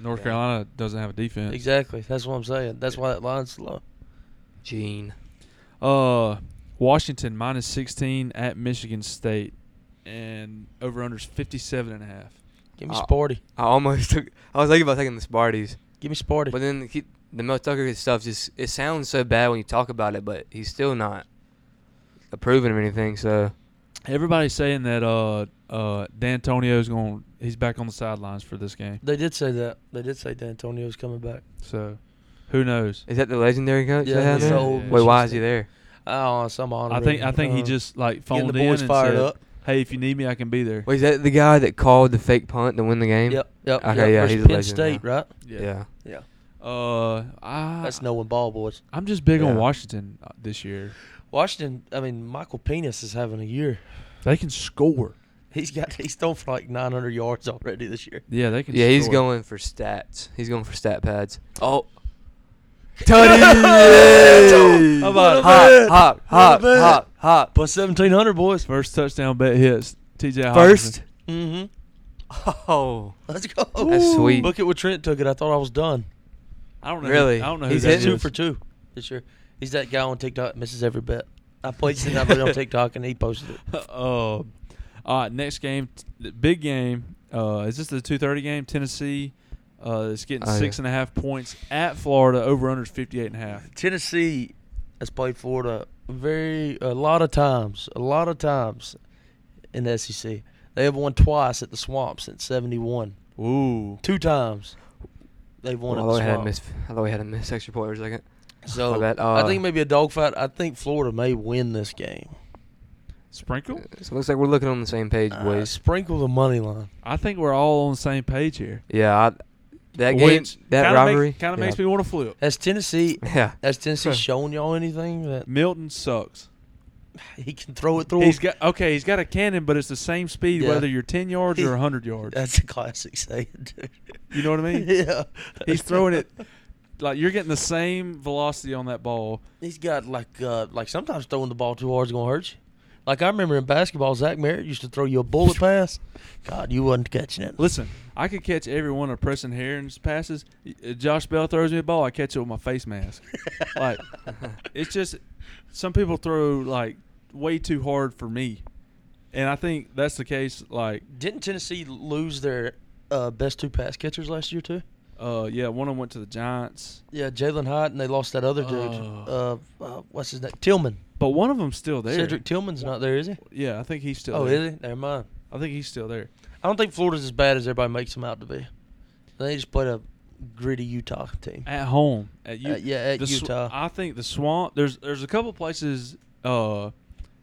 [SPEAKER 2] North
[SPEAKER 3] Yeah.
[SPEAKER 2] Carolina doesn't have a defense.
[SPEAKER 6] Exactly. That's what I'm saying. That's why that line's low.
[SPEAKER 3] Gene.
[SPEAKER 2] Uh, Washington minus 16 at Michigan State, and over unders 57 and a half.
[SPEAKER 6] Give me
[SPEAKER 3] Uh,
[SPEAKER 6] Sparty.
[SPEAKER 3] I almost took I was thinking about taking the Sparties.
[SPEAKER 6] Give me Sparty.
[SPEAKER 3] But then the, kid- the Mel Tucker stuff just it sounds so bad when you talk about it, but he's still not approving of anything, so
[SPEAKER 2] Everybody's saying that uh uh D'Antonio's going he's back on the sidelines for this game.
[SPEAKER 6] They did say that. They did say D'Antonio's coming back.
[SPEAKER 2] So who knows?
[SPEAKER 3] is that the legendary coach?
[SPEAKER 6] Yeah,
[SPEAKER 3] they had
[SPEAKER 6] he's
[SPEAKER 3] there?
[SPEAKER 6] the old
[SPEAKER 3] Wait, why
[SPEAKER 6] Michigan
[SPEAKER 3] is he
[SPEAKER 6] State.
[SPEAKER 3] there?
[SPEAKER 6] Oh, some honor.
[SPEAKER 2] I think I
[SPEAKER 6] Uh-huh.
[SPEAKER 2] think he just like
[SPEAKER 6] uh, getting
[SPEAKER 2] phoned
[SPEAKER 6] the
[SPEAKER 2] in
[SPEAKER 6] boys
[SPEAKER 2] and
[SPEAKER 6] fired
[SPEAKER 2] said,
[SPEAKER 6] up.
[SPEAKER 2] "Hey, if you need me, I can be there."
[SPEAKER 3] Wait, is that the guy that called the fake punt to win the game?
[SPEAKER 6] Yep. Yep.
[SPEAKER 3] Okay,
[SPEAKER 6] yep.
[SPEAKER 3] yeah,
[SPEAKER 6] Versus
[SPEAKER 3] he's a
[SPEAKER 6] Penn
[SPEAKER 3] legend
[SPEAKER 6] State,
[SPEAKER 3] now.
[SPEAKER 6] right?
[SPEAKER 3] Yeah.
[SPEAKER 6] Yeah.
[SPEAKER 2] Uh, I
[SPEAKER 6] That's no one ball, boys.
[SPEAKER 2] I'm just big on
[SPEAKER 3] Yeah.
[SPEAKER 2] Washington uh, this year.
[SPEAKER 6] Washington. I mean, Michael Penis is having a year.
[SPEAKER 2] They can score.
[SPEAKER 6] He's got. He's thrown for like 900 yards already this year.
[SPEAKER 2] Yeah, they can.
[SPEAKER 3] Yeah, he's
[SPEAKER 2] score.
[SPEAKER 3] going for stats. He's going for stat pads. Oh.
[SPEAKER 6] Tony!
[SPEAKER 3] Hop,
[SPEAKER 6] What
[SPEAKER 3] hop, hop,
[SPEAKER 6] a man. What a
[SPEAKER 3] hop,
[SPEAKER 6] man.
[SPEAKER 3] hop, hop.
[SPEAKER 6] Plus 1700, boys.
[SPEAKER 2] First touchdown bet hits TJ.
[SPEAKER 3] First.
[SPEAKER 2] Hawkinson.
[SPEAKER 6] Mm-hmm.
[SPEAKER 3] Oh.
[SPEAKER 6] Let's go.
[SPEAKER 3] That's sweet.
[SPEAKER 6] Look at what Trent took it. I thought I was done.
[SPEAKER 2] I don't know.
[SPEAKER 3] Really?
[SPEAKER 2] Who, I don't know.
[SPEAKER 3] He's
[SPEAKER 2] who that
[SPEAKER 3] hitting
[SPEAKER 6] two
[SPEAKER 2] is.
[SPEAKER 6] for two this year. He's that guy on TikTok that misses every bet. I placed it up on TikTok and he posted it.
[SPEAKER 2] uh, all right, next game, t- the big game. Uh, is this the two thirty game? Tennessee uh, is getting
[SPEAKER 3] Oh, yeah.
[SPEAKER 2] six and a half points at Florida. Over under is fifty eight and a half.
[SPEAKER 6] Tennessee has played Florida very a lot of times, a lot of times in the SEC. They have won twice at the swamp since '71.
[SPEAKER 2] Ooh,
[SPEAKER 6] Two times they've won
[SPEAKER 3] Although I
[SPEAKER 6] at the
[SPEAKER 3] had a
[SPEAKER 6] swamp.
[SPEAKER 3] miss, although I had a miss extra point for a second.
[SPEAKER 6] so
[SPEAKER 3] my bad.
[SPEAKER 6] I
[SPEAKER 3] Uh,
[SPEAKER 6] think maybe a dogfight. I think Florida may win this game.
[SPEAKER 2] sprinkle.
[SPEAKER 3] Uh, So it looks like we're looking on the same page,
[SPEAKER 6] Uh,
[SPEAKER 3] boys.
[SPEAKER 6] sprinkle the money line.
[SPEAKER 2] I think we're all on the same page here.
[SPEAKER 3] Yeah, I, that game,
[SPEAKER 2] Which
[SPEAKER 3] that
[SPEAKER 2] kinda
[SPEAKER 3] rivalry,
[SPEAKER 2] makes, kind of
[SPEAKER 3] yeah.
[SPEAKER 2] makes me want to flip.
[SPEAKER 6] Has Tennessee?
[SPEAKER 3] Yeah,
[SPEAKER 6] Has Tennessee shown y'all anything that
[SPEAKER 2] Milton sucks.
[SPEAKER 6] he can throw it through?
[SPEAKER 2] He's got okay. He's got a cannon, but it's the same speed
[SPEAKER 6] Yeah.
[SPEAKER 2] whether you're ten yards or
[SPEAKER 6] He-
[SPEAKER 2] hundred yards.
[SPEAKER 6] That's a classic saying, dude.
[SPEAKER 2] You know what I mean?
[SPEAKER 6] yeah.
[SPEAKER 2] He's throwing it like you're getting the same velocity on that ball.
[SPEAKER 6] He's got like uh like sometimes throwing the ball too hard is gonna hurt you. Like I remember in basketball, Zach Merritt used to throw you a bullet pass. God, you wasn't catching it.
[SPEAKER 2] Listen, I could catch every one of Preston Herron's passes. Uh, Josh Bell throws me a ball, I catch it with my face mask. like it's just some people throw like way too hard for me. And I think that's the case like
[SPEAKER 6] Didn't Tennessee lose their uh, best two pass catchers last year too?
[SPEAKER 2] uh yeah, one of them went to the Giants.
[SPEAKER 6] Yeah, Jalen Hyatt, and they lost that other dude. Uh,
[SPEAKER 2] Oh.
[SPEAKER 6] uh, what's his name? Tillman.
[SPEAKER 2] But one of them's still there.
[SPEAKER 6] Cedric Tillman's not there, is he?
[SPEAKER 2] yeah, I think he's still
[SPEAKER 6] Oh,
[SPEAKER 2] there.
[SPEAKER 6] is he? Never mind.
[SPEAKER 2] I think he's still there.
[SPEAKER 6] I don't think Florida's as bad as everybody makes them out to be. They just played a gritty Utah team.
[SPEAKER 2] At home, at, U-
[SPEAKER 6] Uh, yeah, at
[SPEAKER 2] the sw-
[SPEAKER 6] Utah.
[SPEAKER 2] I think the swamp. There's there's a couple places uh,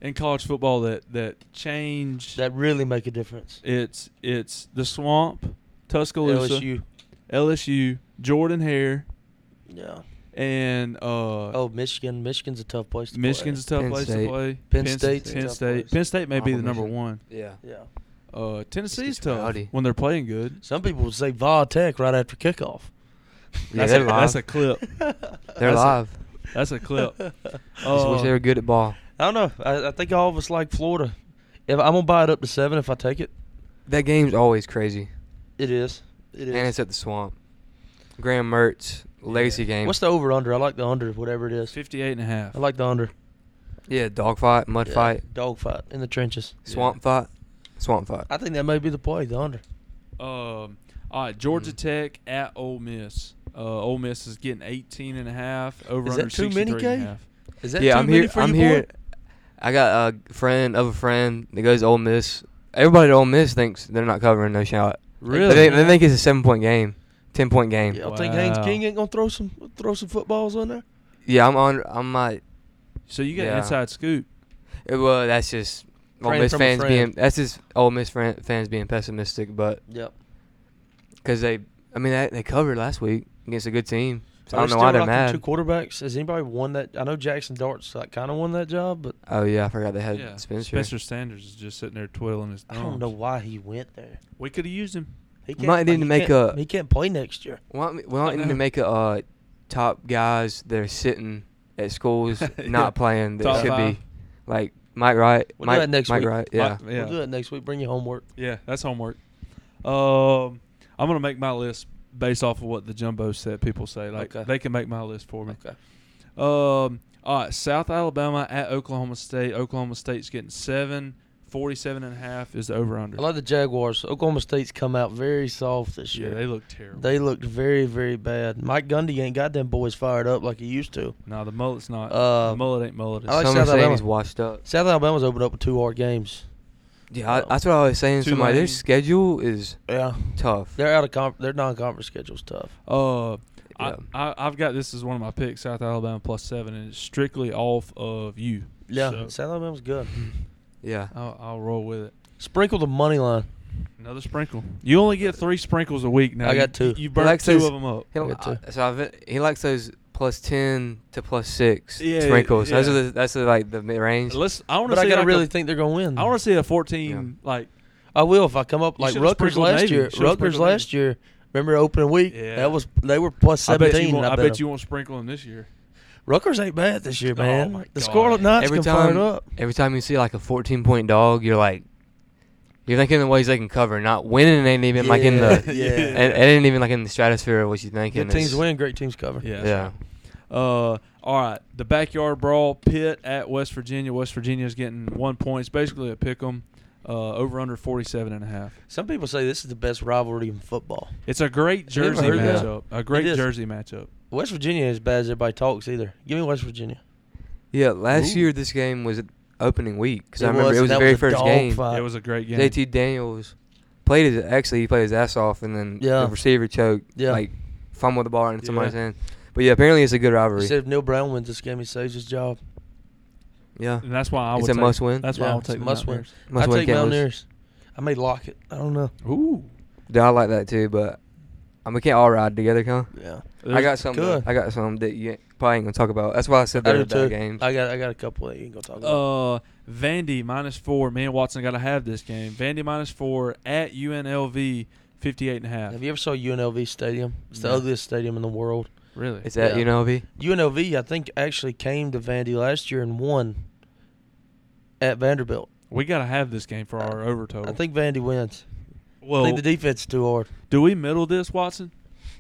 [SPEAKER 2] in college football that that change.
[SPEAKER 6] That really make a difference.
[SPEAKER 2] it's it's the swamp, Tuscaloosa,
[SPEAKER 6] LSU.
[SPEAKER 2] LSU, Jordan Hare,
[SPEAKER 6] Yeah.
[SPEAKER 2] and uh,
[SPEAKER 6] Oh, Michigan. Michigan's a tough place to play.
[SPEAKER 2] Michigan's a tough
[SPEAKER 3] Penn
[SPEAKER 2] place
[SPEAKER 3] State.
[SPEAKER 2] to play.
[SPEAKER 6] Penn
[SPEAKER 2] S-
[SPEAKER 6] State's a
[SPEAKER 2] Penn
[SPEAKER 6] tough
[SPEAKER 2] State.
[SPEAKER 6] place.
[SPEAKER 2] Penn State may be the
[SPEAKER 3] Mama
[SPEAKER 2] number
[SPEAKER 3] Michigan.
[SPEAKER 2] one.
[SPEAKER 3] yeah.
[SPEAKER 6] Yeah.
[SPEAKER 2] Uh, Tennessee's
[SPEAKER 3] just
[SPEAKER 2] tough
[SPEAKER 3] rowdy.
[SPEAKER 2] when they're playing good.
[SPEAKER 6] Some people would say Va Tech right after kickoff.
[SPEAKER 3] Yeah,
[SPEAKER 2] That's,
[SPEAKER 3] they're
[SPEAKER 2] a,
[SPEAKER 3] live.
[SPEAKER 2] that's a clip.
[SPEAKER 3] they're
[SPEAKER 2] that's a-
[SPEAKER 3] live.
[SPEAKER 2] That's a clip.
[SPEAKER 3] Just wish
[SPEAKER 2] Uh,
[SPEAKER 3] they were good at ball.
[SPEAKER 6] I don't know. I, I think all of us like Florida. If I'm gonna buy it up to seven, if I take it,
[SPEAKER 3] That game's always crazy,
[SPEAKER 6] it is. It is.
[SPEAKER 3] and it's at the swamp. Graham Mertz legacy game.
[SPEAKER 6] What's the over under? I like the under, whatever it is.
[SPEAKER 2] 58 and a half.
[SPEAKER 6] I like the under.
[SPEAKER 3] yeah dogfight, mud
[SPEAKER 6] Yeah,
[SPEAKER 3] fight,
[SPEAKER 6] Dog fight in the trenches.
[SPEAKER 3] swamp fight, swamp fight.
[SPEAKER 6] I think that may be the play, the under.
[SPEAKER 2] Um, all right, Georgia
[SPEAKER 3] Mm.
[SPEAKER 2] Tech at Ole Miss. Uh, Ole Miss is getting 18 and a half over
[SPEAKER 6] Is that
[SPEAKER 2] under
[SPEAKER 6] too many,
[SPEAKER 2] 63 and a
[SPEAKER 6] Gabe?
[SPEAKER 2] half.
[SPEAKER 6] Is that
[SPEAKER 3] yeah,
[SPEAKER 6] too
[SPEAKER 3] I'm
[SPEAKER 6] many
[SPEAKER 3] here.
[SPEAKER 6] for
[SPEAKER 3] I'm
[SPEAKER 6] you,
[SPEAKER 3] here.
[SPEAKER 6] Boy?
[SPEAKER 3] I got a friend of a friend that goes to Ole Miss. Everybody at Ole Miss thinks they're not covering no shot.
[SPEAKER 2] Really?
[SPEAKER 3] They, they think it's a seven point game, ten point game.
[SPEAKER 6] Y'all think Haynes
[SPEAKER 2] Wow.
[SPEAKER 6] King ain't gonna throw some throw some footballs on there?
[SPEAKER 3] Yeah, I'm on. I might.
[SPEAKER 2] So you got an
[SPEAKER 3] Yeah.
[SPEAKER 2] inside scoop.
[SPEAKER 3] it- Well, that's just Ole
[SPEAKER 6] Friend
[SPEAKER 3] Miss
[SPEAKER 6] from a
[SPEAKER 3] fans
[SPEAKER 6] friend.
[SPEAKER 3] being. That's just Ole Miss fran- fans being pessimistic, but
[SPEAKER 6] Yep.
[SPEAKER 3] because they, I mean, they, they covered last week against a good team. So I
[SPEAKER 6] Are
[SPEAKER 3] don't
[SPEAKER 6] they
[SPEAKER 3] know why
[SPEAKER 6] still
[SPEAKER 3] they're
[SPEAKER 6] rocking
[SPEAKER 3] mad.
[SPEAKER 6] Two quarterbacks. Has anybody won that? I know Jackson Dart's like kind of won that job, but
[SPEAKER 3] Oh yeah, I forgot they had
[SPEAKER 2] Yeah.
[SPEAKER 3] Spencer.
[SPEAKER 2] Sanders is just sitting there twiddling his
[SPEAKER 6] I
[SPEAKER 2] thumbs.
[SPEAKER 6] don't know why he went there.
[SPEAKER 2] We could have used him.
[SPEAKER 6] He
[SPEAKER 3] Might need
[SPEAKER 6] he
[SPEAKER 3] to make
[SPEAKER 6] can't-
[SPEAKER 3] a-
[SPEAKER 6] He can't play next year.
[SPEAKER 3] Why don't we,
[SPEAKER 2] I
[SPEAKER 3] why don't we need
[SPEAKER 2] know.
[SPEAKER 3] to make a uh, top guys that are sitting at schools
[SPEAKER 2] Yeah.
[SPEAKER 3] not playing that
[SPEAKER 2] Top
[SPEAKER 3] should
[SPEAKER 2] five.
[SPEAKER 3] be like Mike Wright.
[SPEAKER 6] We'll do
[SPEAKER 3] Mike,
[SPEAKER 6] that next
[SPEAKER 3] Mike
[SPEAKER 6] week.
[SPEAKER 3] Wright. Yeah.
[SPEAKER 2] Mike- yeah.
[SPEAKER 6] We'll do that next week. Bring your homework.
[SPEAKER 2] Yeah, that's homework. Um, I'm gonna make my list based off of what the jumbo set people say. Like
[SPEAKER 6] Okay.
[SPEAKER 2] they can make my list for me.
[SPEAKER 6] Okay.
[SPEAKER 2] Um, all right, South Alabama at Oklahoma State. Oklahoma State's getting seven. 47 and a half is the over under.
[SPEAKER 6] I like the Jaguars. Oklahoma State's come out very soft this
[SPEAKER 2] Yeah,
[SPEAKER 6] year.
[SPEAKER 2] they look terrible.
[SPEAKER 6] They looked very, very bad. Mike Gundy ain't got them boys fired up like he used to.
[SPEAKER 2] No, the mullet's not.
[SPEAKER 6] Uh,
[SPEAKER 2] the mullet ain't mullet.
[SPEAKER 6] I like
[SPEAKER 3] Some are
[SPEAKER 6] South
[SPEAKER 3] saying
[SPEAKER 6] Alabama.
[SPEAKER 3] he's washed up.
[SPEAKER 6] South Alabama's opened up with two hard games.
[SPEAKER 3] Yeah, I,
[SPEAKER 6] Um,
[SPEAKER 3] that's what I was saying. to Somebody,
[SPEAKER 2] Tulane.
[SPEAKER 3] their schedule is
[SPEAKER 6] Yeah, Oh,
[SPEAKER 3] tough.
[SPEAKER 6] they're out of com- their non-conference schedule's tough.
[SPEAKER 2] Uh,
[SPEAKER 3] Yeah.
[SPEAKER 2] I, I I've got this as one of my picks, South Alabama plus seven, and it's strictly off of you.
[SPEAKER 6] Yeah,
[SPEAKER 2] So,
[SPEAKER 6] South Alabama's good.
[SPEAKER 3] yeah,
[SPEAKER 2] I'll, I'll roll with it.
[SPEAKER 6] Sprinkle the money line.
[SPEAKER 2] Another sprinkle. You only get three sprinkles a week now.
[SPEAKER 6] I
[SPEAKER 2] You-
[SPEAKER 6] got two.
[SPEAKER 2] You, burn
[SPEAKER 3] Like
[SPEAKER 2] two
[SPEAKER 3] those-
[SPEAKER 2] of them up.
[SPEAKER 3] he, li-
[SPEAKER 6] got two.
[SPEAKER 3] I- so I've, he likes those plus ten to plus six
[SPEAKER 2] Yeah,
[SPEAKER 3] sprinkles. Those
[SPEAKER 2] yeah.
[SPEAKER 3] are the, that's the, like the mid range.
[SPEAKER 2] Let's. I want
[SPEAKER 6] But
[SPEAKER 2] to see.
[SPEAKER 6] I gotta
[SPEAKER 2] like
[SPEAKER 6] really
[SPEAKER 2] A,
[SPEAKER 6] think they're gonna win.
[SPEAKER 2] I want to see a fourteen. Like
[SPEAKER 6] I will if I come up
[SPEAKER 2] You
[SPEAKER 6] like
[SPEAKER 2] should've
[SPEAKER 6] Rutgers
[SPEAKER 2] sprinkled
[SPEAKER 6] last
[SPEAKER 2] Navy.
[SPEAKER 6] year.
[SPEAKER 2] Should've
[SPEAKER 6] Rutgers
[SPEAKER 2] sprinkled Navy.
[SPEAKER 6] last year. Remember opening week?
[SPEAKER 2] Yeah.
[SPEAKER 6] That was they were plus
[SPEAKER 2] I bet you.
[SPEAKER 6] seventeen.
[SPEAKER 2] Won't, I,
[SPEAKER 6] bet
[SPEAKER 2] bet
[SPEAKER 6] them.
[SPEAKER 2] you won't sprinkle them this year.
[SPEAKER 6] Rutgers ain't bad this year,
[SPEAKER 2] Oh,
[SPEAKER 6] man.
[SPEAKER 2] my
[SPEAKER 6] the
[SPEAKER 2] God.
[SPEAKER 6] Scarlet Knights
[SPEAKER 3] every
[SPEAKER 6] can fire it
[SPEAKER 3] time,
[SPEAKER 6] up.
[SPEAKER 3] every time you see like a fourteen point dog, you're like, you're thinking the ways they can cover. Not winning ain't even like in the
[SPEAKER 6] yeah.
[SPEAKER 2] Yeah.
[SPEAKER 3] And it ain't even like in the stratosphere of what you think.
[SPEAKER 6] Good teams win, great teams cover.
[SPEAKER 2] Yeah.
[SPEAKER 3] Yeah.
[SPEAKER 2] Uh, All right, the backyard brawl pit at West Virginia. West Virginia's getting one point. It's basically a pick 'em, uh, over under 47 and a half.
[SPEAKER 6] Some people say this is the best rivalry in football.
[SPEAKER 2] It's a great
[SPEAKER 6] Have you ever
[SPEAKER 2] jersey
[SPEAKER 6] heard that?
[SPEAKER 2] matchup. A great
[SPEAKER 6] is.
[SPEAKER 2] jersey matchup.
[SPEAKER 6] West Virginia ain't as bad as everybody talks either. Give me West Virginia.
[SPEAKER 3] Yeah, last
[SPEAKER 2] Ooh.
[SPEAKER 3] year this game was at opening week because
[SPEAKER 6] It
[SPEAKER 3] I remember
[SPEAKER 6] was,
[SPEAKER 3] it
[SPEAKER 6] and
[SPEAKER 3] was the
[SPEAKER 6] that
[SPEAKER 3] very
[SPEAKER 6] was a
[SPEAKER 3] first
[SPEAKER 6] dog
[SPEAKER 3] game.
[SPEAKER 6] fight.
[SPEAKER 2] it was a great game.
[SPEAKER 3] JT Daniels played his actually he played his ass off, and then
[SPEAKER 6] Yeah.
[SPEAKER 3] the receiver choked,
[SPEAKER 6] Yeah.
[SPEAKER 3] like fumbled the ball in somebody's
[SPEAKER 2] Yeah.
[SPEAKER 3] hand. But yeah, apparently it's a good
[SPEAKER 6] He
[SPEAKER 3] rivalry.
[SPEAKER 6] said if Neil Brown wins this game, he saves his job.
[SPEAKER 3] yeah,
[SPEAKER 2] And that's why I
[SPEAKER 3] It's
[SPEAKER 2] would
[SPEAKER 3] a
[SPEAKER 2] take,
[SPEAKER 3] must-win.
[SPEAKER 2] That's why
[SPEAKER 6] Yeah,
[SPEAKER 2] I would
[SPEAKER 6] it's
[SPEAKER 2] take
[SPEAKER 6] a
[SPEAKER 2] the
[SPEAKER 6] must-win.
[SPEAKER 2] Mountaineers.
[SPEAKER 3] Must
[SPEAKER 6] I
[SPEAKER 3] win
[SPEAKER 6] take
[SPEAKER 3] Cowboys.
[SPEAKER 6] Mountaineers. I may lock it. I don't know.
[SPEAKER 2] Ooh.
[SPEAKER 3] Dude, I like that too, but um, we can't all ride together, huh?
[SPEAKER 6] Yeah,
[SPEAKER 3] I got something.
[SPEAKER 6] good.
[SPEAKER 3] I got something that you ain't- probably ain't gonna talk about. That's why I said that
[SPEAKER 6] I do
[SPEAKER 3] about
[SPEAKER 6] too.
[SPEAKER 3] games.
[SPEAKER 6] I got I got a couple that you can go talk about.
[SPEAKER 2] Uh, Vandy minus four. Me and Watson got to have this game. Vandy minus four at UNLV, 58 and a half.
[SPEAKER 6] Have you ever saw UNLV Stadium? It's the
[SPEAKER 2] No.
[SPEAKER 6] ugliest stadium in the world.
[SPEAKER 2] really?
[SPEAKER 3] It's at
[SPEAKER 6] Yeah.
[SPEAKER 3] UNLV.
[SPEAKER 6] UNLV, I think, actually came to Vandy last year and won at Vanderbilt.
[SPEAKER 2] we got to have this game for our over total.
[SPEAKER 6] I think Vandy wins. I
[SPEAKER 2] Well,
[SPEAKER 6] think the defense is too hard.
[SPEAKER 2] do we middle this, Watson?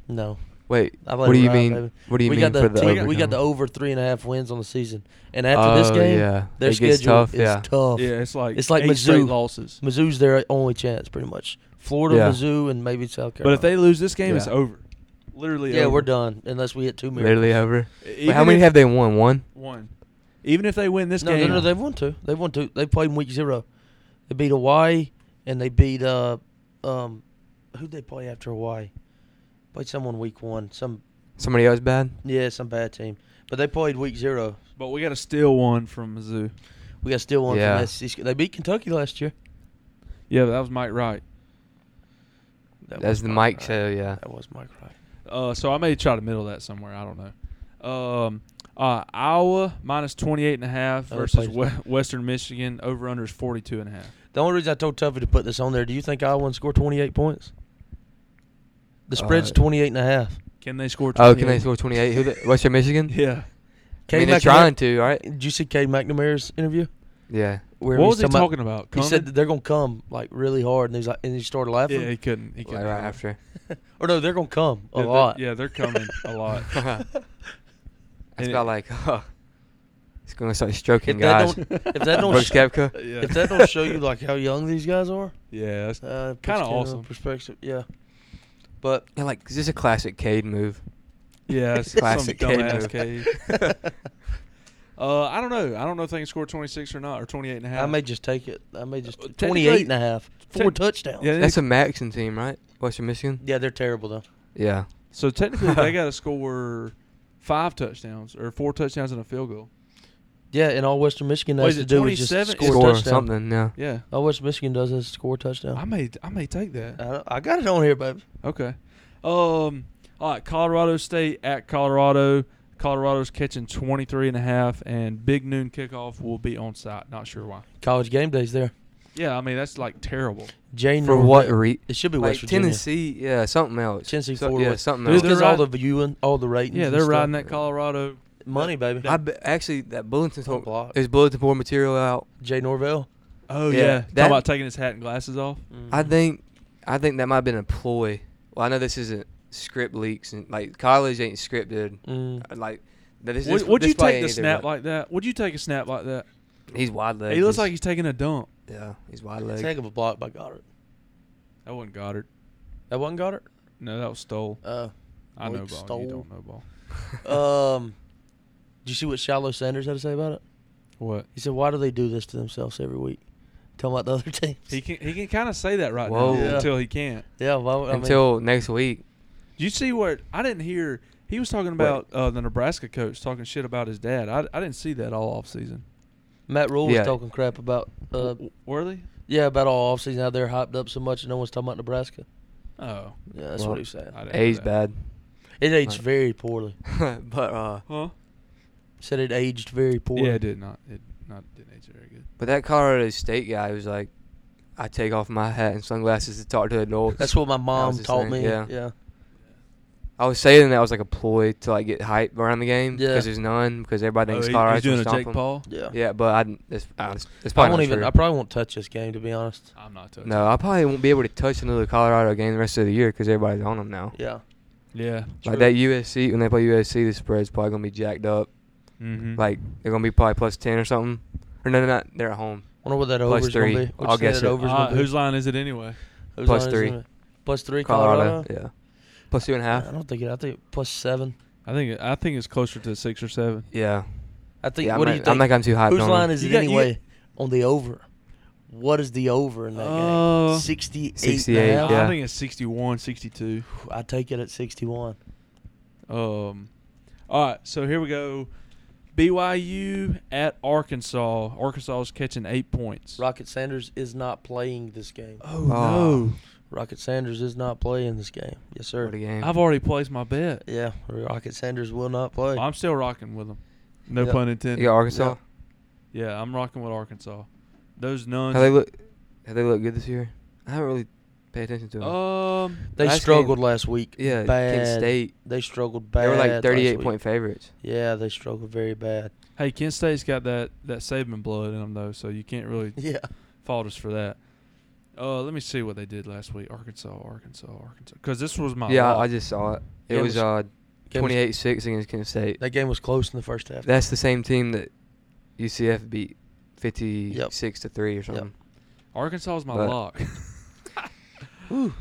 [SPEAKER 6] No.
[SPEAKER 3] Wait,
[SPEAKER 6] I
[SPEAKER 3] what do
[SPEAKER 6] it
[SPEAKER 3] you
[SPEAKER 6] ride,
[SPEAKER 3] mean?
[SPEAKER 6] baby.
[SPEAKER 3] What do you
[SPEAKER 6] we
[SPEAKER 3] mean
[SPEAKER 6] got the,
[SPEAKER 3] for the
[SPEAKER 6] we,
[SPEAKER 3] over?
[SPEAKER 6] got, we got the
[SPEAKER 3] total?
[SPEAKER 6] over three and a half wins on the season, and after this
[SPEAKER 3] Oh,
[SPEAKER 6] game,
[SPEAKER 3] yeah.
[SPEAKER 6] their
[SPEAKER 3] It gets
[SPEAKER 6] schedule
[SPEAKER 3] tough,
[SPEAKER 6] is
[SPEAKER 3] yeah.
[SPEAKER 6] tough.
[SPEAKER 2] Yeah, it's like
[SPEAKER 6] Oh. It's like
[SPEAKER 2] eight straight
[SPEAKER 6] Mizzou.
[SPEAKER 2] losses.
[SPEAKER 6] Mizzou's their only chance, pretty much. Florida,
[SPEAKER 3] Yeah.
[SPEAKER 6] Mizzou, and maybe South
[SPEAKER 2] But
[SPEAKER 6] Carolina.
[SPEAKER 2] if they lose this game, it's
[SPEAKER 3] Yeah.
[SPEAKER 2] over. Literally.
[SPEAKER 6] yeah,
[SPEAKER 2] over. E-,
[SPEAKER 6] we're done unless we hit two miracles.
[SPEAKER 3] literally over. Wait,
[SPEAKER 2] Even
[SPEAKER 3] how many
[SPEAKER 2] if-
[SPEAKER 3] have they won? One.
[SPEAKER 2] One. Even if they win this
[SPEAKER 6] No, no,
[SPEAKER 2] game,
[SPEAKER 6] no, they've won two. They've won two. They played in week zero. They beat Hawaii and they beat uh um who'd they play after Hawaii? Played someone week one. Some
[SPEAKER 3] Somebody else bad.
[SPEAKER 6] yeah, some bad team. But they played week zero.
[SPEAKER 2] but we got to steal one from Mizzou.
[SPEAKER 6] We got still one
[SPEAKER 3] Yeah.
[SPEAKER 6] from SEC. They beat Kentucky last year.
[SPEAKER 2] Yeah, but that was Mike Wright.
[SPEAKER 6] That
[SPEAKER 3] That's
[SPEAKER 6] was
[SPEAKER 3] the
[SPEAKER 6] Mike
[SPEAKER 3] Mike
[SPEAKER 6] Wright.
[SPEAKER 3] show. Yeah.
[SPEAKER 6] That was Mike Wright.
[SPEAKER 2] Uh, so I may try to middle that somewhere. I don't know. Um, uh, Iowa minus 28 and a half
[SPEAKER 6] Oh,
[SPEAKER 2] versus
[SPEAKER 6] please.
[SPEAKER 2] we- Western Michigan. Over under is 42 and a half.
[SPEAKER 6] The only reason I told Tuffy to put this on there, do you think Iowa will score twenty eight points? The
[SPEAKER 3] Uh,
[SPEAKER 6] spread's twenty eight and a half.
[SPEAKER 2] Can they score? 28?
[SPEAKER 3] Oh, can they score 28? Who? The, Western Michigan.
[SPEAKER 2] Yeah.
[SPEAKER 3] I mean,
[SPEAKER 6] Cade
[SPEAKER 3] they're
[SPEAKER 6] McNamara-
[SPEAKER 3] trying to, right?
[SPEAKER 6] Did you see Cade McNamara's interview?
[SPEAKER 3] Yeah.
[SPEAKER 6] Where
[SPEAKER 2] what
[SPEAKER 6] he's
[SPEAKER 2] was he
[SPEAKER 6] about-
[SPEAKER 2] talking about?
[SPEAKER 6] He said
[SPEAKER 2] Coming?
[SPEAKER 6] that they're gonna come like really hard, and he's like, and he started laughing.
[SPEAKER 2] yeah, he couldn't. He
[SPEAKER 3] Like,
[SPEAKER 2] couldn't
[SPEAKER 3] right
[SPEAKER 2] do it.
[SPEAKER 3] after.
[SPEAKER 6] Or no, they're gonna come a
[SPEAKER 2] Yeah, they're-
[SPEAKER 6] lot.
[SPEAKER 2] yeah, they're coming a lot.
[SPEAKER 3] It's
[SPEAKER 2] And
[SPEAKER 3] about
[SPEAKER 2] it-
[SPEAKER 3] like, it's gonna start stroking
[SPEAKER 6] If that
[SPEAKER 3] guys.
[SPEAKER 6] don't, if that don't,
[SPEAKER 3] Brooks
[SPEAKER 6] sh-
[SPEAKER 3] Koepka?
[SPEAKER 2] Yeah.
[SPEAKER 6] if that don't show you like how young these guys are,
[SPEAKER 2] yeah, that's,
[SPEAKER 6] uh, puts
[SPEAKER 2] Kinda
[SPEAKER 6] it in a
[SPEAKER 2] awesome.
[SPEAKER 6] perspective. Yeah, but
[SPEAKER 3] Yeah, like this is a classic Cade move.
[SPEAKER 2] yeah, it's
[SPEAKER 3] Classic
[SPEAKER 2] some
[SPEAKER 3] Cade
[SPEAKER 2] dumbass
[SPEAKER 3] move.
[SPEAKER 2] Cade. Uh, I don't know. I don't know if they can score 26 or not, or 28 and a half.
[SPEAKER 6] I may just take it. I may just
[SPEAKER 2] Uh, technically-
[SPEAKER 6] 28 and a half, four
[SPEAKER 2] tec-
[SPEAKER 6] touchdowns.
[SPEAKER 2] Yeah,
[SPEAKER 6] Yeah.
[SPEAKER 2] they-
[SPEAKER 3] That's a Maxon team, right? Western Michigan.
[SPEAKER 6] they're terrible though.
[SPEAKER 3] Yeah.
[SPEAKER 2] so technically they got to score five touchdowns or four touchdowns and a field goal.
[SPEAKER 6] Yeah, and all Western Michigan
[SPEAKER 2] What
[SPEAKER 6] has
[SPEAKER 2] is
[SPEAKER 6] to
[SPEAKER 2] it,
[SPEAKER 6] do is just
[SPEAKER 2] 27?
[SPEAKER 6] score, a
[SPEAKER 3] Score
[SPEAKER 6] touchdown.
[SPEAKER 3] something. Yeah.
[SPEAKER 2] Yeah,
[SPEAKER 6] All Western Michigan does is score
[SPEAKER 2] I
[SPEAKER 6] a touchdown.
[SPEAKER 2] may I may take
[SPEAKER 6] I,
[SPEAKER 2] that.
[SPEAKER 6] don't- I got it on here, baby.
[SPEAKER 2] Okay. Um. All right. Colorado State at Colorado. Colorado's catching 23 and a half, and big noon kickoff will be on site. Not sure why.
[SPEAKER 6] College game days there.
[SPEAKER 2] Yeah, I mean that's like terrible.
[SPEAKER 6] Jane
[SPEAKER 3] For
[SPEAKER 6] Norvell-
[SPEAKER 3] what re?
[SPEAKER 6] It should be
[SPEAKER 3] Like
[SPEAKER 6] West Virginia.
[SPEAKER 3] Tennessee. Yeah, something else.
[SPEAKER 6] Tennessee
[SPEAKER 3] So-
[SPEAKER 6] forward.
[SPEAKER 3] Yeah, something
[SPEAKER 2] Dude,
[SPEAKER 3] else.
[SPEAKER 2] they're
[SPEAKER 6] Because all
[SPEAKER 2] riding-
[SPEAKER 6] the viewing, all the ratings.
[SPEAKER 2] Yeah,
[SPEAKER 6] and
[SPEAKER 2] they're
[SPEAKER 6] stuff.
[SPEAKER 2] riding that Colorado.
[SPEAKER 6] money, baby.
[SPEAKER 3] I be, actually that bulletin
[SPEAKER 6] A
[SPEAKER 3] told
[SPEAKER 6] block.
[SPEAKER 3] is bulletin board material out.
[SPEAKER 6] Jay Norvell.
[SPEAKER 2] Oh
[SPEAKER 3] Yeah,
[SPEAKER 2] yeah,
[SPEAKER 3] that-
[SPEAKER 2] talking about taking his hat and glasses off.
[SPEAKER 3] I
[SPEAKER 2] Mm-hmm.
[SPEAKER 3] think, I think that might have been a ploy. Well, I know this isn't script leaks and like college ain't scripted.
[SPEAKER 6] Mm.
[SPEAKER 3] Uh, Like, that is-
[SPEAKER 2] Would,
[SPEAKER 3] this-
[SPEAKER 2] Mm-hmm. would
[SPEAKER 3] this
[SPEAKER 2] you
[SPEAKER 3] probably
[SPEAKER 2] take the
[SPEAKER 3] ain't either,
[SPEAKER 2] snap
[SPEAKER 3] but
[SPEAKER 2] like that? Would you take a snap like that?
[SPEAKER 3] He's wide legged.
[SPEAKER 2] he looks like he's taking a dump.
[SPEAKER 3] yeah, he's wide
[SPEAKER 6] It's a
[SPEAKER 3] legged.
[SPEAKER 6] heck of a block by Goddard.
[SPEAKER 2] That wasn't Goddard.
[SPEAKER 6] That wasn't Goddard.
[SPEAKER 2] No, that was Stole.
[SPEAKER 6] Uh,
[SPEAKER 2] I know
[SPEAKER 6] Malik
[SPEAKER 2] ball. You
[SPEAKER 6] Stoll.
[SPEAKER 2] don't know ball.
[SPEAKER 6] um, did you see what Shiloh Sanders had to say about it?
[SPEAKER 2] What?
[SPEAKER 6] He said, "Why do they do this to themselves every week?" Talking about the other teams. Oh.
[SPEAKER 2] He can he can kind of say that right
[SPEAKER 3] Whoa.
[SPEAKER 2] now
[SPEAKER 6] Yeah.
[SPEAKER 2] until he can't.
[SPEAKER 6] yeah, why would- I mean,
[SPEAKER 3] Until next week.
[SPEAKER 2] Did you see what I didn't hear? He was talking about uh, the Nebraska coach talking shit about his dad. I, I didn't see that all off season.
[SPEAKER 6] Matt Rule
[SPEAKER 3] Yeah.
[SPEAKER 6] was talking crap about, uh,
[SPEAKER 2] Were they?
[SPEAKER 6] yeah, about all offseason how they're hyped up so much and no one's talking about Nebraska.
[SPEAKER 2] Oh,
[SPEAKER 6] Yeah, that's
[SPEAKER 3] Well,
[SPEAKER 6] what he was saying.
[SPEAKER 2] I didn't hear
[SPEAKER 3] A's
[SPEAKER 2] that.
[SPEAKER 3] bad.
[SPEAKER 6] It aged
[SPEAKER 3] Right.
[SPEAKER 6] very poorly.
[SPEAKER 3] but uh,
[SPEAKER 2] Huh?
[SPEAKER 6] Said it aged very poorly.
[SPEAKER 2] Yeah, it did not. It not didn't age very good.
[SPEAKER 3] but that Colorado State guy was like, I take off my hat and sunglasses to talk to adults.
[SPEAKER 6] That's what my
[SPEAKER 3] was
[SPEAKER 6] mom
[SPEAKER 3] his
[SPEAKER 6] taught
[SPEAKER 3] thing,
[SPEAKER 6] me.
[SPEAKER 3] yeah.
[SPEAKER 6] yeah.
[SPEAKER 3] I was saying. That was like a ploy to like get hype around the game
[SPEAKER 6] Yeah.
[SPEAKER 3] because there's none because everybody
[SPEAKER 2] Oh,
[SPEAKER 3] thinks
[SPEAKER 2] he-
[SPEAKER 3] Colorado's
[SPEAKER 2] he's doing
[SPEAKER 3] gonna
[SPEAKER 2] a
[SPEAKER 3] stomp
[SPEAKER 2] Jake
[SPEAKER 3] 'em.
[SPEAKER 2] Paul.
[SPEAKER 6] Yeah.
[SPEAKER 3] Yeah, but I didn't- it's, uh, it's, it's
[SPEAKER 6] I
[SPEAKER 3] probably
[SPEAKER 6] won't
[SPEAKER 3] not
[SPEAKER 6] even.
[SPEAKER 3] true.
[SPEAKER 6] I probably won't touch this game to be honest.
[SPEAKER 2] I'm not touching.
[SPEAKER 3] no, I probably won't be able to touch another Colorado game the rest of the year because everybody's on them now.
[SPEAKER 6] Yeah.
[SPEAKER 2] Yeah.
[SPEAKER 3] Like that USC when they play USC, the spread's probably gonna be jacked up.
[SPEAKER 2] Mm-hmm.
[SPEAKER 3] Like they're gonna be probably plus ten or something. Or no, no, not they're at home.
[SPEAKER 6] Wonder what that
[SPEAKER 3] Plus
[SPEAKER 6] over's going
[SPEAKER 3] three.
[SPEAKER 6] to be. What
[SPEAKER 3] I'll
[SPEAKER 6] you said
[SPEAKER 3] guess
[SPEAKER 6] that
[SPEAKER 3] it.
[SPEAKER 6] over's gonna be?
[SPEAKER 2] uh, whose line is it anyway?
[SPEAKER 6] Whose
[SPEAKER 3] plus
[SPEAKER 6] line is it
[SPEAKER 3] three.
[SPEAKER 6] gonna be? Plus three, Colorado.
[SPEAKER 3] Colorado, yeah, plus two and a half.
[SPEAKER 6] I don't think it. I think plus seven.
[SPEAKER 2] I think it- I think it's closer to six or seven.
[SPEAKER 3] Yeah,
[SPEAKER 6] I think.
[SPEAKER 3] yeah.
[SPEAKER 6] what
[SPEAKER 3] I'm,
[SPEAKER 6] do you
[SPEAKER 3] not,
[SPEAKER 6] think?
[SPEAKER 3] I'm not I'm too hyped
[SPEAKER 6] Whose
[SPEAKER 3] on
[SPEAKER 6] line
[SPEAKER 3] it.
[SPEAKER 6] is
[SPEAKER 2] You
[SPEAKER 6] it
[SPEAKER 2] got- you-
[SPEAKER 6] anyway on the over? What is the over in that
[SPEAKER 2] Uh,
[SPEAKER 6] game? 68 and a
[SPEAKER 3] 68,
[SPEAKER 6] half?
[SPEAKER 3] yeah.
[SPEAKER 2] I think it's 61, 62.
[SPEAKER 6] I take it at 61.
[SPEAKER 2] Um, all right, so here we go. BYU at Arkansas. Arkansas is catching eight points.
[SPEAKER 6] Rocket Sanders is not playing this game.
[SPEAKER 2] Oh,
[SPEAKER 3] Oh.
[SPEAKER 2] no!
[SPEAKER 6] Rocket Sanders is not playing this game. Yes, sir.
[SPEAKER 3] What a game.
[SPEAKER 2] I've already placed my bet.
[SPEAKER 6] Yeah, Rocket Sanders will not play.
[SPEAKER 2] I'm still rocking with them. No
[SPEAKER 6] Yeah.
[SPEAKER 2] pun
[SPEAKER 3] You
[SPEAKER 2] intended.
[SPEAKER 3] got Arkansas.
[SPEAKER 2] Yeah, I'm rocking with Arkansas. Those nuns.
[SPEAKER 3] How they look? How they look good this year? I haven't really paid attention to them.
[SPEAKER 2] Um,
[SPEAKER 6] they
[SPEAKER 3] last
[SPEAKER 6] struggled
[SPEAKER 3] game-
[SPEAKER 6] last week.
[SPEAKER 3] yeah, Kansas
[SPEAKER 6] Oh, bad.
[SPEAKER 3] State.
[SPEAKER 6] They struggled bad.
[SPEAKER 3] They were like
[SPEAKER 6] last
[SPEAKER 3] 38
[SPEAKER 6] week.
[SPEAKER 3] point favorites.
[SPEAKER 6] Yeah, they struggled very bad.
[SPEAKER 2] hey, Kent State's got that that Saban blood in them though, so you can't really
[SPEAKER 6] Yeah.
[SPEAKER 2] fault us for that. Uh, let me see what they did last week. Arkansas, Arkansas, Arkansas. Because this was my
[SPEAKER 3] yeah,
[SPEAKER 2] lock.
[SPEAKER 3] I just saw it. It
[SPEAKER 6] Oh, Game
[SPEAKER 3] was
[SPEAKER 6] was-
[SPEAKER 3] uh
[SPEAKER 6] game was-
[SPEAKER 3] 28 six against Kansas State.
[SPEAKER 6] That game was close in the first half.
[SPEAKER 3] That's the same team that UCF beat 56 to three or something.
[SPEAKER 2] Arkansas was my
[SPEAKER 3] But-
[SPEAKER 2] lock.
[SPEAKER 6] You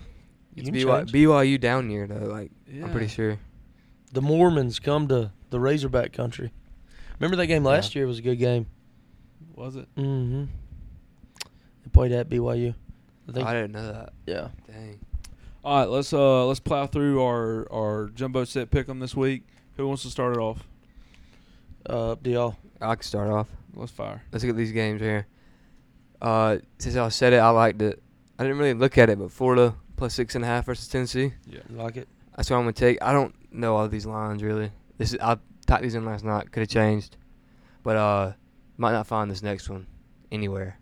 [SPEAKER 3] It's
[SPEAKER 6] can
[SPEAKER 3] BY,
[SPEAKER 6] change.
[SPEAKER 3] BYU down year though. Like I'm pretty
[SPEAKER 2] Yeah.
[SPEAKER 3] sure.
[SPEAKER 6] the Mormons come to the Razorback country. Remember that game
[SPEAKER 3] Yeah.
[SPEAKER 6] last year was a good game.
[SPEAKER 2] Was it?
[SPEAKER 6] Mm-hmm. They played at BYU. I think.
[SPEAKER 3] I didn't know that.
[SPEAKER 6] yeah.
[SPEAKER 3] Dang.
[SPEAKER 2] All right, let's uh let's plow through our our jumbo set pick 'em this week. Who wants to start it off?
[SPEAKER 6] Uh, up to y'all.
[SPEAKER 3] I can start off.
[SPEAKER 2] Let's fire.
[SPEAKER 3] Let's look at these games here. Uh, since I said it, I liked it. I didn't really look at it, but Florida plus six and a half versus Tennessee.
[SPEAKER 2] Yeah.
[SPEAKER 6] You like it?
[SPEAKER 3] That's what I'm gonna take. I don't know all these lines really. This is I typed these in last night. Could have changed, but uh, might not find this next one anywhere.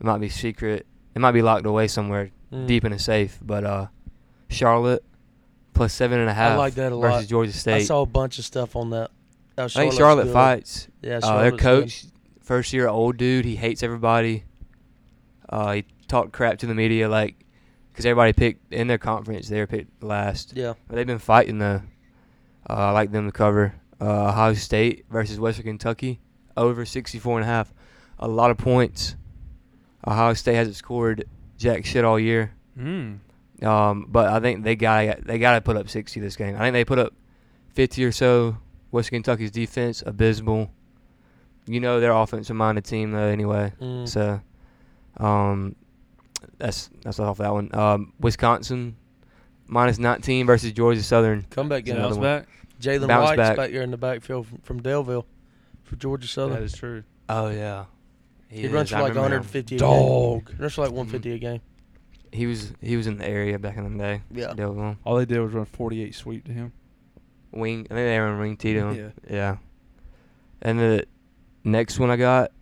[SPEAKER 3] It might be secret. It might be locked away somewhere
[SPEAKER 6] Mm.
[SPEAKER 3] deep in a safe. But uh, Charlotte plus seven and a half.
[SPEAKER 6] like that a
[SPEAKER 3] versus
[SPEAKER 6] lot.
[SPEAKER 3] Georgia State.
[SPEAKER 6] I saw a bunch of stuff on that. That
[SPEAKER 3] I think
[SPEAKER 6] Charlotte's
[SPEAKER 3] Charlotte
[SPEAKER 6] good.
[SPEAKER 3] fights. Uh,
[SPEAKER 6] Yeah,
[SPEAKER 3] their
[SPEAKER 6] Charlotte's good.
[SPEAKER 3] coach, first year old dude, he hates everybody. Uh, he talked crap to the media like, because everybody picked in their conference, they were picked last.
[SPEAKER 6] Yeah.
[SPEAKER 3] But they've been fighting the. Uh, I like them to cover uh, Ohio State versus Western Kentucky over 64 and a half. A lot of points. Ohio State hasn't scored jack shit all year.
[SPEAKER 2] Hmm.
[SPEAKER 3] Um, but I think they got they got to put up 60 this game. I think they put up 50 or so. Western Kentucky's defense abysmal. You know they're offensive minded team though anyway.
[SPEAKER 6] Mm.
[SPEAKER 3] So um, that's that's off that one. Um, Wisconsin minus 19 versus Georgia Southern.
[SPEAKER 6] Comeback game.
[SPEAKER 3] another
[SPEAKER 2] Bounce
[SPEAKER 3] one.
[SPEAKER 2] back.
[SPEAKER 6] Jalen
[SPEAKER 3] Bounce
[SPEAKER 6] White's
[SPEAKER 3] back.
[SPEAKER 6] back. here in the backfield from, from Delville for Georgia
[SPEAKER 2] That
[SPEAKER 6] Southern.
[SPEAKER 2] is true.
[SPEAKER 3] Oh yeah.
[SPEAKER 6] he runs
[SPEAKER 3] is.
[SPEAKER 6] for
[SPEAKER 3] I
[SPEAKER 6] like
[SPEAKER 3] remember him. Mm-hmm.
[SPEAKER 6] 150 a
[SPEAKER 2] Dog.
[SPEAKER 6] game. Runs for like 150 a game.
[SPEAKER 3] He was he was in the area back in the day.
[SPEAKER 6] Yeah.
[SPEAKER 3] Devil.
[SPEAKER 2] All they did was run 48 sweep to him.
[SPEAKER 3] Wing. I think they were in wing T to him.
[SPEAKER 2] Yeah.
[SPEAKER 3] Yeah. And the next one I got,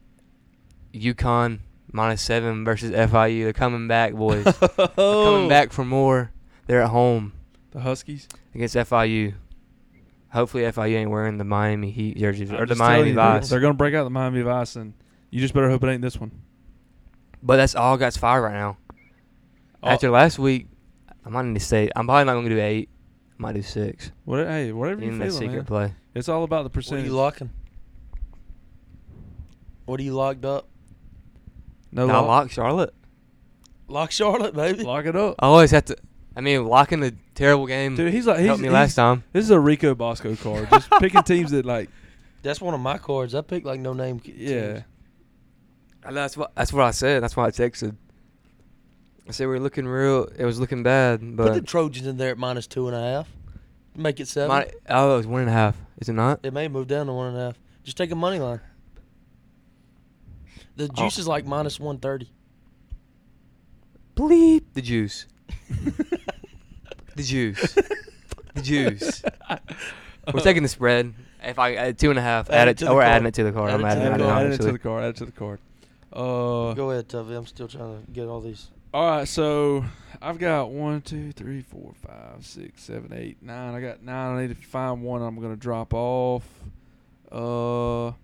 [SPEAKER 3] UConn minus seven versus FIU. They're coming back, boys. They're
[SPEAKER 2] Oh.
[SPEAKER 3] coming back for more. They're at home
[SPEAKER 2] The Huskies.
[SPEAKER 3] against FIU. Hopefully FIU ain't wearing the Miami Heat jerseys
[SPEAKER 2] I'm
[SPEAKER 3] or the
[SPEAKER 2] just telling
[SPEAKER 3] Miami
[SPEAKER 2] you, they're-
[SPEAKER 3] Vice.
[SPEAKER 2] They're gonna break out the Miami Vice, and you just better hope it ain't this one.
[SPEAKER 3] But that's all got fire right now.
[SPEAKER 2] Oh.
[SPEAKER 3] After last week, I might need to say I'm probably not gonna do eight. I might do six.
[SPEAKER 2] What, hey, whatever you
[SPEAKER 3] In the
[SPEAKER 2] feeling,
[SPEAKER 3] secret
[SPEAKER 2] man.
[SPEAKER 3] play.
[SPEAKER 2] It's all about the
[SPEAKER 6] What are
[SPEAKER 2] percentage.
[SPEAKER 6] you locking? What are you locked up?
[SPEAKER 2] no
[SPEAKER 3] Now
[SPEAKER 2] lock.
[SPEAKER 3] lock Um, Charlotte.
[SPEAKER 6] Lock Charlotte, baby.
[SPEAKER 2] Lock it up.
[SPEAKER 3] I always have to. I mean, locking a terrible game
[SPEAKER 2] Dude, he's like he's,
[SPEAKER 3] helped me
[SPEAKER 2] he's-
[SPEAKER 3] last time.
[SPEAKER 2] This is a Rico Bosco card. Just picking teams that like,
[SPEAKER 6] That's one of my cards. I picked like no name. c-
[SPEAKER 2] yeah.
[SPEAKER 6] teams.
[SPEAKER 3] I know, that's what that's what I said. That's why I texted. I said we are looking real. It was looking bad,
[SPEAKER 6] Put the
[SPEAKER 3] but
[SPEAKER 6] Trojans in there at minus two and a half. Make it seven.
[SPEAKER 3] my, oh, it was one and a half. Is it not?
[SPEAKER 6] It may move down to one and a half. Just take a money line. The
[SPEAKER 3] Oh.
[SPEAKER 6] juice is like minus one thirty.
[SPEAKER 3] Bleep the juice. the juice. the juice. We're taking the spread. If I add two and a half, add,
[SPEAKER 6] Add it
[SPEAKER 3] it.
[SPEAKER 6] to
[SPEAKER 3] oh,
[SPEAKER 6] the
[SPEAKER 3] we're
[SPEAKER 6] card.
[SPEAKER 3] adding it to the card.
[SPEAKER 6] Add
[SPEAKER 3] I'm
[SPEAKER 6] it
[SPEAKER 3] adding
[SPEAKER 6] to
[SPEAKER 3] it.
[SPEAKER 6] the
[SPEAKER 3] I know,
[SPEAKER 6] card.
[SPEAKER 2] Add it to
[SPEAKER 3] actually.
[SPEAKER 2] the card. Add it to the card. Uh,
[SPEAKER 6] Go ahead, Tubby. I'm still trying to get all these.
[SPEAKER 2] All right, so I've got one, two, three, four, five, six, seven, eight, nine. I got nine. I need to find one. I'm gonna drop off. Uh, all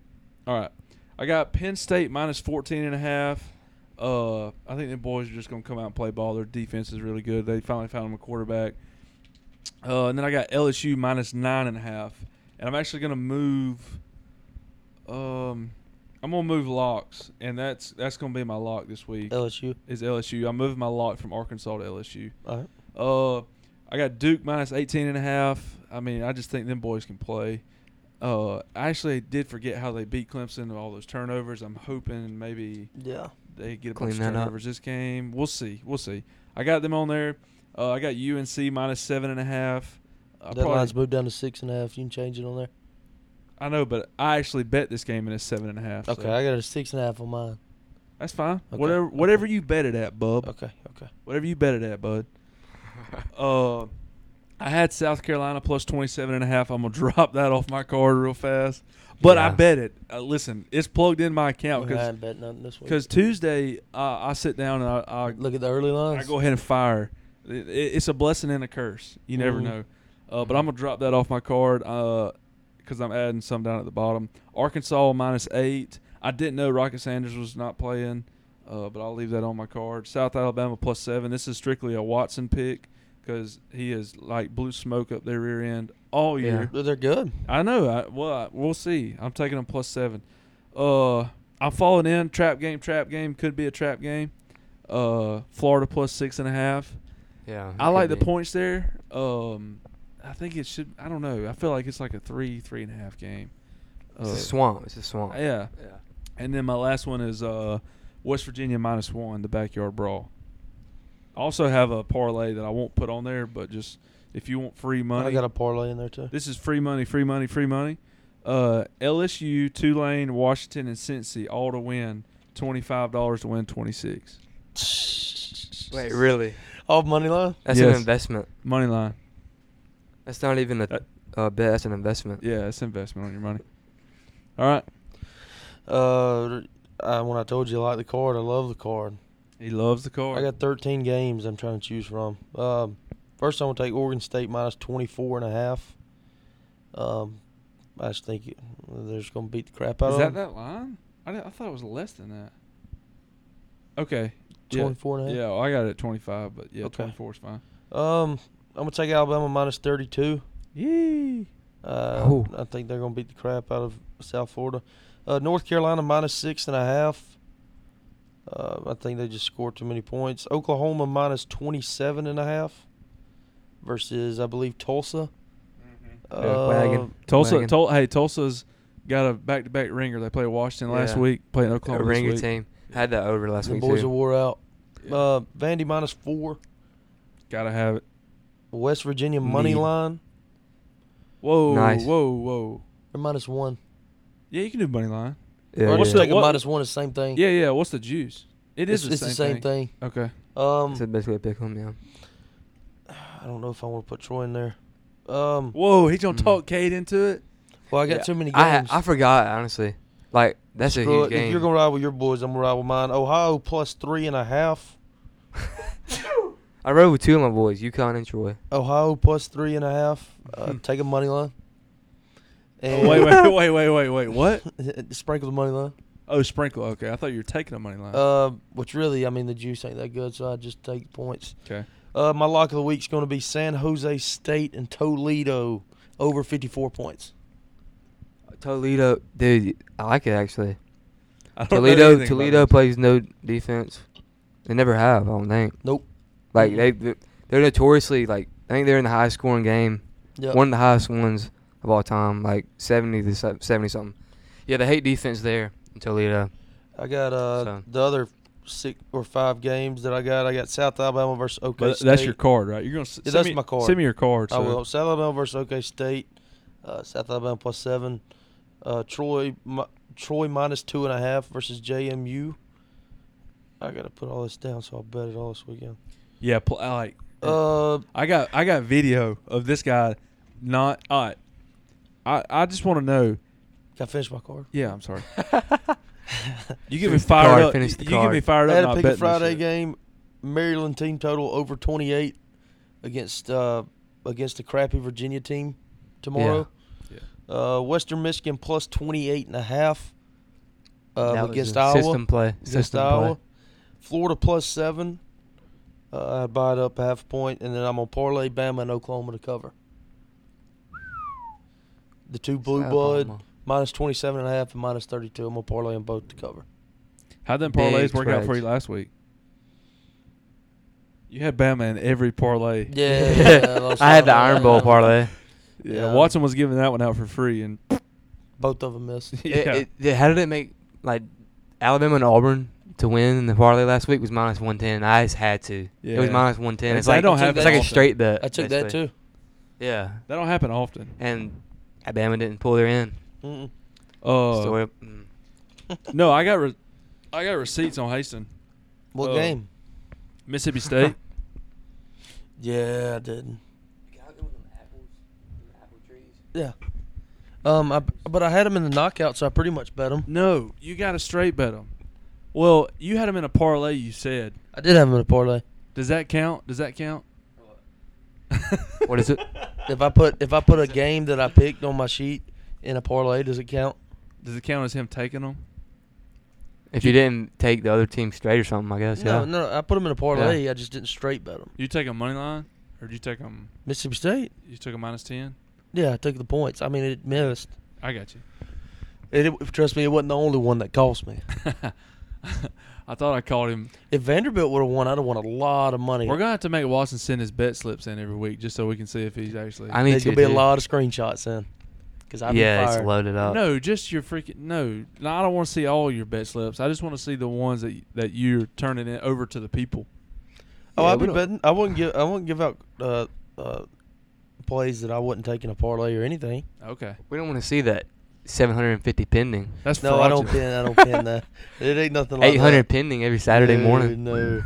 [SPEAKER 2] right. I got Penn State minus 14 and a half. Uh, I think the boys are just gonna come out and play ball. Their defense is really good. They finally found them a quarterback. Uh, and then I got LSU minus nine and a half. And I'm actually gonna move Um, I'm gonna move locks, and that's that's gonna be my lock this week.
[SPEAKER 6] LSU.
[SPEAKER 2] is LSU. I'm moving my lock from Arkansas to LSU.
[SPEAKER 6] All right.
[SPEAKER 2] Uh, I got Duke minus 18 and a half. I mean, I just think them boys can play. Uh, I actually did forget how they beat Clemson and all those turnovers. I'm hoping maybe
[SPEAKER 6] Yeah.
[SPEAKER 2] they get a bunch
[SPEAKER 3] Clean
[SPEAKER 2] of
[SPEAKER 3] that up.
[SPEAKER 2] turnovers this game. We'll see. We'll see. I got them on there. Uh, I got UNC minus seven and a half. I,
[SPEAKER 6] That line's
[SPEAKER 2] probably,
[SPEAKER 6] moved down to six and a half. You can change it on there.
[SPEAKER 2] I know, but I actually bet this game and it's seven and a half. so
[SPEAKER 6] Okay, I got a six and a half on mine.
[SPEAKER 2] that's fine.
[SPEAKER 6] Okay,
[SPEAKER 2] Whatever,
[SPEAKER 6] okay.
[SPEAKER 2] whatever you bet it at, bub.
[SPEAKER 6] Okay, okay.
[SPEAKER 2] Whatever you bet it at, bud. Uh, I had South Carolina plus 27 and a half. I'm going to drop that off my card real fast. But I
[SPEAKER 3] Yeah.
[SPEAKER 2] bet it. Uh, listen, it's plugged in my account
[SPEAKER 6] I
[SPEAKER 2] because
[SPEAKER 6] ain't betting nothing this week.
[SPEAKER 2] Tuesday uh, I sit down and I,
[SPEAKER 6] look at the early
[SPEAKER 2] I, I
[SPEAKER 6] lines.
[SPEAKER 2] go ahead and fire. It, it- it's a blessing and a curse. You never
[SPEAKER 6] Mhm.
[SPEAKER 2] know. Uh, but I'm going to drop that off my card because I'm adding some down at the bottom. Arkansas minus eight. I didn't know Rocket Sanders was not playing, uh, but I'll leave that on my card. South Alabama plus seven. This is strictly a Watson pick because he is like blue smoke up their rear end all
[SPEAKER 3] Yeah.
[SPEAKER 2] year.
[SPEAKER 6] They're good.
[SPEAKER 2] I know. I, well, I, we'll see. I'm taking them plus seven. Uh, I'm falling in. Trap game. Trap game could be a trap game. Uh, Florida plus six and a half.
[SPEAKER 3] Yeah.
[SPEAKER 2] I like the
[SPEAKER 3] point.
[SPEAKER 2] points there. Um, I think it should. I don't know. I feel like it's like a three, three and a half game. Uh,
[SPEAKER 3] It's a swamp. It's a swamp.
[SPEAKER 2] Yeah.
[SPEAKER 3] Yeah.
[SPEAKER 2] And then my last one is uh, West Virginia minus one, the backyard brawl. I also have a parlay that I won't put on there, but just if you want free money,
[SPEAKER 6] I got a parlay in there too.
[SPEAKER 2] this is free money, free money, free money. Uh, LSU, Tulane, Washington, and Cincy all to win. Twenty-five dollars to win twenty-six.
[SPEAKER 3] Wait, really?
[SPEAKER 6] Off money line.
[SPEAKER 3] That's
[SPEAKER 2] Yes.
[SPEAKER 3] an investment.
[SPEAKER 2] Money line.
[SPEAKER 3] That's not even a
[SPEAKER 2] That-
[SPEAKER 3] a bet. That's an investment.
[SPEAKER 2] Yeah, it's investment on your money. All right.
[SPEAKER 6] Uh, I, when I told you I like the card, I love the card.
[SPEAKER 2] He loves the car.
[SPEAKER 6] I got 13 games I'm trying to choose from. Um, first, I'm gonna take Oregon State minus 24 and a half. Um, I just think it- they're just gonna beat the crap out
[SPEAKER 2] Is
[SPEAKER 6] of
[SPEAKER 2] that
[SPEAKER 6] them.
[SPEAKER 2] that line? I, didn't- I thought it was less than that. Okay. Yeah.
[SPEAKER 6] 24 and a half.
[SPEAKER 2] Yeah, well, I got it at 25, but yeah,
[SPEAKER 6] Okay.
[SPEAKER 2] 24 is fine.
[SPEAKER 6] Um, I'm gonna take Alabama minus 32.
[SPEAKER 2] Yee.
[SPEAKER 6] Uh,
[SPEAKER 3] Oh.
[SPEAKER 6] I think they're gonna beat the crap out of South Florida. Uh, North Carolina minus six and a half. Uh, I think they just scored too many points. Oklahoma minus 27 and a half versus, I believe, Tulsa.
[SPEAKER 3] Yeah, wagon.
[SPEAKER 6] Uh,
[SPEAKER 2] Tulsa,
[SPEAKER 3] Wagon.
[SPEAKER 2] Tul- hey, Tulsa's got a back-to-back ringer. They played Washington last
[SPEAKER 3] Yeah.
[SPEAKER 2] week, playing
[SPEAKER 3] A
[SPEAKER 2] Oklahoma this
[SPEAKER 3] ringer
[SPEAKER 2] week.
[SPEAKER 3] team had that over last
[SPEAKER 6] the
[SPEAKER 3] week
[SPEAKER 6] boys are
[SPEAKER 3] too.
[SPEAKER 6] wore out.
[SPEAKER 2] Yeah.
[SPEAKER 6] Uh, Vandy minus four.
[SPEAKER 2] Gotta have it.
[SPEAKER 6] West Virginia money
[SPEAKER 3] Need.
[SPEAKER 6] line.
[SPEAKER 2] Whoa,
[SPEAKER 3] Nice.
[SPEAKER 2] whoa, whoa.
[SPEAKER 6] They're minus one.
[SPEAKER 2] Yeah, you can do money line.
[SPEAKER 3] Yeah,
[SPEAKER 6] Or
[SPEAKER 2] What's
[SPEAKER 6] just
[SPEAKER 2] the-
[SPEAKER 3] yeah.
[SPEAKER 6] take a
[SPEAKER 2] what-
[SPEAKER 6] minus one. It's the same thing.
[SPEAKER 2] Yeah, yeah. What's the juice? It is
[SPEAKER 6] it's, it's
[SPEAKER 2] the, same thing.
[SPEAKER 6] thing.
[SPEAKER 2] Okay.
[SPEAKER 6] Um,
[SPEAKER 3] That's the best way to pick them. Yeah.
[SPEAKER 6] I don't know if I want to put Troy in there. Um,
[SPEAKER 2] Whoa, he gonna
[SPEAKER 3] Mm.
[SPEAKER 2] talk Cade into it.
[SPEAKER 6] well, I got
[SPEAKER 3] Yeah.
[SPEAKER 6] too many
[SPEAKER 3] I
[SPEAKER 6] games.
[SPEAKER 3] I forgot honestly. Like that's a
[SPEAKER 6] Bro,
[SPEAKER 3] huge game.
[SPEAKER 6] If you're gonna ride with your boys, I'm gonna ride with mine. Ohio plus three and a half.
[SPEAKER 3] I rode with two of my boys, UConn and Troy.
[SPEAKER 6] Ohio plus three and a half.
[SPEAKER 3] Hmm.
[SPEAKER 6] Uh, take a money line. Eh.
[SPEAKER 2] Oh, wait, wait, wait, wait, wait, wait. What?
[SPEAKER 6] wait. Sprinkle the money line.
[SPEAKER 2] Oh, sprinkle. Okay, I thought you were taking a money line.
[SPEAKER 6] Uh, which really, I mean, the juice ain't that good, so I just take points.
[SPEAKER 2] okay.
[SPEAKER 6] Uh, my lock of the week's gonna be San Jose State and Toledo over 54 points.
[SPEAKER 3] Toledo, dude, I like it actually.
[SPEAKER 2] I don't know anything
[SPEAKER 3] Toledo,
[SPEAKER 2] about
[SPEAKER 3] Toledo
[SPEAKER 2] this.
[SPEAKER 3] plays no defense. They never have. I don't think.
[SPEAKER 6] Nope.
[SPEAKER 3] Like
[SPEAKER 6] Mhm.
[SPEAKER 3] they, they're they're notoriously like I think they're in the highest scoring game,
[SPEAKER 6] Yep.
[SPEAKER 3] one of the highest ones of all time, like seventy to se- seventy something. Yeah, they hate defense there in Toledo.
[SPEAKER 6] I got uh
[SPEAKER 3] So.
[SPEAKER 6] the other six or five games that I got. I got South Alabama versus OK
[SPEAKER 2] But
[SPEAKER 6] State.
[SPEAKER 2] that's your card, right? You're gonna s-
[SPEAKER 6] Yeah,
[SPEAKER 2] send
[SPEAKER 6] that's
[SPEAKER 2] me,
[SPEAKER 6] my card.
[SPEAKER 2] Send me your card.
[SPEAKER 6] I
[SPEAKER 2] so-
[SPEAKER 6] will. South Alabama versus OK State. Uh, South Alabama plus seven. Uh, Troy mi- Troy minus two and a half versus JMU. I gotta put all this down, so I'll bet it all this weekend.
[SPEAKER 2] Yeah, pl- I like
[SPEAKER 6] Uh,
[SPEAKER 2] I got I got video of this guy. Not all right. I I just want to know.
[SPEAKER 6] can I finish my card?
[SPEAKER 2] Yeah, I'm sorry. You get me
[SPEAKER 3] Finish the
[SPEAKER 2] fired
[SPEAKER 3] card,
[SPEAKER 2] up.
[SPEAKER 3] finish the
[SPEAKER 2] you get me
[SPEAKER 3] card.
[SPEAKER 2] fired
[SPEAKER 6] I
[SPEAKER 2] up.
[SPEAKER 6] had
[SPEAKER 2] not
[SPEAKER 6] to pick
[SPEAKER 2] betting
[SPEAKER 6] a
[SPEAKER 2] this
[SPEAKER 6] Friday
[SPEAKER 2] shit.
[SPEAKER 6] game. Maryland team total over twenty eight against uh against the crappy Virginia team
[SPEAKER 2] Yeah.
[SPEAKER 6] tomorrow. Uh, Western Michigan plus 28 and a half
[SPEAKER 3] That
[SPEAKER 6] uh,
[SPEAKER 3] was
[SPEAKER 6] against
[SPEAKER 3] a
[SPEAKER 6] Iowa.
[SPEAKER 3] System play.
[SPEAKER 6] against
[SPEAKER 3] System
[SPEAKER 6] Iowa.
[SPEAKER 3] play.
[SPEAKER 6] Florida plus seven. Uh, I buy it up a half point, and then I'm gonna parlay Bama and Oklahoma to cover. The two blue
[SPEAKER 3] South
[SPEAKER 6] blood
[SPEAKER 3] Alabama.
[SPEAKER 6] minus 27 and a half and minus 32. I'm going to parlay them both to cover.
[SPEAKER 2] How did them
[SPEAKER 3] Big
[SPEAKER 2] parlays work out for
[SPEAKER 3] spreads.
[SPEAKER 2] you last week? You had Bama in every parlay.
[SPEAKER 6] Yeah. yeah, lost
[SPEAKER 3] I had the
[SPEAKER 6] out on
[SPEAKER 3] Iron
[SPEAKER 6] that
[SPEAKER 3] Bowl
[SPEAKER 6] one.
[SPEAKER 3] parlay.
[SPEAKER 2] Yeah,
[SPEAKER 6] Yeah.
[SPEAKER 2] Watson was giving that one out for free, and
[SPEAKER 6] Both of them missed.
[SPEAKER 2] yeah,
[SPEAKER 3] It- It, it, how did it make like Alabama and Auburn to win in the parlay last week was minus one ten. I just had to. It was
[SPEAKER 2] Yeah.
[SPEAKER 3] minus one ten.
[SPEAKER 2] They-
[SPEAKER 3] It's
[SPEAKER 2] they
[SPEAKER 3] like
[SPEAKER 2] don't have
[SPEAKER 3] it's
[SPEAKER 2] that
[SPEAKER 3] like a
[SPEAKER 2] often.
[SPEAKER 3] straight bet.
[SPEAKER 6] I took that
[SPEAKER 3] basically.
[SPEAKER 6] too.
[SPEAKER 3] Yeah,
[SPEAKER 2] that don't happen often.
[SPEAKER 3] and Alabama didn't pull their end.
[SPEAKER 6] Mm-mm.
[SPEAKER 2] Uh,
[SPEAKER 3] Story. mm.
[SPEAKER 2] no, I got re- I got receipts on Haston,
[SPEAKER 6] What
[SPEAKER 2] Oh.
[SPEAKER 6] game?
[SPEAKER 2] Mississippi State.
[SPEAKER 6] Yeah, I didn't.
[SPEAKER 5] Can I go with them apples? Them apple trees?
[SPEAKER 6] Yeah. Um, I, but I had him in the knockout, so I pretty much bet him.
[SPEAKER 2] no, you got to straight bet them. Well, you had them in a parlay. You said,
[SPEAKER 6] I did have him in a parlay.
[SPEAKER 2] does that count? Does that count?
[SPEAKER 3] What is it?
[SPEAKER 6] If I put if I put a game that I picked on my sheet in a parlay, does it count?
[SPEAKER 2] Does it count as him taking them?
[SPEAKER 3] If you didn't take the other team straight or something, I guess.
[SPEAKER 6] No,
[SPEAKER 3] yeah.
[SPEAKER 6] no. I put him in a parlay. I just didn't straight bet him.
[SPEAKER 2] You take a money line, or did you take them?
[SPEAKER 6] Mississippi State.
[SPEAKER 2] You took a minus ten.
[SPEAKER 6] Yeah, I took the points. I mean, it missed.
[SPEAKER 2] I got you.
[SPEAKER 6] It, it- trust me, it wasn't the only one that cost me.
[SPEAKER 2] I thought I called him.
[SPEAKER 6] If Vanderbilt would have won, I'd have won a lot of money.
[SPEAKER 2] We're gonna have to make Watson send his bet slips in every week just so we can see if he's actually.
[SPEAKER 3] I need
[SPEAKER 6] There's
[SPEAKER 3] to
[SPEAKER 6] gonna be a
[SPEAKER 3] too.
[SPEAKER 6] lot of screenshots in, because I'd
[SPEAKER 3] yeah,
[SPEAKER 6] be fired.
[SPEAKER 3] it's loaded up.
[SPEAKER 2] No, just your freaking no. No, I don't want to see all your bet slips. I just want to see the ones that that you're turning it over to the people.
[SPEAKER 6] Oh,
[SPEAKER 3] Yeah,
[SPEAKER 6] I'd
[SPEAKER 3] we
[SPEAKER 6] be
[SPEAKER 3] don't-
[SPEAKER 6] betting. I wouldn't give. I wouldn't give out uh, uh, plays that I wouldn't take in a parlay or anything.
[SPEAKER 2] Okay,
[SPEAKER 3] We don't want to see that 750 pending,
[SPEAKER 2] that's
[SPEAKER 6] No, I don't
[SPEAKER 2] fraudulent.
[SPEAKER 6] pin. I don't pin that. It ain't nothing like
[SPEAKER 3] 800
[SPEAKER 6] that.
[SPEAKER 3] pending every Saturday
[SPEAKER 6] No,
[SPEAKER 3] morning.
[SPEAKER 6] No,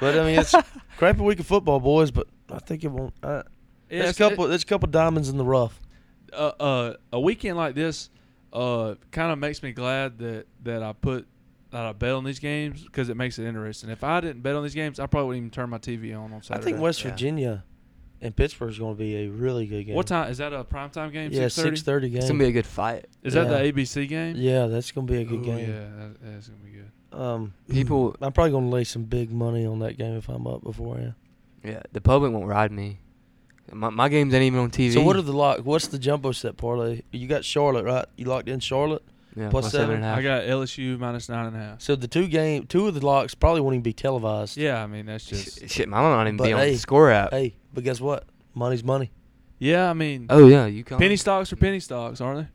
[SPEAKER 6] but I mean it's crappy week of football, boys. But I think it won't.
[SPEAKER 2] Yeah,
[SPEAKER 6] Uh, there's a
[SPEAKER 2] it's- it-
[SPEAKER 6] couple. there's a couple diamonds in the rough.
[SPEAKER 2] uh, uh, a weekend like this uh, kind of makes me glad that that I put that I bet on these games because it makes it interesting. If I didn't bet on these games, I probably wouldn't even turn my TV on on
[SPEAKER 6] I
[SPEAKER 2] Saturday.
[SPEAKER 6] think West
[SPEAKER 3] yeah.
[SPEAKER 6] Virginia and Pittsburgh is going to be a really good game.
[SPEAKER 2] What time is that? A primetime game?
[SPEAKER 6] Yeah,
[SPEAKER 2] 6:30?
[SPEAKER 6] six thirty game.
[SPEAKER 3] It's gonna be a good fight.
[SPEAKER 2] Is that
[SPEAKER 6] yeah.
[SPEAKER 2] the ABC game?
[SPEAKER 6] yeah, that's going to be a good
[SPEAKER 2] Ooh,
[SPEAKER 6] game.
[SPEAKER 2] Yeah, that, that's gonna be good.
[SPEAKER 6] Um,
[SPEAKER 3] People-
[SPEAKER 6] I'm probably going to lay some big money on that game if I'm up before yeah.
[SPEAKER 3] Yeah, the public won't ride me. My, my games ain't even on TV.
[SPEAKER 6] So what are the lock? What's the jumbo set parlay? You got Charlotte, right? You locked in Charlotte.
[SPEAKER 3] yeah,
[SPEAKER 6] plus
[SPEAKER 3] plus
[SPEAKER 6] seven?
[SPEAKER 3] seven and a half?
[SPEAKER 2] I got LSU minus nine and a half.
[SPEAKER 6] So the two game, two of the locks probably won't even be televised.
[SPEAKER 2] Yeah, I mean that's just.
[SPEAKER 3] Sh- Shit, my mom not even
[SPEAKER 6] But
[SPEAKER 3] be on
[SPEAKER 6] hey,
[SPEAKER 3] the score app.
[SPEAKER 6] Hey, but guess what? Money's money.
[SPEAKER 2] Yeah, I mean.
[SPEAKER 3] Oh yeah, you come.
[SPEAKER 2] Penny stocks are penny stocks, aren't they?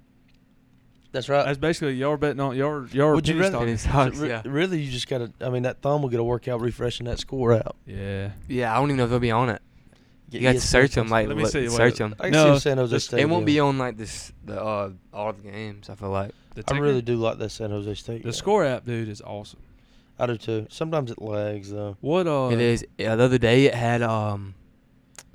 [SPEAKER 6] That's right.
[SPEAKER 2] That's basically y'all are betting on y'all. Are, y'all are
[SPEAKER 6] Would you
[SPEAKER 2] penny stocking.
[SPEAKER 3] Penny
[SPEAKER 6] rather- So
[SPEAKER 3] stocks.
[SPEAKER 6] re-
[SPEAKER 3] Yeah.
[SPEAKER 6] Really, you just gotta. I mean, that thumb will get a workout refreshing that score out.
[SPEAKER 2] Yeah.
[SPEAKER 3] Yeah, I don't even know if they'll be on it. You
[SPEAKER 6] Yeah,
[SPEAKER 3] got to
[SPEAKER 6] yes,
[SPEAKER 3] search
[SPEAKER 6] yes,
[SPEAKER 3] them,
[SPEAKER 6] yes.
[SPEAKER 3] like
[SPEAKER 2] Let me
[SPEAKER 3] look-
[SPEAKER 2] see, wait,
[SPEAKER 3] search them.
[SPEAKER 6] I can see
[SPEAKER 2] No,
[SPEAKER 6] the San Jose
[SPEAKER 2] this-
[SPEAKER 6] State.
[SPEAKER 3] It won't be
[SPEAKER 6] game.
[SPEAKER 3] on like this the uh, all the games. I feel like
[SPEAKER 2] The
[SPEAKER 6] I
[SPEAKER 2] ticker-
[SPEAKER 6] really do like that San Jose
[SPEAKER 2] The
[SPEAKER 6] State. game.
[SPEAKER 2] score app, dude, is awesome.
[SPEAKER 6] I do too. Sometimes it lags though.
[SPEAKER 2] What uh?
[SPEAKER 3] it is. Yeah, the other day it had um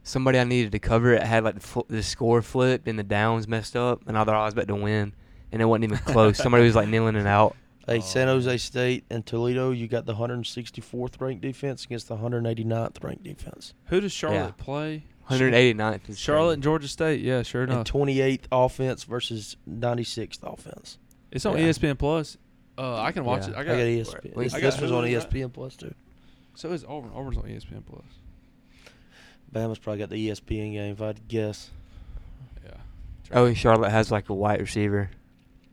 [SPEAKER 3] somebody I needed to cover. It had like the, fl- the score flipped and the downs messed up, and I thought "Oh, I was about to win, and it wasn't even close. somebody was like kneeling it out.
[SPEAKER 6] Hey,
[SPEAKER 2] Oh.
[SPEAKER 6] San Jose State and Toledo, you got the 164th ranked defense against the 189th ranked defense.
[SPEAKER 2] Who does Charlotte
[SPEAKER 3] Yeah.
[SPEAKER 2] play?
[SPEAKER 3] 189th. is
[SPEAKER 2] Charlotte
[SPEAKER 3] crazy.
[SPEAKER 2] and Georgia State. Yeah, sure
[SPEAKER 6] And
[SPEAKER 2] enough.
[SPEAKER 6] 28th offense versus 96th offense.
[SPEAKER 2] it's on E
[SPEAKER 3] Yeah.
[SPEAKER 2] ESPN Plus. Uh, I can watch
[SPEAKER 3] Yeah.
[SPEAKER 2] it. I
[SPEAKER 6] I
[SPEAKER 2] got,
[SPEAKER 6] got, E ESPN.
[SPEAKER 3] we-
[SPEAKER 6] This,
[SPEAKER 3] I
[SPEAKER 2] got
[SPEAKER 6] this was
[SPEAKER 2] Hulu
[SPEAKER 6] on E
[SPEAKER 2] and that.
[SPEAKER 6] ESPN Plus too.
[SPEAKER 2] So is Auburn. Auburn's on E ESPN Plus.
[SPEAKER 6] Bama's probably got the E ESPN game if I'd guess.
[SPEAKER 2] Yeah.
[SPEAKER 3] Oh, and Charlotte has like a white receiver,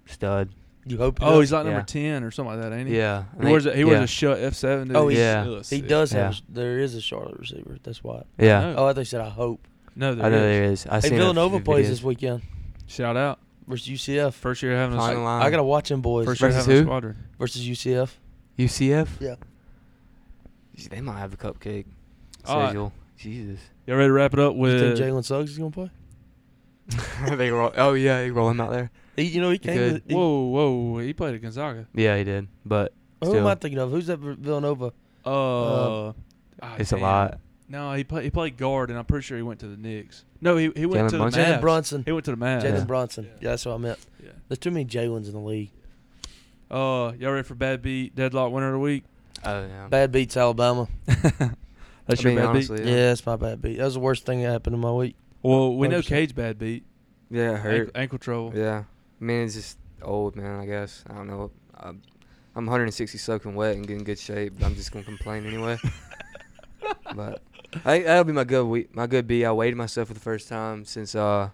[SPEAKER 3] stud.
[SPEAKER 6] You hope.
[SPEAKER 2] Oh, he's like number
[SPEAKER 3] Yeah.
[SPEAKER 2] ten or something like that, ain't he?
[SPEAKER 3] Yeah, I
[SPEAKER 2] He wears
[SPEAKER 3] think-
[SPEAKER 2] a, he wears
[SPEAKER 3] yeah.
[SPEAKER 2] a shut F seven.
[SPEAKER 6] Oh,
[SPEAKER 3] he's-
[SPEAKER 2] yeah.
[SPEAKER 3] Yeah.
[SPEAKER 6] he does have.
[SPEAKER 3] Yeah.
[SPEAKER 6] a- There is a Charlotte receiver. That's why.
[SPEAKER 3] Yeah,
[SPEAKER 2] No.
[SPEAKER 6] Oh, I think said I hope.
[SPEAKER 2] No,
[SPEAKER 3] I know
[SPEAKER 2] there
[SPEAKER 3] there
[SPEAKER 2] is.
[SPEAKER 3] is. I
[SPEAKER 6] hey,
[SPEAKER 3] seen a
[SPEAKER 6] Villanova
[SPEAKER 3] few
[SPEAKER 6] plays
[SPEAKER 3] videos.
[SPEAKER 6] this weekend
[SPEAKER 2] Shout out.
[SPEAKER 6] versus UCF.
[SPEAKER 2] First year having
[SPEAKER 3] Fine
[SPEAKER 2] a
[SPEAKER 3] line.
[SPEAKER 6] I gotta watch him boys
[SPEAKER 2] first year
[SPEAKER 6] versus,
[SPEAKER 3] Versus
[SPEAKER 2] having a
[SPEAKER 3] who?
[SPEAKER 2] squadron.
[SPEAKER 6] UCF.
[SPEAKER 3] UCF.
[SPEAKER 6] Yeah.
[SPEAKER 3] They might have a cupcake.
[SPEAKER 2] All right.
[SPEAKER 3] Sigil. Jesus.
[SPEAKER 2] Y'all ready to wrap it up
[SPEAKER 6] You
[SPEAKER 2] with?
[SPEAKER 6] think Jalen Suggs is gonna play?
[SPEAKER 3] they roll. Oh yeah, they roll him out there.
[SPEAKER 6] He, you know he came.
[SPEAKER 3] could.
[SPEAKER 6] to- he-
[SPEAKER 2] Whoa, whoa! He played at Gonzaga.
[SPEAKER 3] Yeah, he did. But
[SPEAKER 6] Who am I
[SPEAKER 3] still.
[SPEAKER 6] thinking of? Who's that Villanova?
[SPEAKER 2] Uh, ah,
[SPEAKER 3] it's a
[SPEAKER 2] damn.
[SPEAKER 3] lot.
[SPEAKER 2] No, he played. He played guard, and I'm pretty sure he went to the Knicks. No, he he went
[SPEAKER 3] Jalen
[SPEAKER 2] to
[SPEAKER 3] Brunson?
[SPEAKER 2] the
[SPEAKER 6] Jalen
[SPEAKER 2] Mavs.
[SPEAKER 6] Brunson.
[SPEAKER 2] He went to the Mavs.
[SPEAKER 6] Jalen
[SPEAKER 3] Yeah.
[SPEAKER 6] Bronson.
[SPEAKER 2] Yeah.
[SPEAKER 6] Yeah, that's what I meant.
[SPEAKER 2] Yeah.
[SPEAKER 6] There's too many Jalen's in the league.
[SPEAKER 2] Uh, y'all ready for bad beat deadlock winner of the week?
[SPEAKER 3] Oh yeah.
[SPEAKER 6] Bad beats Alabama.
[SPEAKER 2] That's
[SPEAKER 3] I
[SPEAKER 2] your
[SPEAKER 3] mean,
[SPEAKER 2] bad
[SPEAKER 3] honestly,
[SPEAKER 2] beat.
[SPEAKER 6] Yeah. that's my bad beat. That was the worst thing that happened in my week.
[SPEAKER 2] Well, we know
[SPEAKER 6] 100%.
[SPEAKER 2] Cage bad beat.
[SPEAKER 3] Yeah, it
[SPEAKER 2] Ankle,
[SPEAKER 3] Oh, hurt.
[SPEAKER 2] ankle trouble.
[SPEAKER 3] Yeah. I mean, it's just old, man. I guess. I don't know. I'm, I'm 160 soaking wet and getting good shape, but I'm just gonna complain anyway. but I think that'll be my good week. My good B. I weighed myself for the first time since uh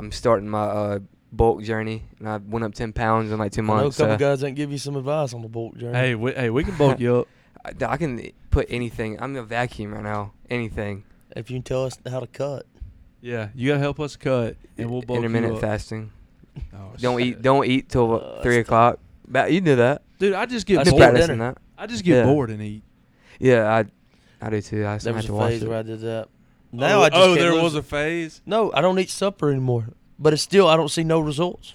[SPEAKER 3] I'm starting my uh bulk journey, and I went up ten pounds in like two
[SPEAKER 6] I know a
[SPEAKER 3] months.
[SPEAKER 6] couple
[SPEAKER 3] so
[SPEAKER 6] guys that can give you some advice on the bulk journey.
[SPEAKER 2] Hey, we, hey, we can bulk you up.
[SPEAKER 3] I, I can put anything. I'm in a vacuum right now. Anything.
[SPEAKER 6] If you can tell us how to cut.
[SPEAKER 2] Yeah, you gotta help us cut, and we'll bulk you
[SPEAKER 3] Intermittent
[SPEAKER 2] up.
[SPEAKER 3] fasting.
[SPEAKER 2] Oh,
[SPEAKER 3] Don't
[SPEAKER 2] shit.
[SPEAKER 3] eat. Don't eat till what,
[SPEAKER 6] Uh,
[SPEAKER 3] three
[SPEAKER 6] that's
[SPEAKER 3] o'clock. Ba- You do that.
[SPEAKER 2] dude. I just get
[SPEAKER 3] You've
[SPEAKER 6] That's
[SPEAKER 3] been
[SPEAKER 6] for
[SPEAKER 2] bored.
[SPEAKER 6] dinner.
[SPEAKER 3] practicing that.
[SPEAKER 2] I just get
[SPEAKER 3] Yeah.
[SPEAKER 2] bored and eat.
[SPEAKER 3] Yeah, I, I do too. I just
[SPEAKER 6] There
[SPEAKER 3] have
[SPEAKER 6] was
[SPEAKER 3] to
[SPEAKER 6] a
[SPEAKER 3] watch
[SPEAKER 6] phase
[SPEAKER 3] it.
[SPEAKER 6] where I did that. Now
[SPEAKER 2] oh,
[SPEAKER 6] I just
[SPEAKER 2] oh,
[SPEAKER 6] can't
[SPEAKER 2] there
[SPEAKER 6] lose
[SPEAKER 2] was
[SPEAKER 6] it.
[SPEAKER 2] a phase.
[SPEAKER 6] No, I don't eat supper anymore. But it's still, I don't see no results.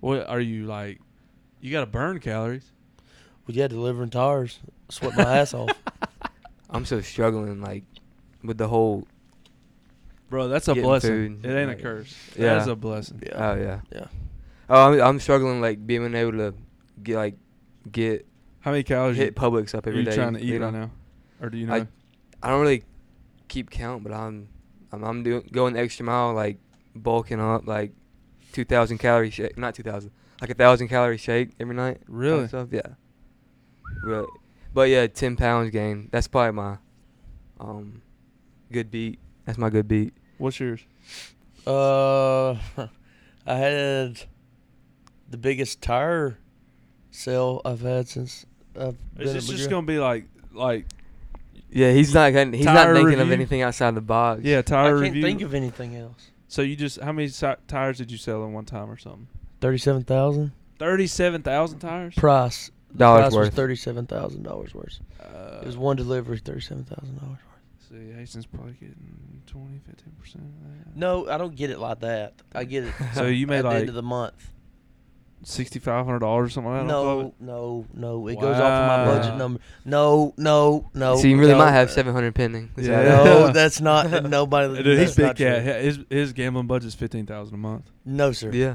[SPEAKER 2] What are you like? You gotta burn calories.
[SPEAKER 6] Well, yeah, delivering tires. Sweat my ass off.
[SPEAKER 3] I'm still struggling like with the whole.
[SPEAKER 2] Bro, that's a
[SPEAKER 3] Getting
[SPEAKER 2] blessing.
[SPEAKER 3] food.
[SPEAKER 2] It ain't a
[SPEAKER 3] Like-
[SPEAKER 2] curse. That
[SPEAKER 3] Yeah.
[SPEAKER 2] is a blessing.
[SPEAKER 3] Oh yeah.
[SPEAKER 6] Yeah.
[SPEAKER 3] Oh, I'm, I'm struggling like being able to get like get
[SPEAKER 2] How many calories
[SPEAKER 3] hit
[SPEAKER 2] you,
[SPEAKER 3] Publix up
[SPEAKER 2] are
[SPEAKER 3] every
[SPEAKER 2] you
[SPEAKER 3] day.
[SPEAKER 2] trying to eat
[SPEAKER 3] you know?
[SPEAKER 2] right now? Or do you know?
[SPEAKER 3] I- I don't really keep count, but I'm I'm, I'm doing going the extra mile, like bulking up, like two thousand calorie shake, not two thousand, like a thousand calorie shake every night. kinda
[SPEAKER 2] Really?
[SPEAKER 3] Stuff. Yeah. Really. But yeah, ten pounds gain. That's probably my um good beat. That's my good beat.
[SPEAKER 2] What's yours?
[SPEAKER 6] Uh, I had the biggest tire sale I've had since I've been
[SPEAKER 2] It's
[SPEAKER 6] at
[SPEAKER 2] just,
[SPEAKER 6] McGraw.
[SPEAKER 2] just gonna be like, like,
[SPEAKER 3] Yeah, he's not gonna- he's
[SPEAKER 2] Tire
[SPEAKER 3] not thinking of
[SPEAKER 2] review?
[SPEAKER 3] anything outside the box.
[SPEAKER 2] yeah,
[SPEAKER 6] I
[SPEAKER 2] tire
[SPEAKER 6] can't
[SPEAKER 2] review.
[SPEAKER 6] think of anything else.
[SPEAKER 2] so you just how many si- tires did you sell in one time or something?
[SPEAKER 6] Thirty-seven thousand
[SPEAKER 2] Thirty-seven thousand tires.
[SPEAKER 6] price. The
[SPEAKER 3] Dollars
[SPEAKER 6] price was
[SPEAKER 3] worth.
[SPEAKER 6] thirty-seven thousand dollars worth.
[SPEAKER 2] Uh,
[SPEAKER 6] It was one delivery, thirty-seven thousand dollars worth.
[SPEAKER 2] See, Hastings probably getting 20, 15 percent of that.
[SPEAKER 6] No, I don't get it like that. I get it.
[SPEAKER 2] So you made
[SPEAKER 6] at the
[SPEAKER 2] like
[SPEAKER 6] end of the month.
[SPEAKER 2] sixty-five hundred dollars or something like that. off of
[SPEAKER 6] No,
[SPEAKER 2] it?
[SPEAKER 6] no, no. It goes off of my budget
[SPEAKER 2] Wow.
[SPEAKER 6] number. No, no, no.
[SPEAKER 3] So you really
[SPEAKER 6] no.
[SPEAKER 3] might have seven hundred pending. Is
[SPEAKER 2] Yeah.
[SPEAKER 3] that it?
[SPEAKER 6] No, that's not nobody.
[SPEAKER 2] Dude, he's
[SPEAKER 6] that's
[SPEAKER 2] big
[SPEAKER 6] not true.
[SPEAKER 2] cat. His his gambling budget's fifteen thousand a month.
[SPEAKER 6] No, sir.
[SPEAKER 3] Yeah.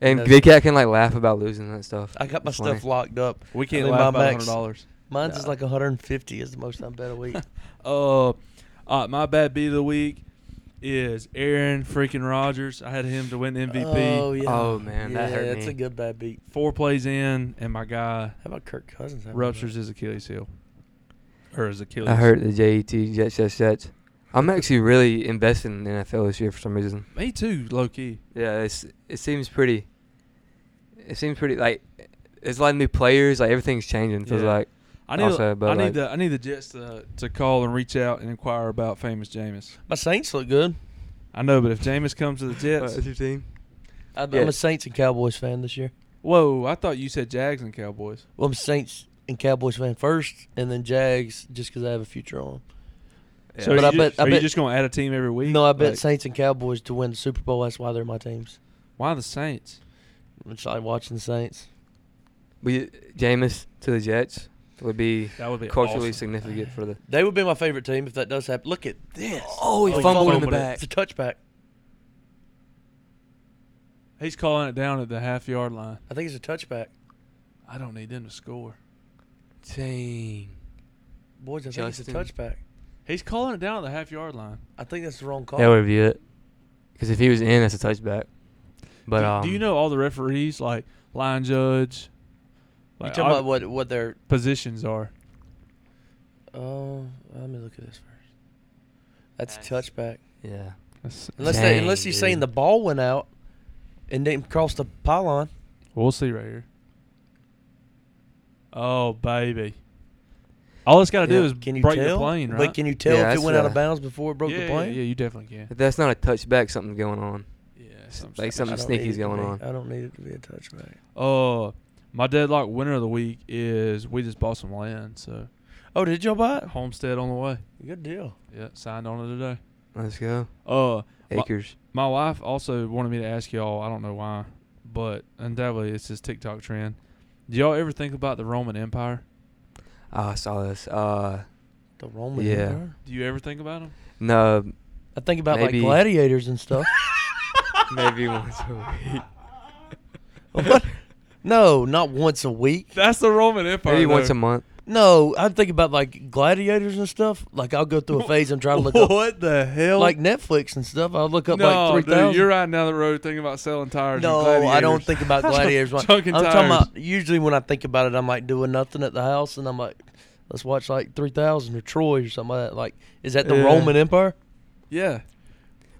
[SPEAKER 3] And
[SPEAKER 6] No,
[SPEAKER 3] Big Cat can like laugh about losing that stuff.
[SPEAKER 6] I got my
[SPEAKER 3] It's
[SPEAKER 6] stuff
[SPEAKER 3] funny.
[SPEAKER 6] locked up.
[SPEAKER 2] We can't
[SPEAKER 6] mean,
[SPEAKER 2] laugh
[SPEAKER 6] my
[SPEAKER 2] about
[SPEAKER 6] max-
[SPEAKER 2] hundred dollars.
[SPEAKER 6] Mine's is
[SPEAKER 3] Nah.
[SPEAKER 6] like 150 is the most I bet a week.
[SPEAKER 2] Uh, all right, my bad beat of the week is Aaron freaking Rodgers. I had him to win MVP.
[SPEAKER 6] Oh yeah.
[SPEAKER 3] Oh, man,
[SPEAKER 6] yeah,
[SPEAKER 3] that hurt
[SPEAKER 6] That's
[SPEAKER 3] me.
[SPEAKER 6] a good bad beat.
[SPEAKER 2] Four plays in, and my guy
[SPEAKER 6] How about Kirk Cousins? having a
[SPEAKER 2] ruptures his Achilles heel, or his Achilles.
[SPEAKER 3] I heard the E JET Jets Jets Jets. I'm actually really invested in the NFL this year for some reason.
[SPEAKER 2] Me too, low key.
[SPEAKER 3] Yeah, it's it seems pretty. It seems pretty like there's a lot of new players. Like everything's changing. Feels
[SPEAKER 2] Yeah.
[SPEAKER 3] like
[SPEAKER 2] I need,
[SPEAKER 3] Also,
[SPEAKER 2] I
[SPEAKER 3] but,
[SPEAKER 2] need
[SPEAKER 3] like-
[SPEAKER 2] the I need the Jets to, to call and reach out and inquire about famous Jameis.
[SPEAKER 6] bad- My Saints look good.
[SPEAKER 2] I know, but if Jameis comes to the Jets,
[SPEAKER 3] your team?
[SPEAKER 6] I, I'm
[SPEAKER 3] Yeah.
[SPEAKER 6] a Saints and Cowboys fan this year.
[SPEAKER 2] whoa! I thought you said Jags and Cowboys.
[SPEAKER 6] Well, I'm a Saints and Cowboys fan first, and then Jags just because I have a future on. 'em.
[SPEAKER 2] So
[SPEAKER 6] But
[SPEAKER 2] are
[SPEAKER 6] I
[SPEAKER 2] you
[SPEAKER 6] bet-
[SPEAKER 2] just,
[SPEAKER 6] I
[SPEAKER 2] are you
[SPEAKER 6] bet-
[SPEAKER 2] just gonna add a team every week?
[SPEAKER 6] No, I bet
[SPEAKER 2] Like,
[SPEAKER 6] Saints and Cowboys to win the Super Bowl. That's why they're my teams.
[SPEAKER 2] why the Saints?
[SPEAKER 6] It's like watching the Saints.
[SPEAKER 3] We Jameis to the Jets would be
[SPEAKER 2] That would be
[SPEAKER 3] culturally
[SPEAKER 2] awesome.
[SPEAKER 3] significant for the.
[SPEAKER 6] They would be my favorite team if that does happen. Look at this.
[SPEAKER 3] Oh, he
[SPEAKER 2] Oh, he
[SPEAKER 3] fumbled in the
[SPEAKER 2] fumbled it.
[SPEAKER 3] back.
[SPEAKER 6] It's a touchback.
[SPEAKER 2] He's calling it down at the half yard line.
[SPEAKER 6] I think it's a touchback.
[SPEAKER 2] I don't need them to score.
[SPEAKER 3] Dang.
[SPEAKER 6] Boys, I think it's a
[SPEAKER 3] Justin.
[SPEAKER 6] touchback.
[SPEAKER 2] He's calling it down at the half yard line.
[SPEAKER 6] I think that's the wrong call.
[SPEAKER 3] They'll review it because if he was in, that's a touchback. But
[SPEAKER 2] do,
[SPEAKER 3] um,
[SPEAKER 2] do you know all the referees like line judge?
[SPEAKER 6] you
[SPEAKER 2] Like,
[SPEAKER 6] talking
[SPEAKER 2] all
[SPEAKER 6] about what what their
[SPEAKER 2] positions are?
[SPEAKER 6] Oh, let me look at this first. That's a
[SPEAKER 5] Nice.
[SPEAKER 6] touchback.
[SPEAKER 3] Yeah.
[SPEAKER 2] That's-
[SPEAKER 6] Unless they,
[SPEAKER 3] Dang,
[SPEAKER 6] unless you're saying
[SPEAKER 3] dude.
[SPEAKER 6] the ball went out and didn't cross the pylon.
[SPEAKER 2] We'll see right here. Oh baby! All it's got to do
[SPEAKER 3] Yeah.
[SPEAKER 2] is
[SPEAKER 6] Can you
[SPEAKER 2] break the
[SPEAKER 6] tell?
[SPEAKER 2] plane, right?
[SPEAKER 6] But can you tell
[SPEAKER 3] Yeah,
[SPEAKER 6] if it
[SPEAKER 3] that's
[SPEAKER 6] went out
[SPEAKER 3] what
[SPEAKER 6] of
[SPEAKER 3] I-
[SPEAKER 6] bounds before it broke
[SPEAKER 2] yeah,
[SPEAKER 6] the
[SPEAKER 2] yeah,
[SPEAKER 6] plane?
[SPEAKER 2] yeah, you definitely can.
[SPEAKER 3] If that's not a touchback, something's going on.
[SPEAKER 2] Yeah,
[SPEAKER 3] Like
[SPEAKER 6] I
[SPEAKER 3] something
[SPEAKER 6] don't
[SPEAKER 3] sneaky's
[SPEAKER 6] need it to
[SPEAKER 3] going
[SPEAKER 6] be-
[SPEAKER 3] on.
[SPEAKER 6] I don't need it to be a touchback.
[SPEAKER 2] Oh, my deadlock winner of the week is we just bought some land, so
[SPEAKER 6] Oh, did y'all buy it?
[SPEAKER 2] homestead on the way.
[SPEAKER 6] Good deal.
[SPEAKER 2] Yeah, signed on it today.
[SPEAKER 3] Let's go.
[SPEAKER 2] Uh, My-
[SPEAKER 3] Acres.
[SPEAKER 2] my wife also wanted me to ask y'all. I don't know why, but undoubtedly it's this TikTok trend. Do y'all ever think about the Roman Empire?
[SPEAKER 3] Oh, I saw this. Uh,
[SPEAKER 6] The Roman
[SPEAKER 3] Yeah.
[SPEAKER 6] Empire.
[SPEAKER 2] Do you ever think about them?
[SPEAKER 3] no,
[SPEAKER 6] I think about
[SPEAKER 3] Maybe-
[SPEAKER 6] like gladiators and stuff.
[SPEAKER 3] maybe once a week.
[SPEAKER 6] what? No, not once a week.
[SPEAKER 2] That's the Roman Empire.
[SPEAKER 3] Maybe once a month.
[SPEAKER 6] No, I think about like gladiators and stuff. Like I'll go through a phase and try to look up
[SPEAKER 2] What the hell?
[SPEAKER 6] like Netflix and stuff. I'll look up
[SPEAKER 2] no,
[SPEAKER 6] like three
[SPEAKER 2] dude,
[SPEAKER 6] thousand.
[SPEAKER 2] you're riding down the road thinking about selling tires. and
[SPEAKER 6] No, I don't think about gladiators. I'm
[SPEAKER 2] Chunking
[SPEAKER 6] talking
[SPEAKER 2] tires.
[SPEAKER 6] about usually when I think about it, I'm like doing nothing at the house, and I'm like, let's watch like 3000 or Troy or something like that. Like, is that the
[SPEAKER 2] Yeah.
[SPEAKER 6] Roman Empire?
[SPEAKER 2] Yeah,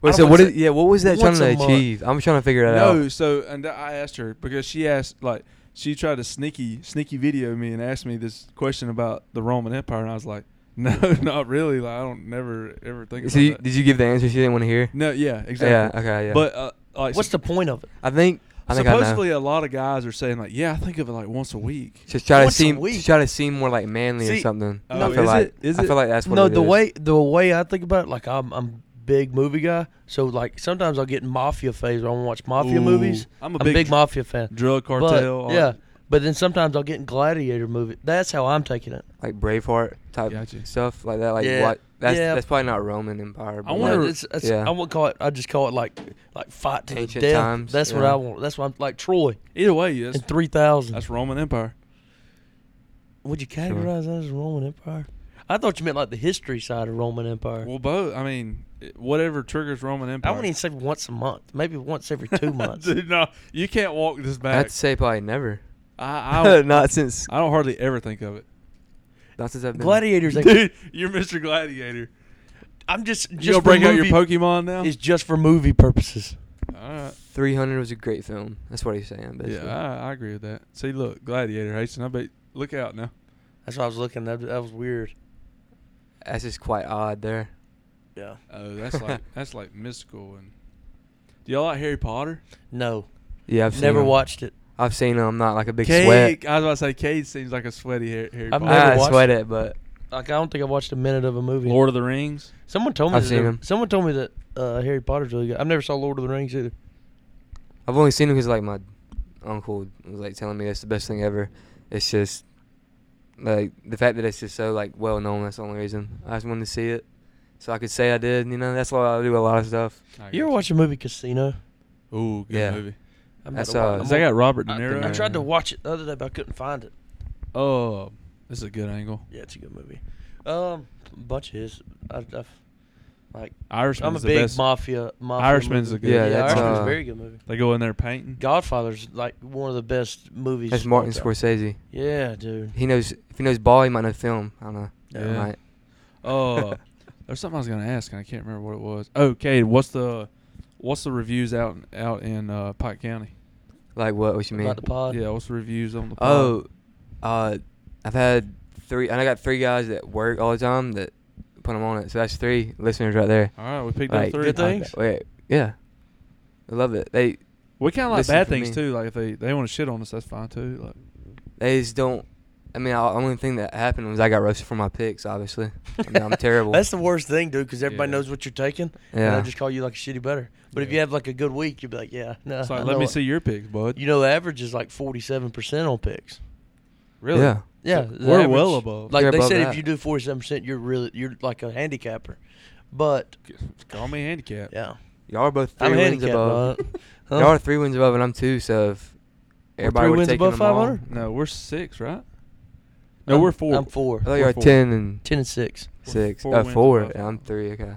[SPEAKER 3] Wait,
[SPEAKER 6] I
[SPEAKER 3] so
[SPEAKER 6] don't
[SPEAKER 3] what?
[SPEAKER 6] think
[SPEAKER 3] Is, yeah, what was that trying
[SPEAKER 6] once
[SPEAKER 3] to
[SPEAKER 6] a month.
[SPEAKER 3] achieve? I'm trying to figure that
[SPEAKER 2] no,
[SPEAKER 3] out.
[SPEAKER 2] so and I asked her because she asked like she tried to sneaky sneaky video me and asked me this question about the Roman Empire and I was like, no, not really. Like I don't never ever think about
[SPEAKER 3] So you,
[SPEAKER 2] that.
[SPEAKER 3] did you give the answer she didn't want to hear?
[SPEAKER 2] no, yeah, exactly.
[SPEAKER 3] Yeah. Okay. Yeah.
[SPEAKER 2] But uh, like,
[SPEAKER 6] What's the point of it?
[SPEAKER 3] I think I think
[SPEAKER 2] supposedly
[SPEAKER 3] I know.
[SPEAKER 2] a lot of guys are saying like, yeah, I think of it like once a week.
[SPEAKER 3] Just try to
[SPEAKER 6] Once a
[SPEAKER 3] seem
[SPEAKER 6] week.
[SPEAKER 3] to try to seem more like manly or
[SPEAKER 6] See,
[SPEAKER 3] something.
[SPEAKER 2] no,
[SPEAKER 3] I feel
[SPEAKER 2] is
[SPEAKER 3] like
[SPEAKER 2] it- is
[SPEAKER 3] I
[SPEAKER 2] it-
[SPEAKER 3] feel like that's what
[SPEAKER 6] no,
[SPEAKER 3] it
[SPEAKER 6] the
[SPEAKER 3] is.
[SPEAKER 6] way the way I think about it, like I'm I'm big movie guy, so like sometimes I'll get in mafia phase where I want to watch mafia
[SPEAKER 2] Ooh,
[SPEAKER 6] movies.
[SPEAKER 2] I'm a
[SPEAKER 6] I'm
[SPEAKER 2] big dr-
[SPEAKER 6] mafia fan.
[SPEAKER 2] Drug cartel. all
[SPEAKER 6] but, yeah,
[SPEAKER 2] that.
[SPEAKER 6] but then sometimes I'll get in gladiator movie. That's how I'm taking it.
[SPEAKER 3] like Braveheart type
[SPEAKER 2] Gotcha.
[SPEAKER 3] stuff like that. Like
[SPEAKER 6] Yeah.
[SPEAKER 3] what? That's
[SPEAKER 6] Yeah.
[SPEAKER 3] that's probably not Roman Empire. But
[SPEAKER 2] I wonder-
[SPEAKER 3] like,
[SPEAKER 6] it's, it's,
[SPEAKER 3] yeah.
[SPEAKER 6] I won't call it. I just call it like like fight to
[SPEAKER 3] Ancient
[SPEAKER 6] the death.
[SPEAKER 3] times,
[SPEAKER 6] That's what
[SPEAKER 3] yeah.
[SPEAKER 6] I want. That's what I'm like Troy
[SPEAKER 2] Either way, that's,
[SPEAKER 6] in three thousand.
[SPEAKER 2] that's Roman Empire.
[SPEAKER 6] Would you categorize that as Roman Empire? I thought you meant like the history side of Roman Empire.
[SPEAKER 2] Well, both. I mean, it- whatever triggers Roman Empire.
[SPEAKER 6] I wouldn't even say once a month. Maybe once every two months.
[SPEAKER 2] Dude, no, you can't walk this back.
[SPEAKER 3] I'd say probably never.
[SPEAKER 2] I, I,
[SPEAKER 3] not since
[SPEAKER 2] I don't hardly ever think of it.
[SPEAKER 3] not since I've been.
[SPEAKER 6] Gladiators. ain't-
[SPEAKER 2] Dude, you're Mr. Gladiator.
[SPEAKER 6] I'm just just
[SPEAKER 2] You gonna
[SPEAKER 6] for
[SPEAKER 2] break out your
[SPEAKER 6] movie-
[SPEAKER 2] Pokemon now?
[SPEAKER 6] It's just for movie purposes.
[SPEAKER 2] all right.
[SPEAKER 3] 300 was a great film. That's what he's saying. Basically.
[SPEAKER 2] Yeah, I, I agree with that. See, look, Gladiator, Hasten. I bet. Look out now.
[SPEAKER 6] That's what I was looking. That, that was weird.
[SPEAKER 3] That's just quite odd there.
[SPEAKER 6] Yeah.
[SPEAKER 2] Oh, that's like that's like mystical and. Do y'all like Harry Potter?
[SPEAKER 6] No.
[SPEAKER 3] Yeah, I've seen
[SPEAKER 6] never
[SPEAKER 3] him.
[SPEAKER 6] watcade watched it.
[SPEAKER 3] I've seen him. I'm not like a big sweat.
[SPEAKER 2] Cade, I was about to say Cade seems like a sweaty Harry, Harry
[SPEAKER 6] I've
[SPEAKER 2] Potter.
[SPEAKER 6] never
[SPEAKER 3] I
[SPEAKER 6] watched
[SPEAKER 3] sweat it, but
[SPEAKER 6] Like I don't think I watched a minute of a movie.
[SPEAKER 2] Lord of the Rings.
[SPEAKER 6] Someone told me.
[SPEAKER 3] I've
[SPEAKER 6] that
[SPEAKER 3] seen
[SPEAKER 6] they-
[SPEAKER 3] him.
[SPEAKER 6] Someone told me that uh, Harry Potter's really good. I've never saw Lord of the Rings either.
[SPEAKER 3] I've only seen him because like my uncle was like telling me that's the best thing ever. It's just like the fact that it's just so like well known. That's the only reason I just wanted to see it, so I could say I did. You know, that's why I do a lot of stuff.
[SPEAKER 6] You ever watch the movie Casino?
[SPEAKER 2] Ooh, good
[SPEAKER 3] Yeah.
[SPEAKER 2] movie.
[SPEAKER 6] I'm
[SPEAKER 3] That's,
[SPEAKER 6] gonna
[SPEAKER 3] uh,
[SPEAKER 6] watch-
[SPEAKER 2] Is
[SPEAKER 6] I'm
[SPEAKER 2] that
[SPEAKER 6] gonna-
[SPEAKER 2] got Robert De
[SPEAKER 6] I-
[SPEAKER 2] Niro?
[SPEAKER 6] I, tried to
[SPEAKER 3] Yeah.
[SPEAKER 6] watch it the other day, but I couldn't find it.
[SPEAKER 2] Oh, this is a good angle.
[SPEAKER 6] Yeah, it's a good movie. Um, bunch of his. I, I've, like
[SPEAKER 2] Irishman
[SPEAKER 6] I'm a
[SPEAKER 2] is the
[SPEAKER 6] big
[SPEAKER 2] best.
[SPEAKER 6] mafia. mafia
[SPEAKER 2] Irishman's
[SPEAKER 6] movie.
[SPEAKER 2] a good-
[SPEAKER 3] Yeah, that's,
[SPEAKER 6] Irishman's
[SPEAKER 3] uh,
[SPEAKER 6] a very good movie.
[SPEAKER 2] They go in there painting.
[SPEAKER 6] Godfather's like one of the best movies.
[SPEAKER 3] That's Martin
[SPEAKER 6] of all time.
[SPEAKER 3] Scorsese.
[SPEAKER 6] Yeah, dude.
[SPEAKER 3] He knows if he knows ball, he might know film. I don't know.
[SPEAKER 2] Yeah.
[SPEAKER 3] He might.
[SPEAKER 2] Oh, there's something I was gonna ask and I can't remember what it was. Oh, Cade, what's the what's the reviews out out in uh, Pike County?
[SPEAKER 3] Like what? What you mean?
[SPEAKER 6] About the pod.
[SPEAKER 2] yeah, what's the reviews on the? pod?
[SPEAKER 3] Oh, uh, I've had three, and I got three guys that work all the time that put them on it. So that's three listeners right there.
[SPEAKER 2] all right, we picked
[SPEAKER 3] Like,
[SPEAKER 2] up three
[SPEAKER 6] good things?
[SPEAKER 3] Wait, yeah, I love it. They
[SPEAKER 2] We kind of like
[SPEAKER 3] Listen
[SPEAKER 2] bad
[SPEAKER 3] for
[SPEAKER 2] things
[SPEAKER 3] me.
[SPEAKER 2] too. Like if they they want to shit on us, that's fine too. Like
[SPEAKER 6] Uh,
[SPEAKER 3] they just don't. I mean, the only thing that happened was I got roasted for my picks. Obviously, I mean, I'm terrible.
[SPEAKER 6] That's the worst thing, dude, because everybody
[SPEAKER 2] Yeah.
[SPEAKER 6] knows what you're taking, and
[SPEAKER 3] Yeah.
[SPEAKER 6] I just call you like a shitty better. But if
[SPEAKER 2] Yeah.
[SPEAKER 6] you have like a good week, you'd be like, yeah, no.
[SPEAKER 2] it's like,
[SPEAKER 6] I
[SPEAKER 2] let
[SPEAKER 6] know
[SPEAKER 2] me
[SPEAKER 6] it."
[SPEAKER 2] see your picks, bud.
[SPEAKER 6] You know, the average is like 47% on picks.
[SPEAKER 2] really?
[SPEAKER 3] Yeah.
[SPEAKER 6] Yeah,
[SPEAKER 2] So
[SPEAKER 6] the
[SPEAKER 2] we're well
[SPEAKER 6] average.
[SPEAKER 2] above.
[SPEAKER 6] Like
[SPEAKER 3] You're
[SPEAKER 6] they
[SPEAKER 3] above
[SPEAKER 6] said,
[SPEAKER 3] that.
[SPEAKER 6] if you do 47%, you're really you're like a handicapper. But
[SPEAKER 2] Call me handicapped.
[SPEAKER 6] yeah,
[SPEAKER 3] Y'all are both 3
[SPEAKER 6] I'm
[SPEAKER 3] wins
[SPEAKER 6] handicapped.
[SPEAKER 3] above.
[SPEAKER 6] bud. Huh?
[SPEAKER 3] Y'all are three wins above, and I'm two. So if
[SPEAKER 6] We're
[SPEAKER 3] everybody
[SPEAKER 6] three
[SPEAKER 3] would
[SPEAKER 6] wins
[SPEAKER 3] taken
[SPEAKER 6] above
[SPEAKER 3] them all-
[SPEAKER 6] 500?
[SPEAKER 2] No, we're six, right? No,
[SPEAKER 6] I'm-
[SPEAKER 2] we're four.
[SPEAKER 6] I'm four.
[SPEAKER 3] I thought you
[SPEAKER 2] We're
[SPEAKER 3] were
[SPEAKER 2] four.
[SPEAKER 3] ten and
[SPEAKER 6] 10 and 6.
[SPEAKER 2] We're
[SPEAKER 3] six.
[SPEAKER 2] four
[SPEAKER 3] uh,
[SPEAKER 2] wins
[SPEAKER 3] four.
[SPEAKER 2] above.
[SPEAKER 3] and I'm three. Okay.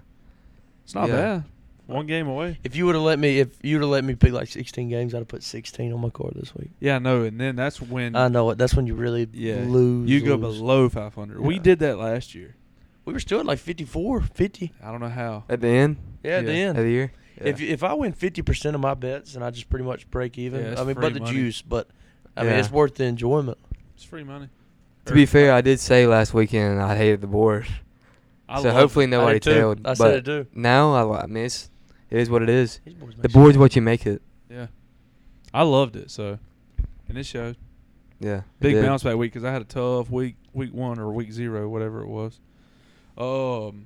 [SPEAKER 2] It's not
[SPEAKER 3] Yeah.
[SPEAKER 2] bad. One game away.
[SPEAKER 6] If you would have let me, if you would have let me pick like 16 games, I'd have put 16 on my card this week.
[SPEAKER 2] Yeah, no, and then that's when
[SPEAKER 6] I know it. That's when you really
[SPEAKER 2] yeah
[SPEAKER 6] lose.
[SPEAKER 2] you go
[SPEAKER 6] lose.
[SPEAKER 2] below 500. We
[SPEAKER 6] Yeah.
[SPEAKER 2] did that last year.
[SPEAKER 6] We were still at like 54, 50.
[SPEAKER 2] I don't know how.
[SPEAKER 3] At the end
[SPEAKER 6] Yeah, at the
[SPEAKER 2] Yeah.
[SPEAKER 6] end.
[SPEAKER 3] of the year. Yeah.
[SPEAKER 6] If if I win fifty percent of my bets and I just pretty much break even,
[SPEAKER 2] Yeah, it's
[SPEAKER 6] I mean,
[SPEAKER 2] free
[SPEAKER 6] but the
[SPEAKER 2] money.
[SPEAKER 6] juice, but I mean,
[SPEAKER 3] Yeah.
[SPEAKER 6] it's worth the enjoyment.
[SPEAKER 2] It's free money.
[SPEAKER 3] To be fair, I did say last weekend I hated the board.
[SPEAKER 2] I
[SPEAKER 3] so
[SPEAKER 2] love
[SPEAKER 3] hopefully
[SPEAKER 6] I
[SPEAKER 3] nobody
[SPEAKER 6] did too.
[SPEAKER 3] tailed.
[SPEAKER 6] I
[SPEAKER 3] but
[SPEAKER 6] said it too.
[SPEAKER 3] Now I, li- I mean, it's, it is what it is.
[SPEAKER 6] These boys
[SPEAKER 3] The
[SPEAKER 6] make
[SPEAKER 3] board's
[SPEAKER 6] shit.
[SPEAKER 3] what you make it.
[SPEAKER 2] it. yeah, I loved it. So, and it showed
[SPEAKER 3] Yeah. it
[SPEAKER 2] big
[SPEAKER 3] did.
[SPEAKER 2] bounce back week because I had a tough week, week one or week zero, whatever it was. Um.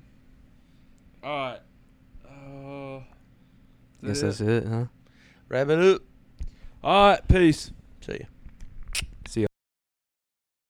[SPEAKER 2] All right. Uh, is that
[SPEAKER 3] Guess
[SPEAKER 2] it?
[SPEAKER 3] that's it, huh?
[SPEAKER 6] Wrap it up.
[SPEAKER 2] All right. Peace.
[SPEAKER 6] See ya.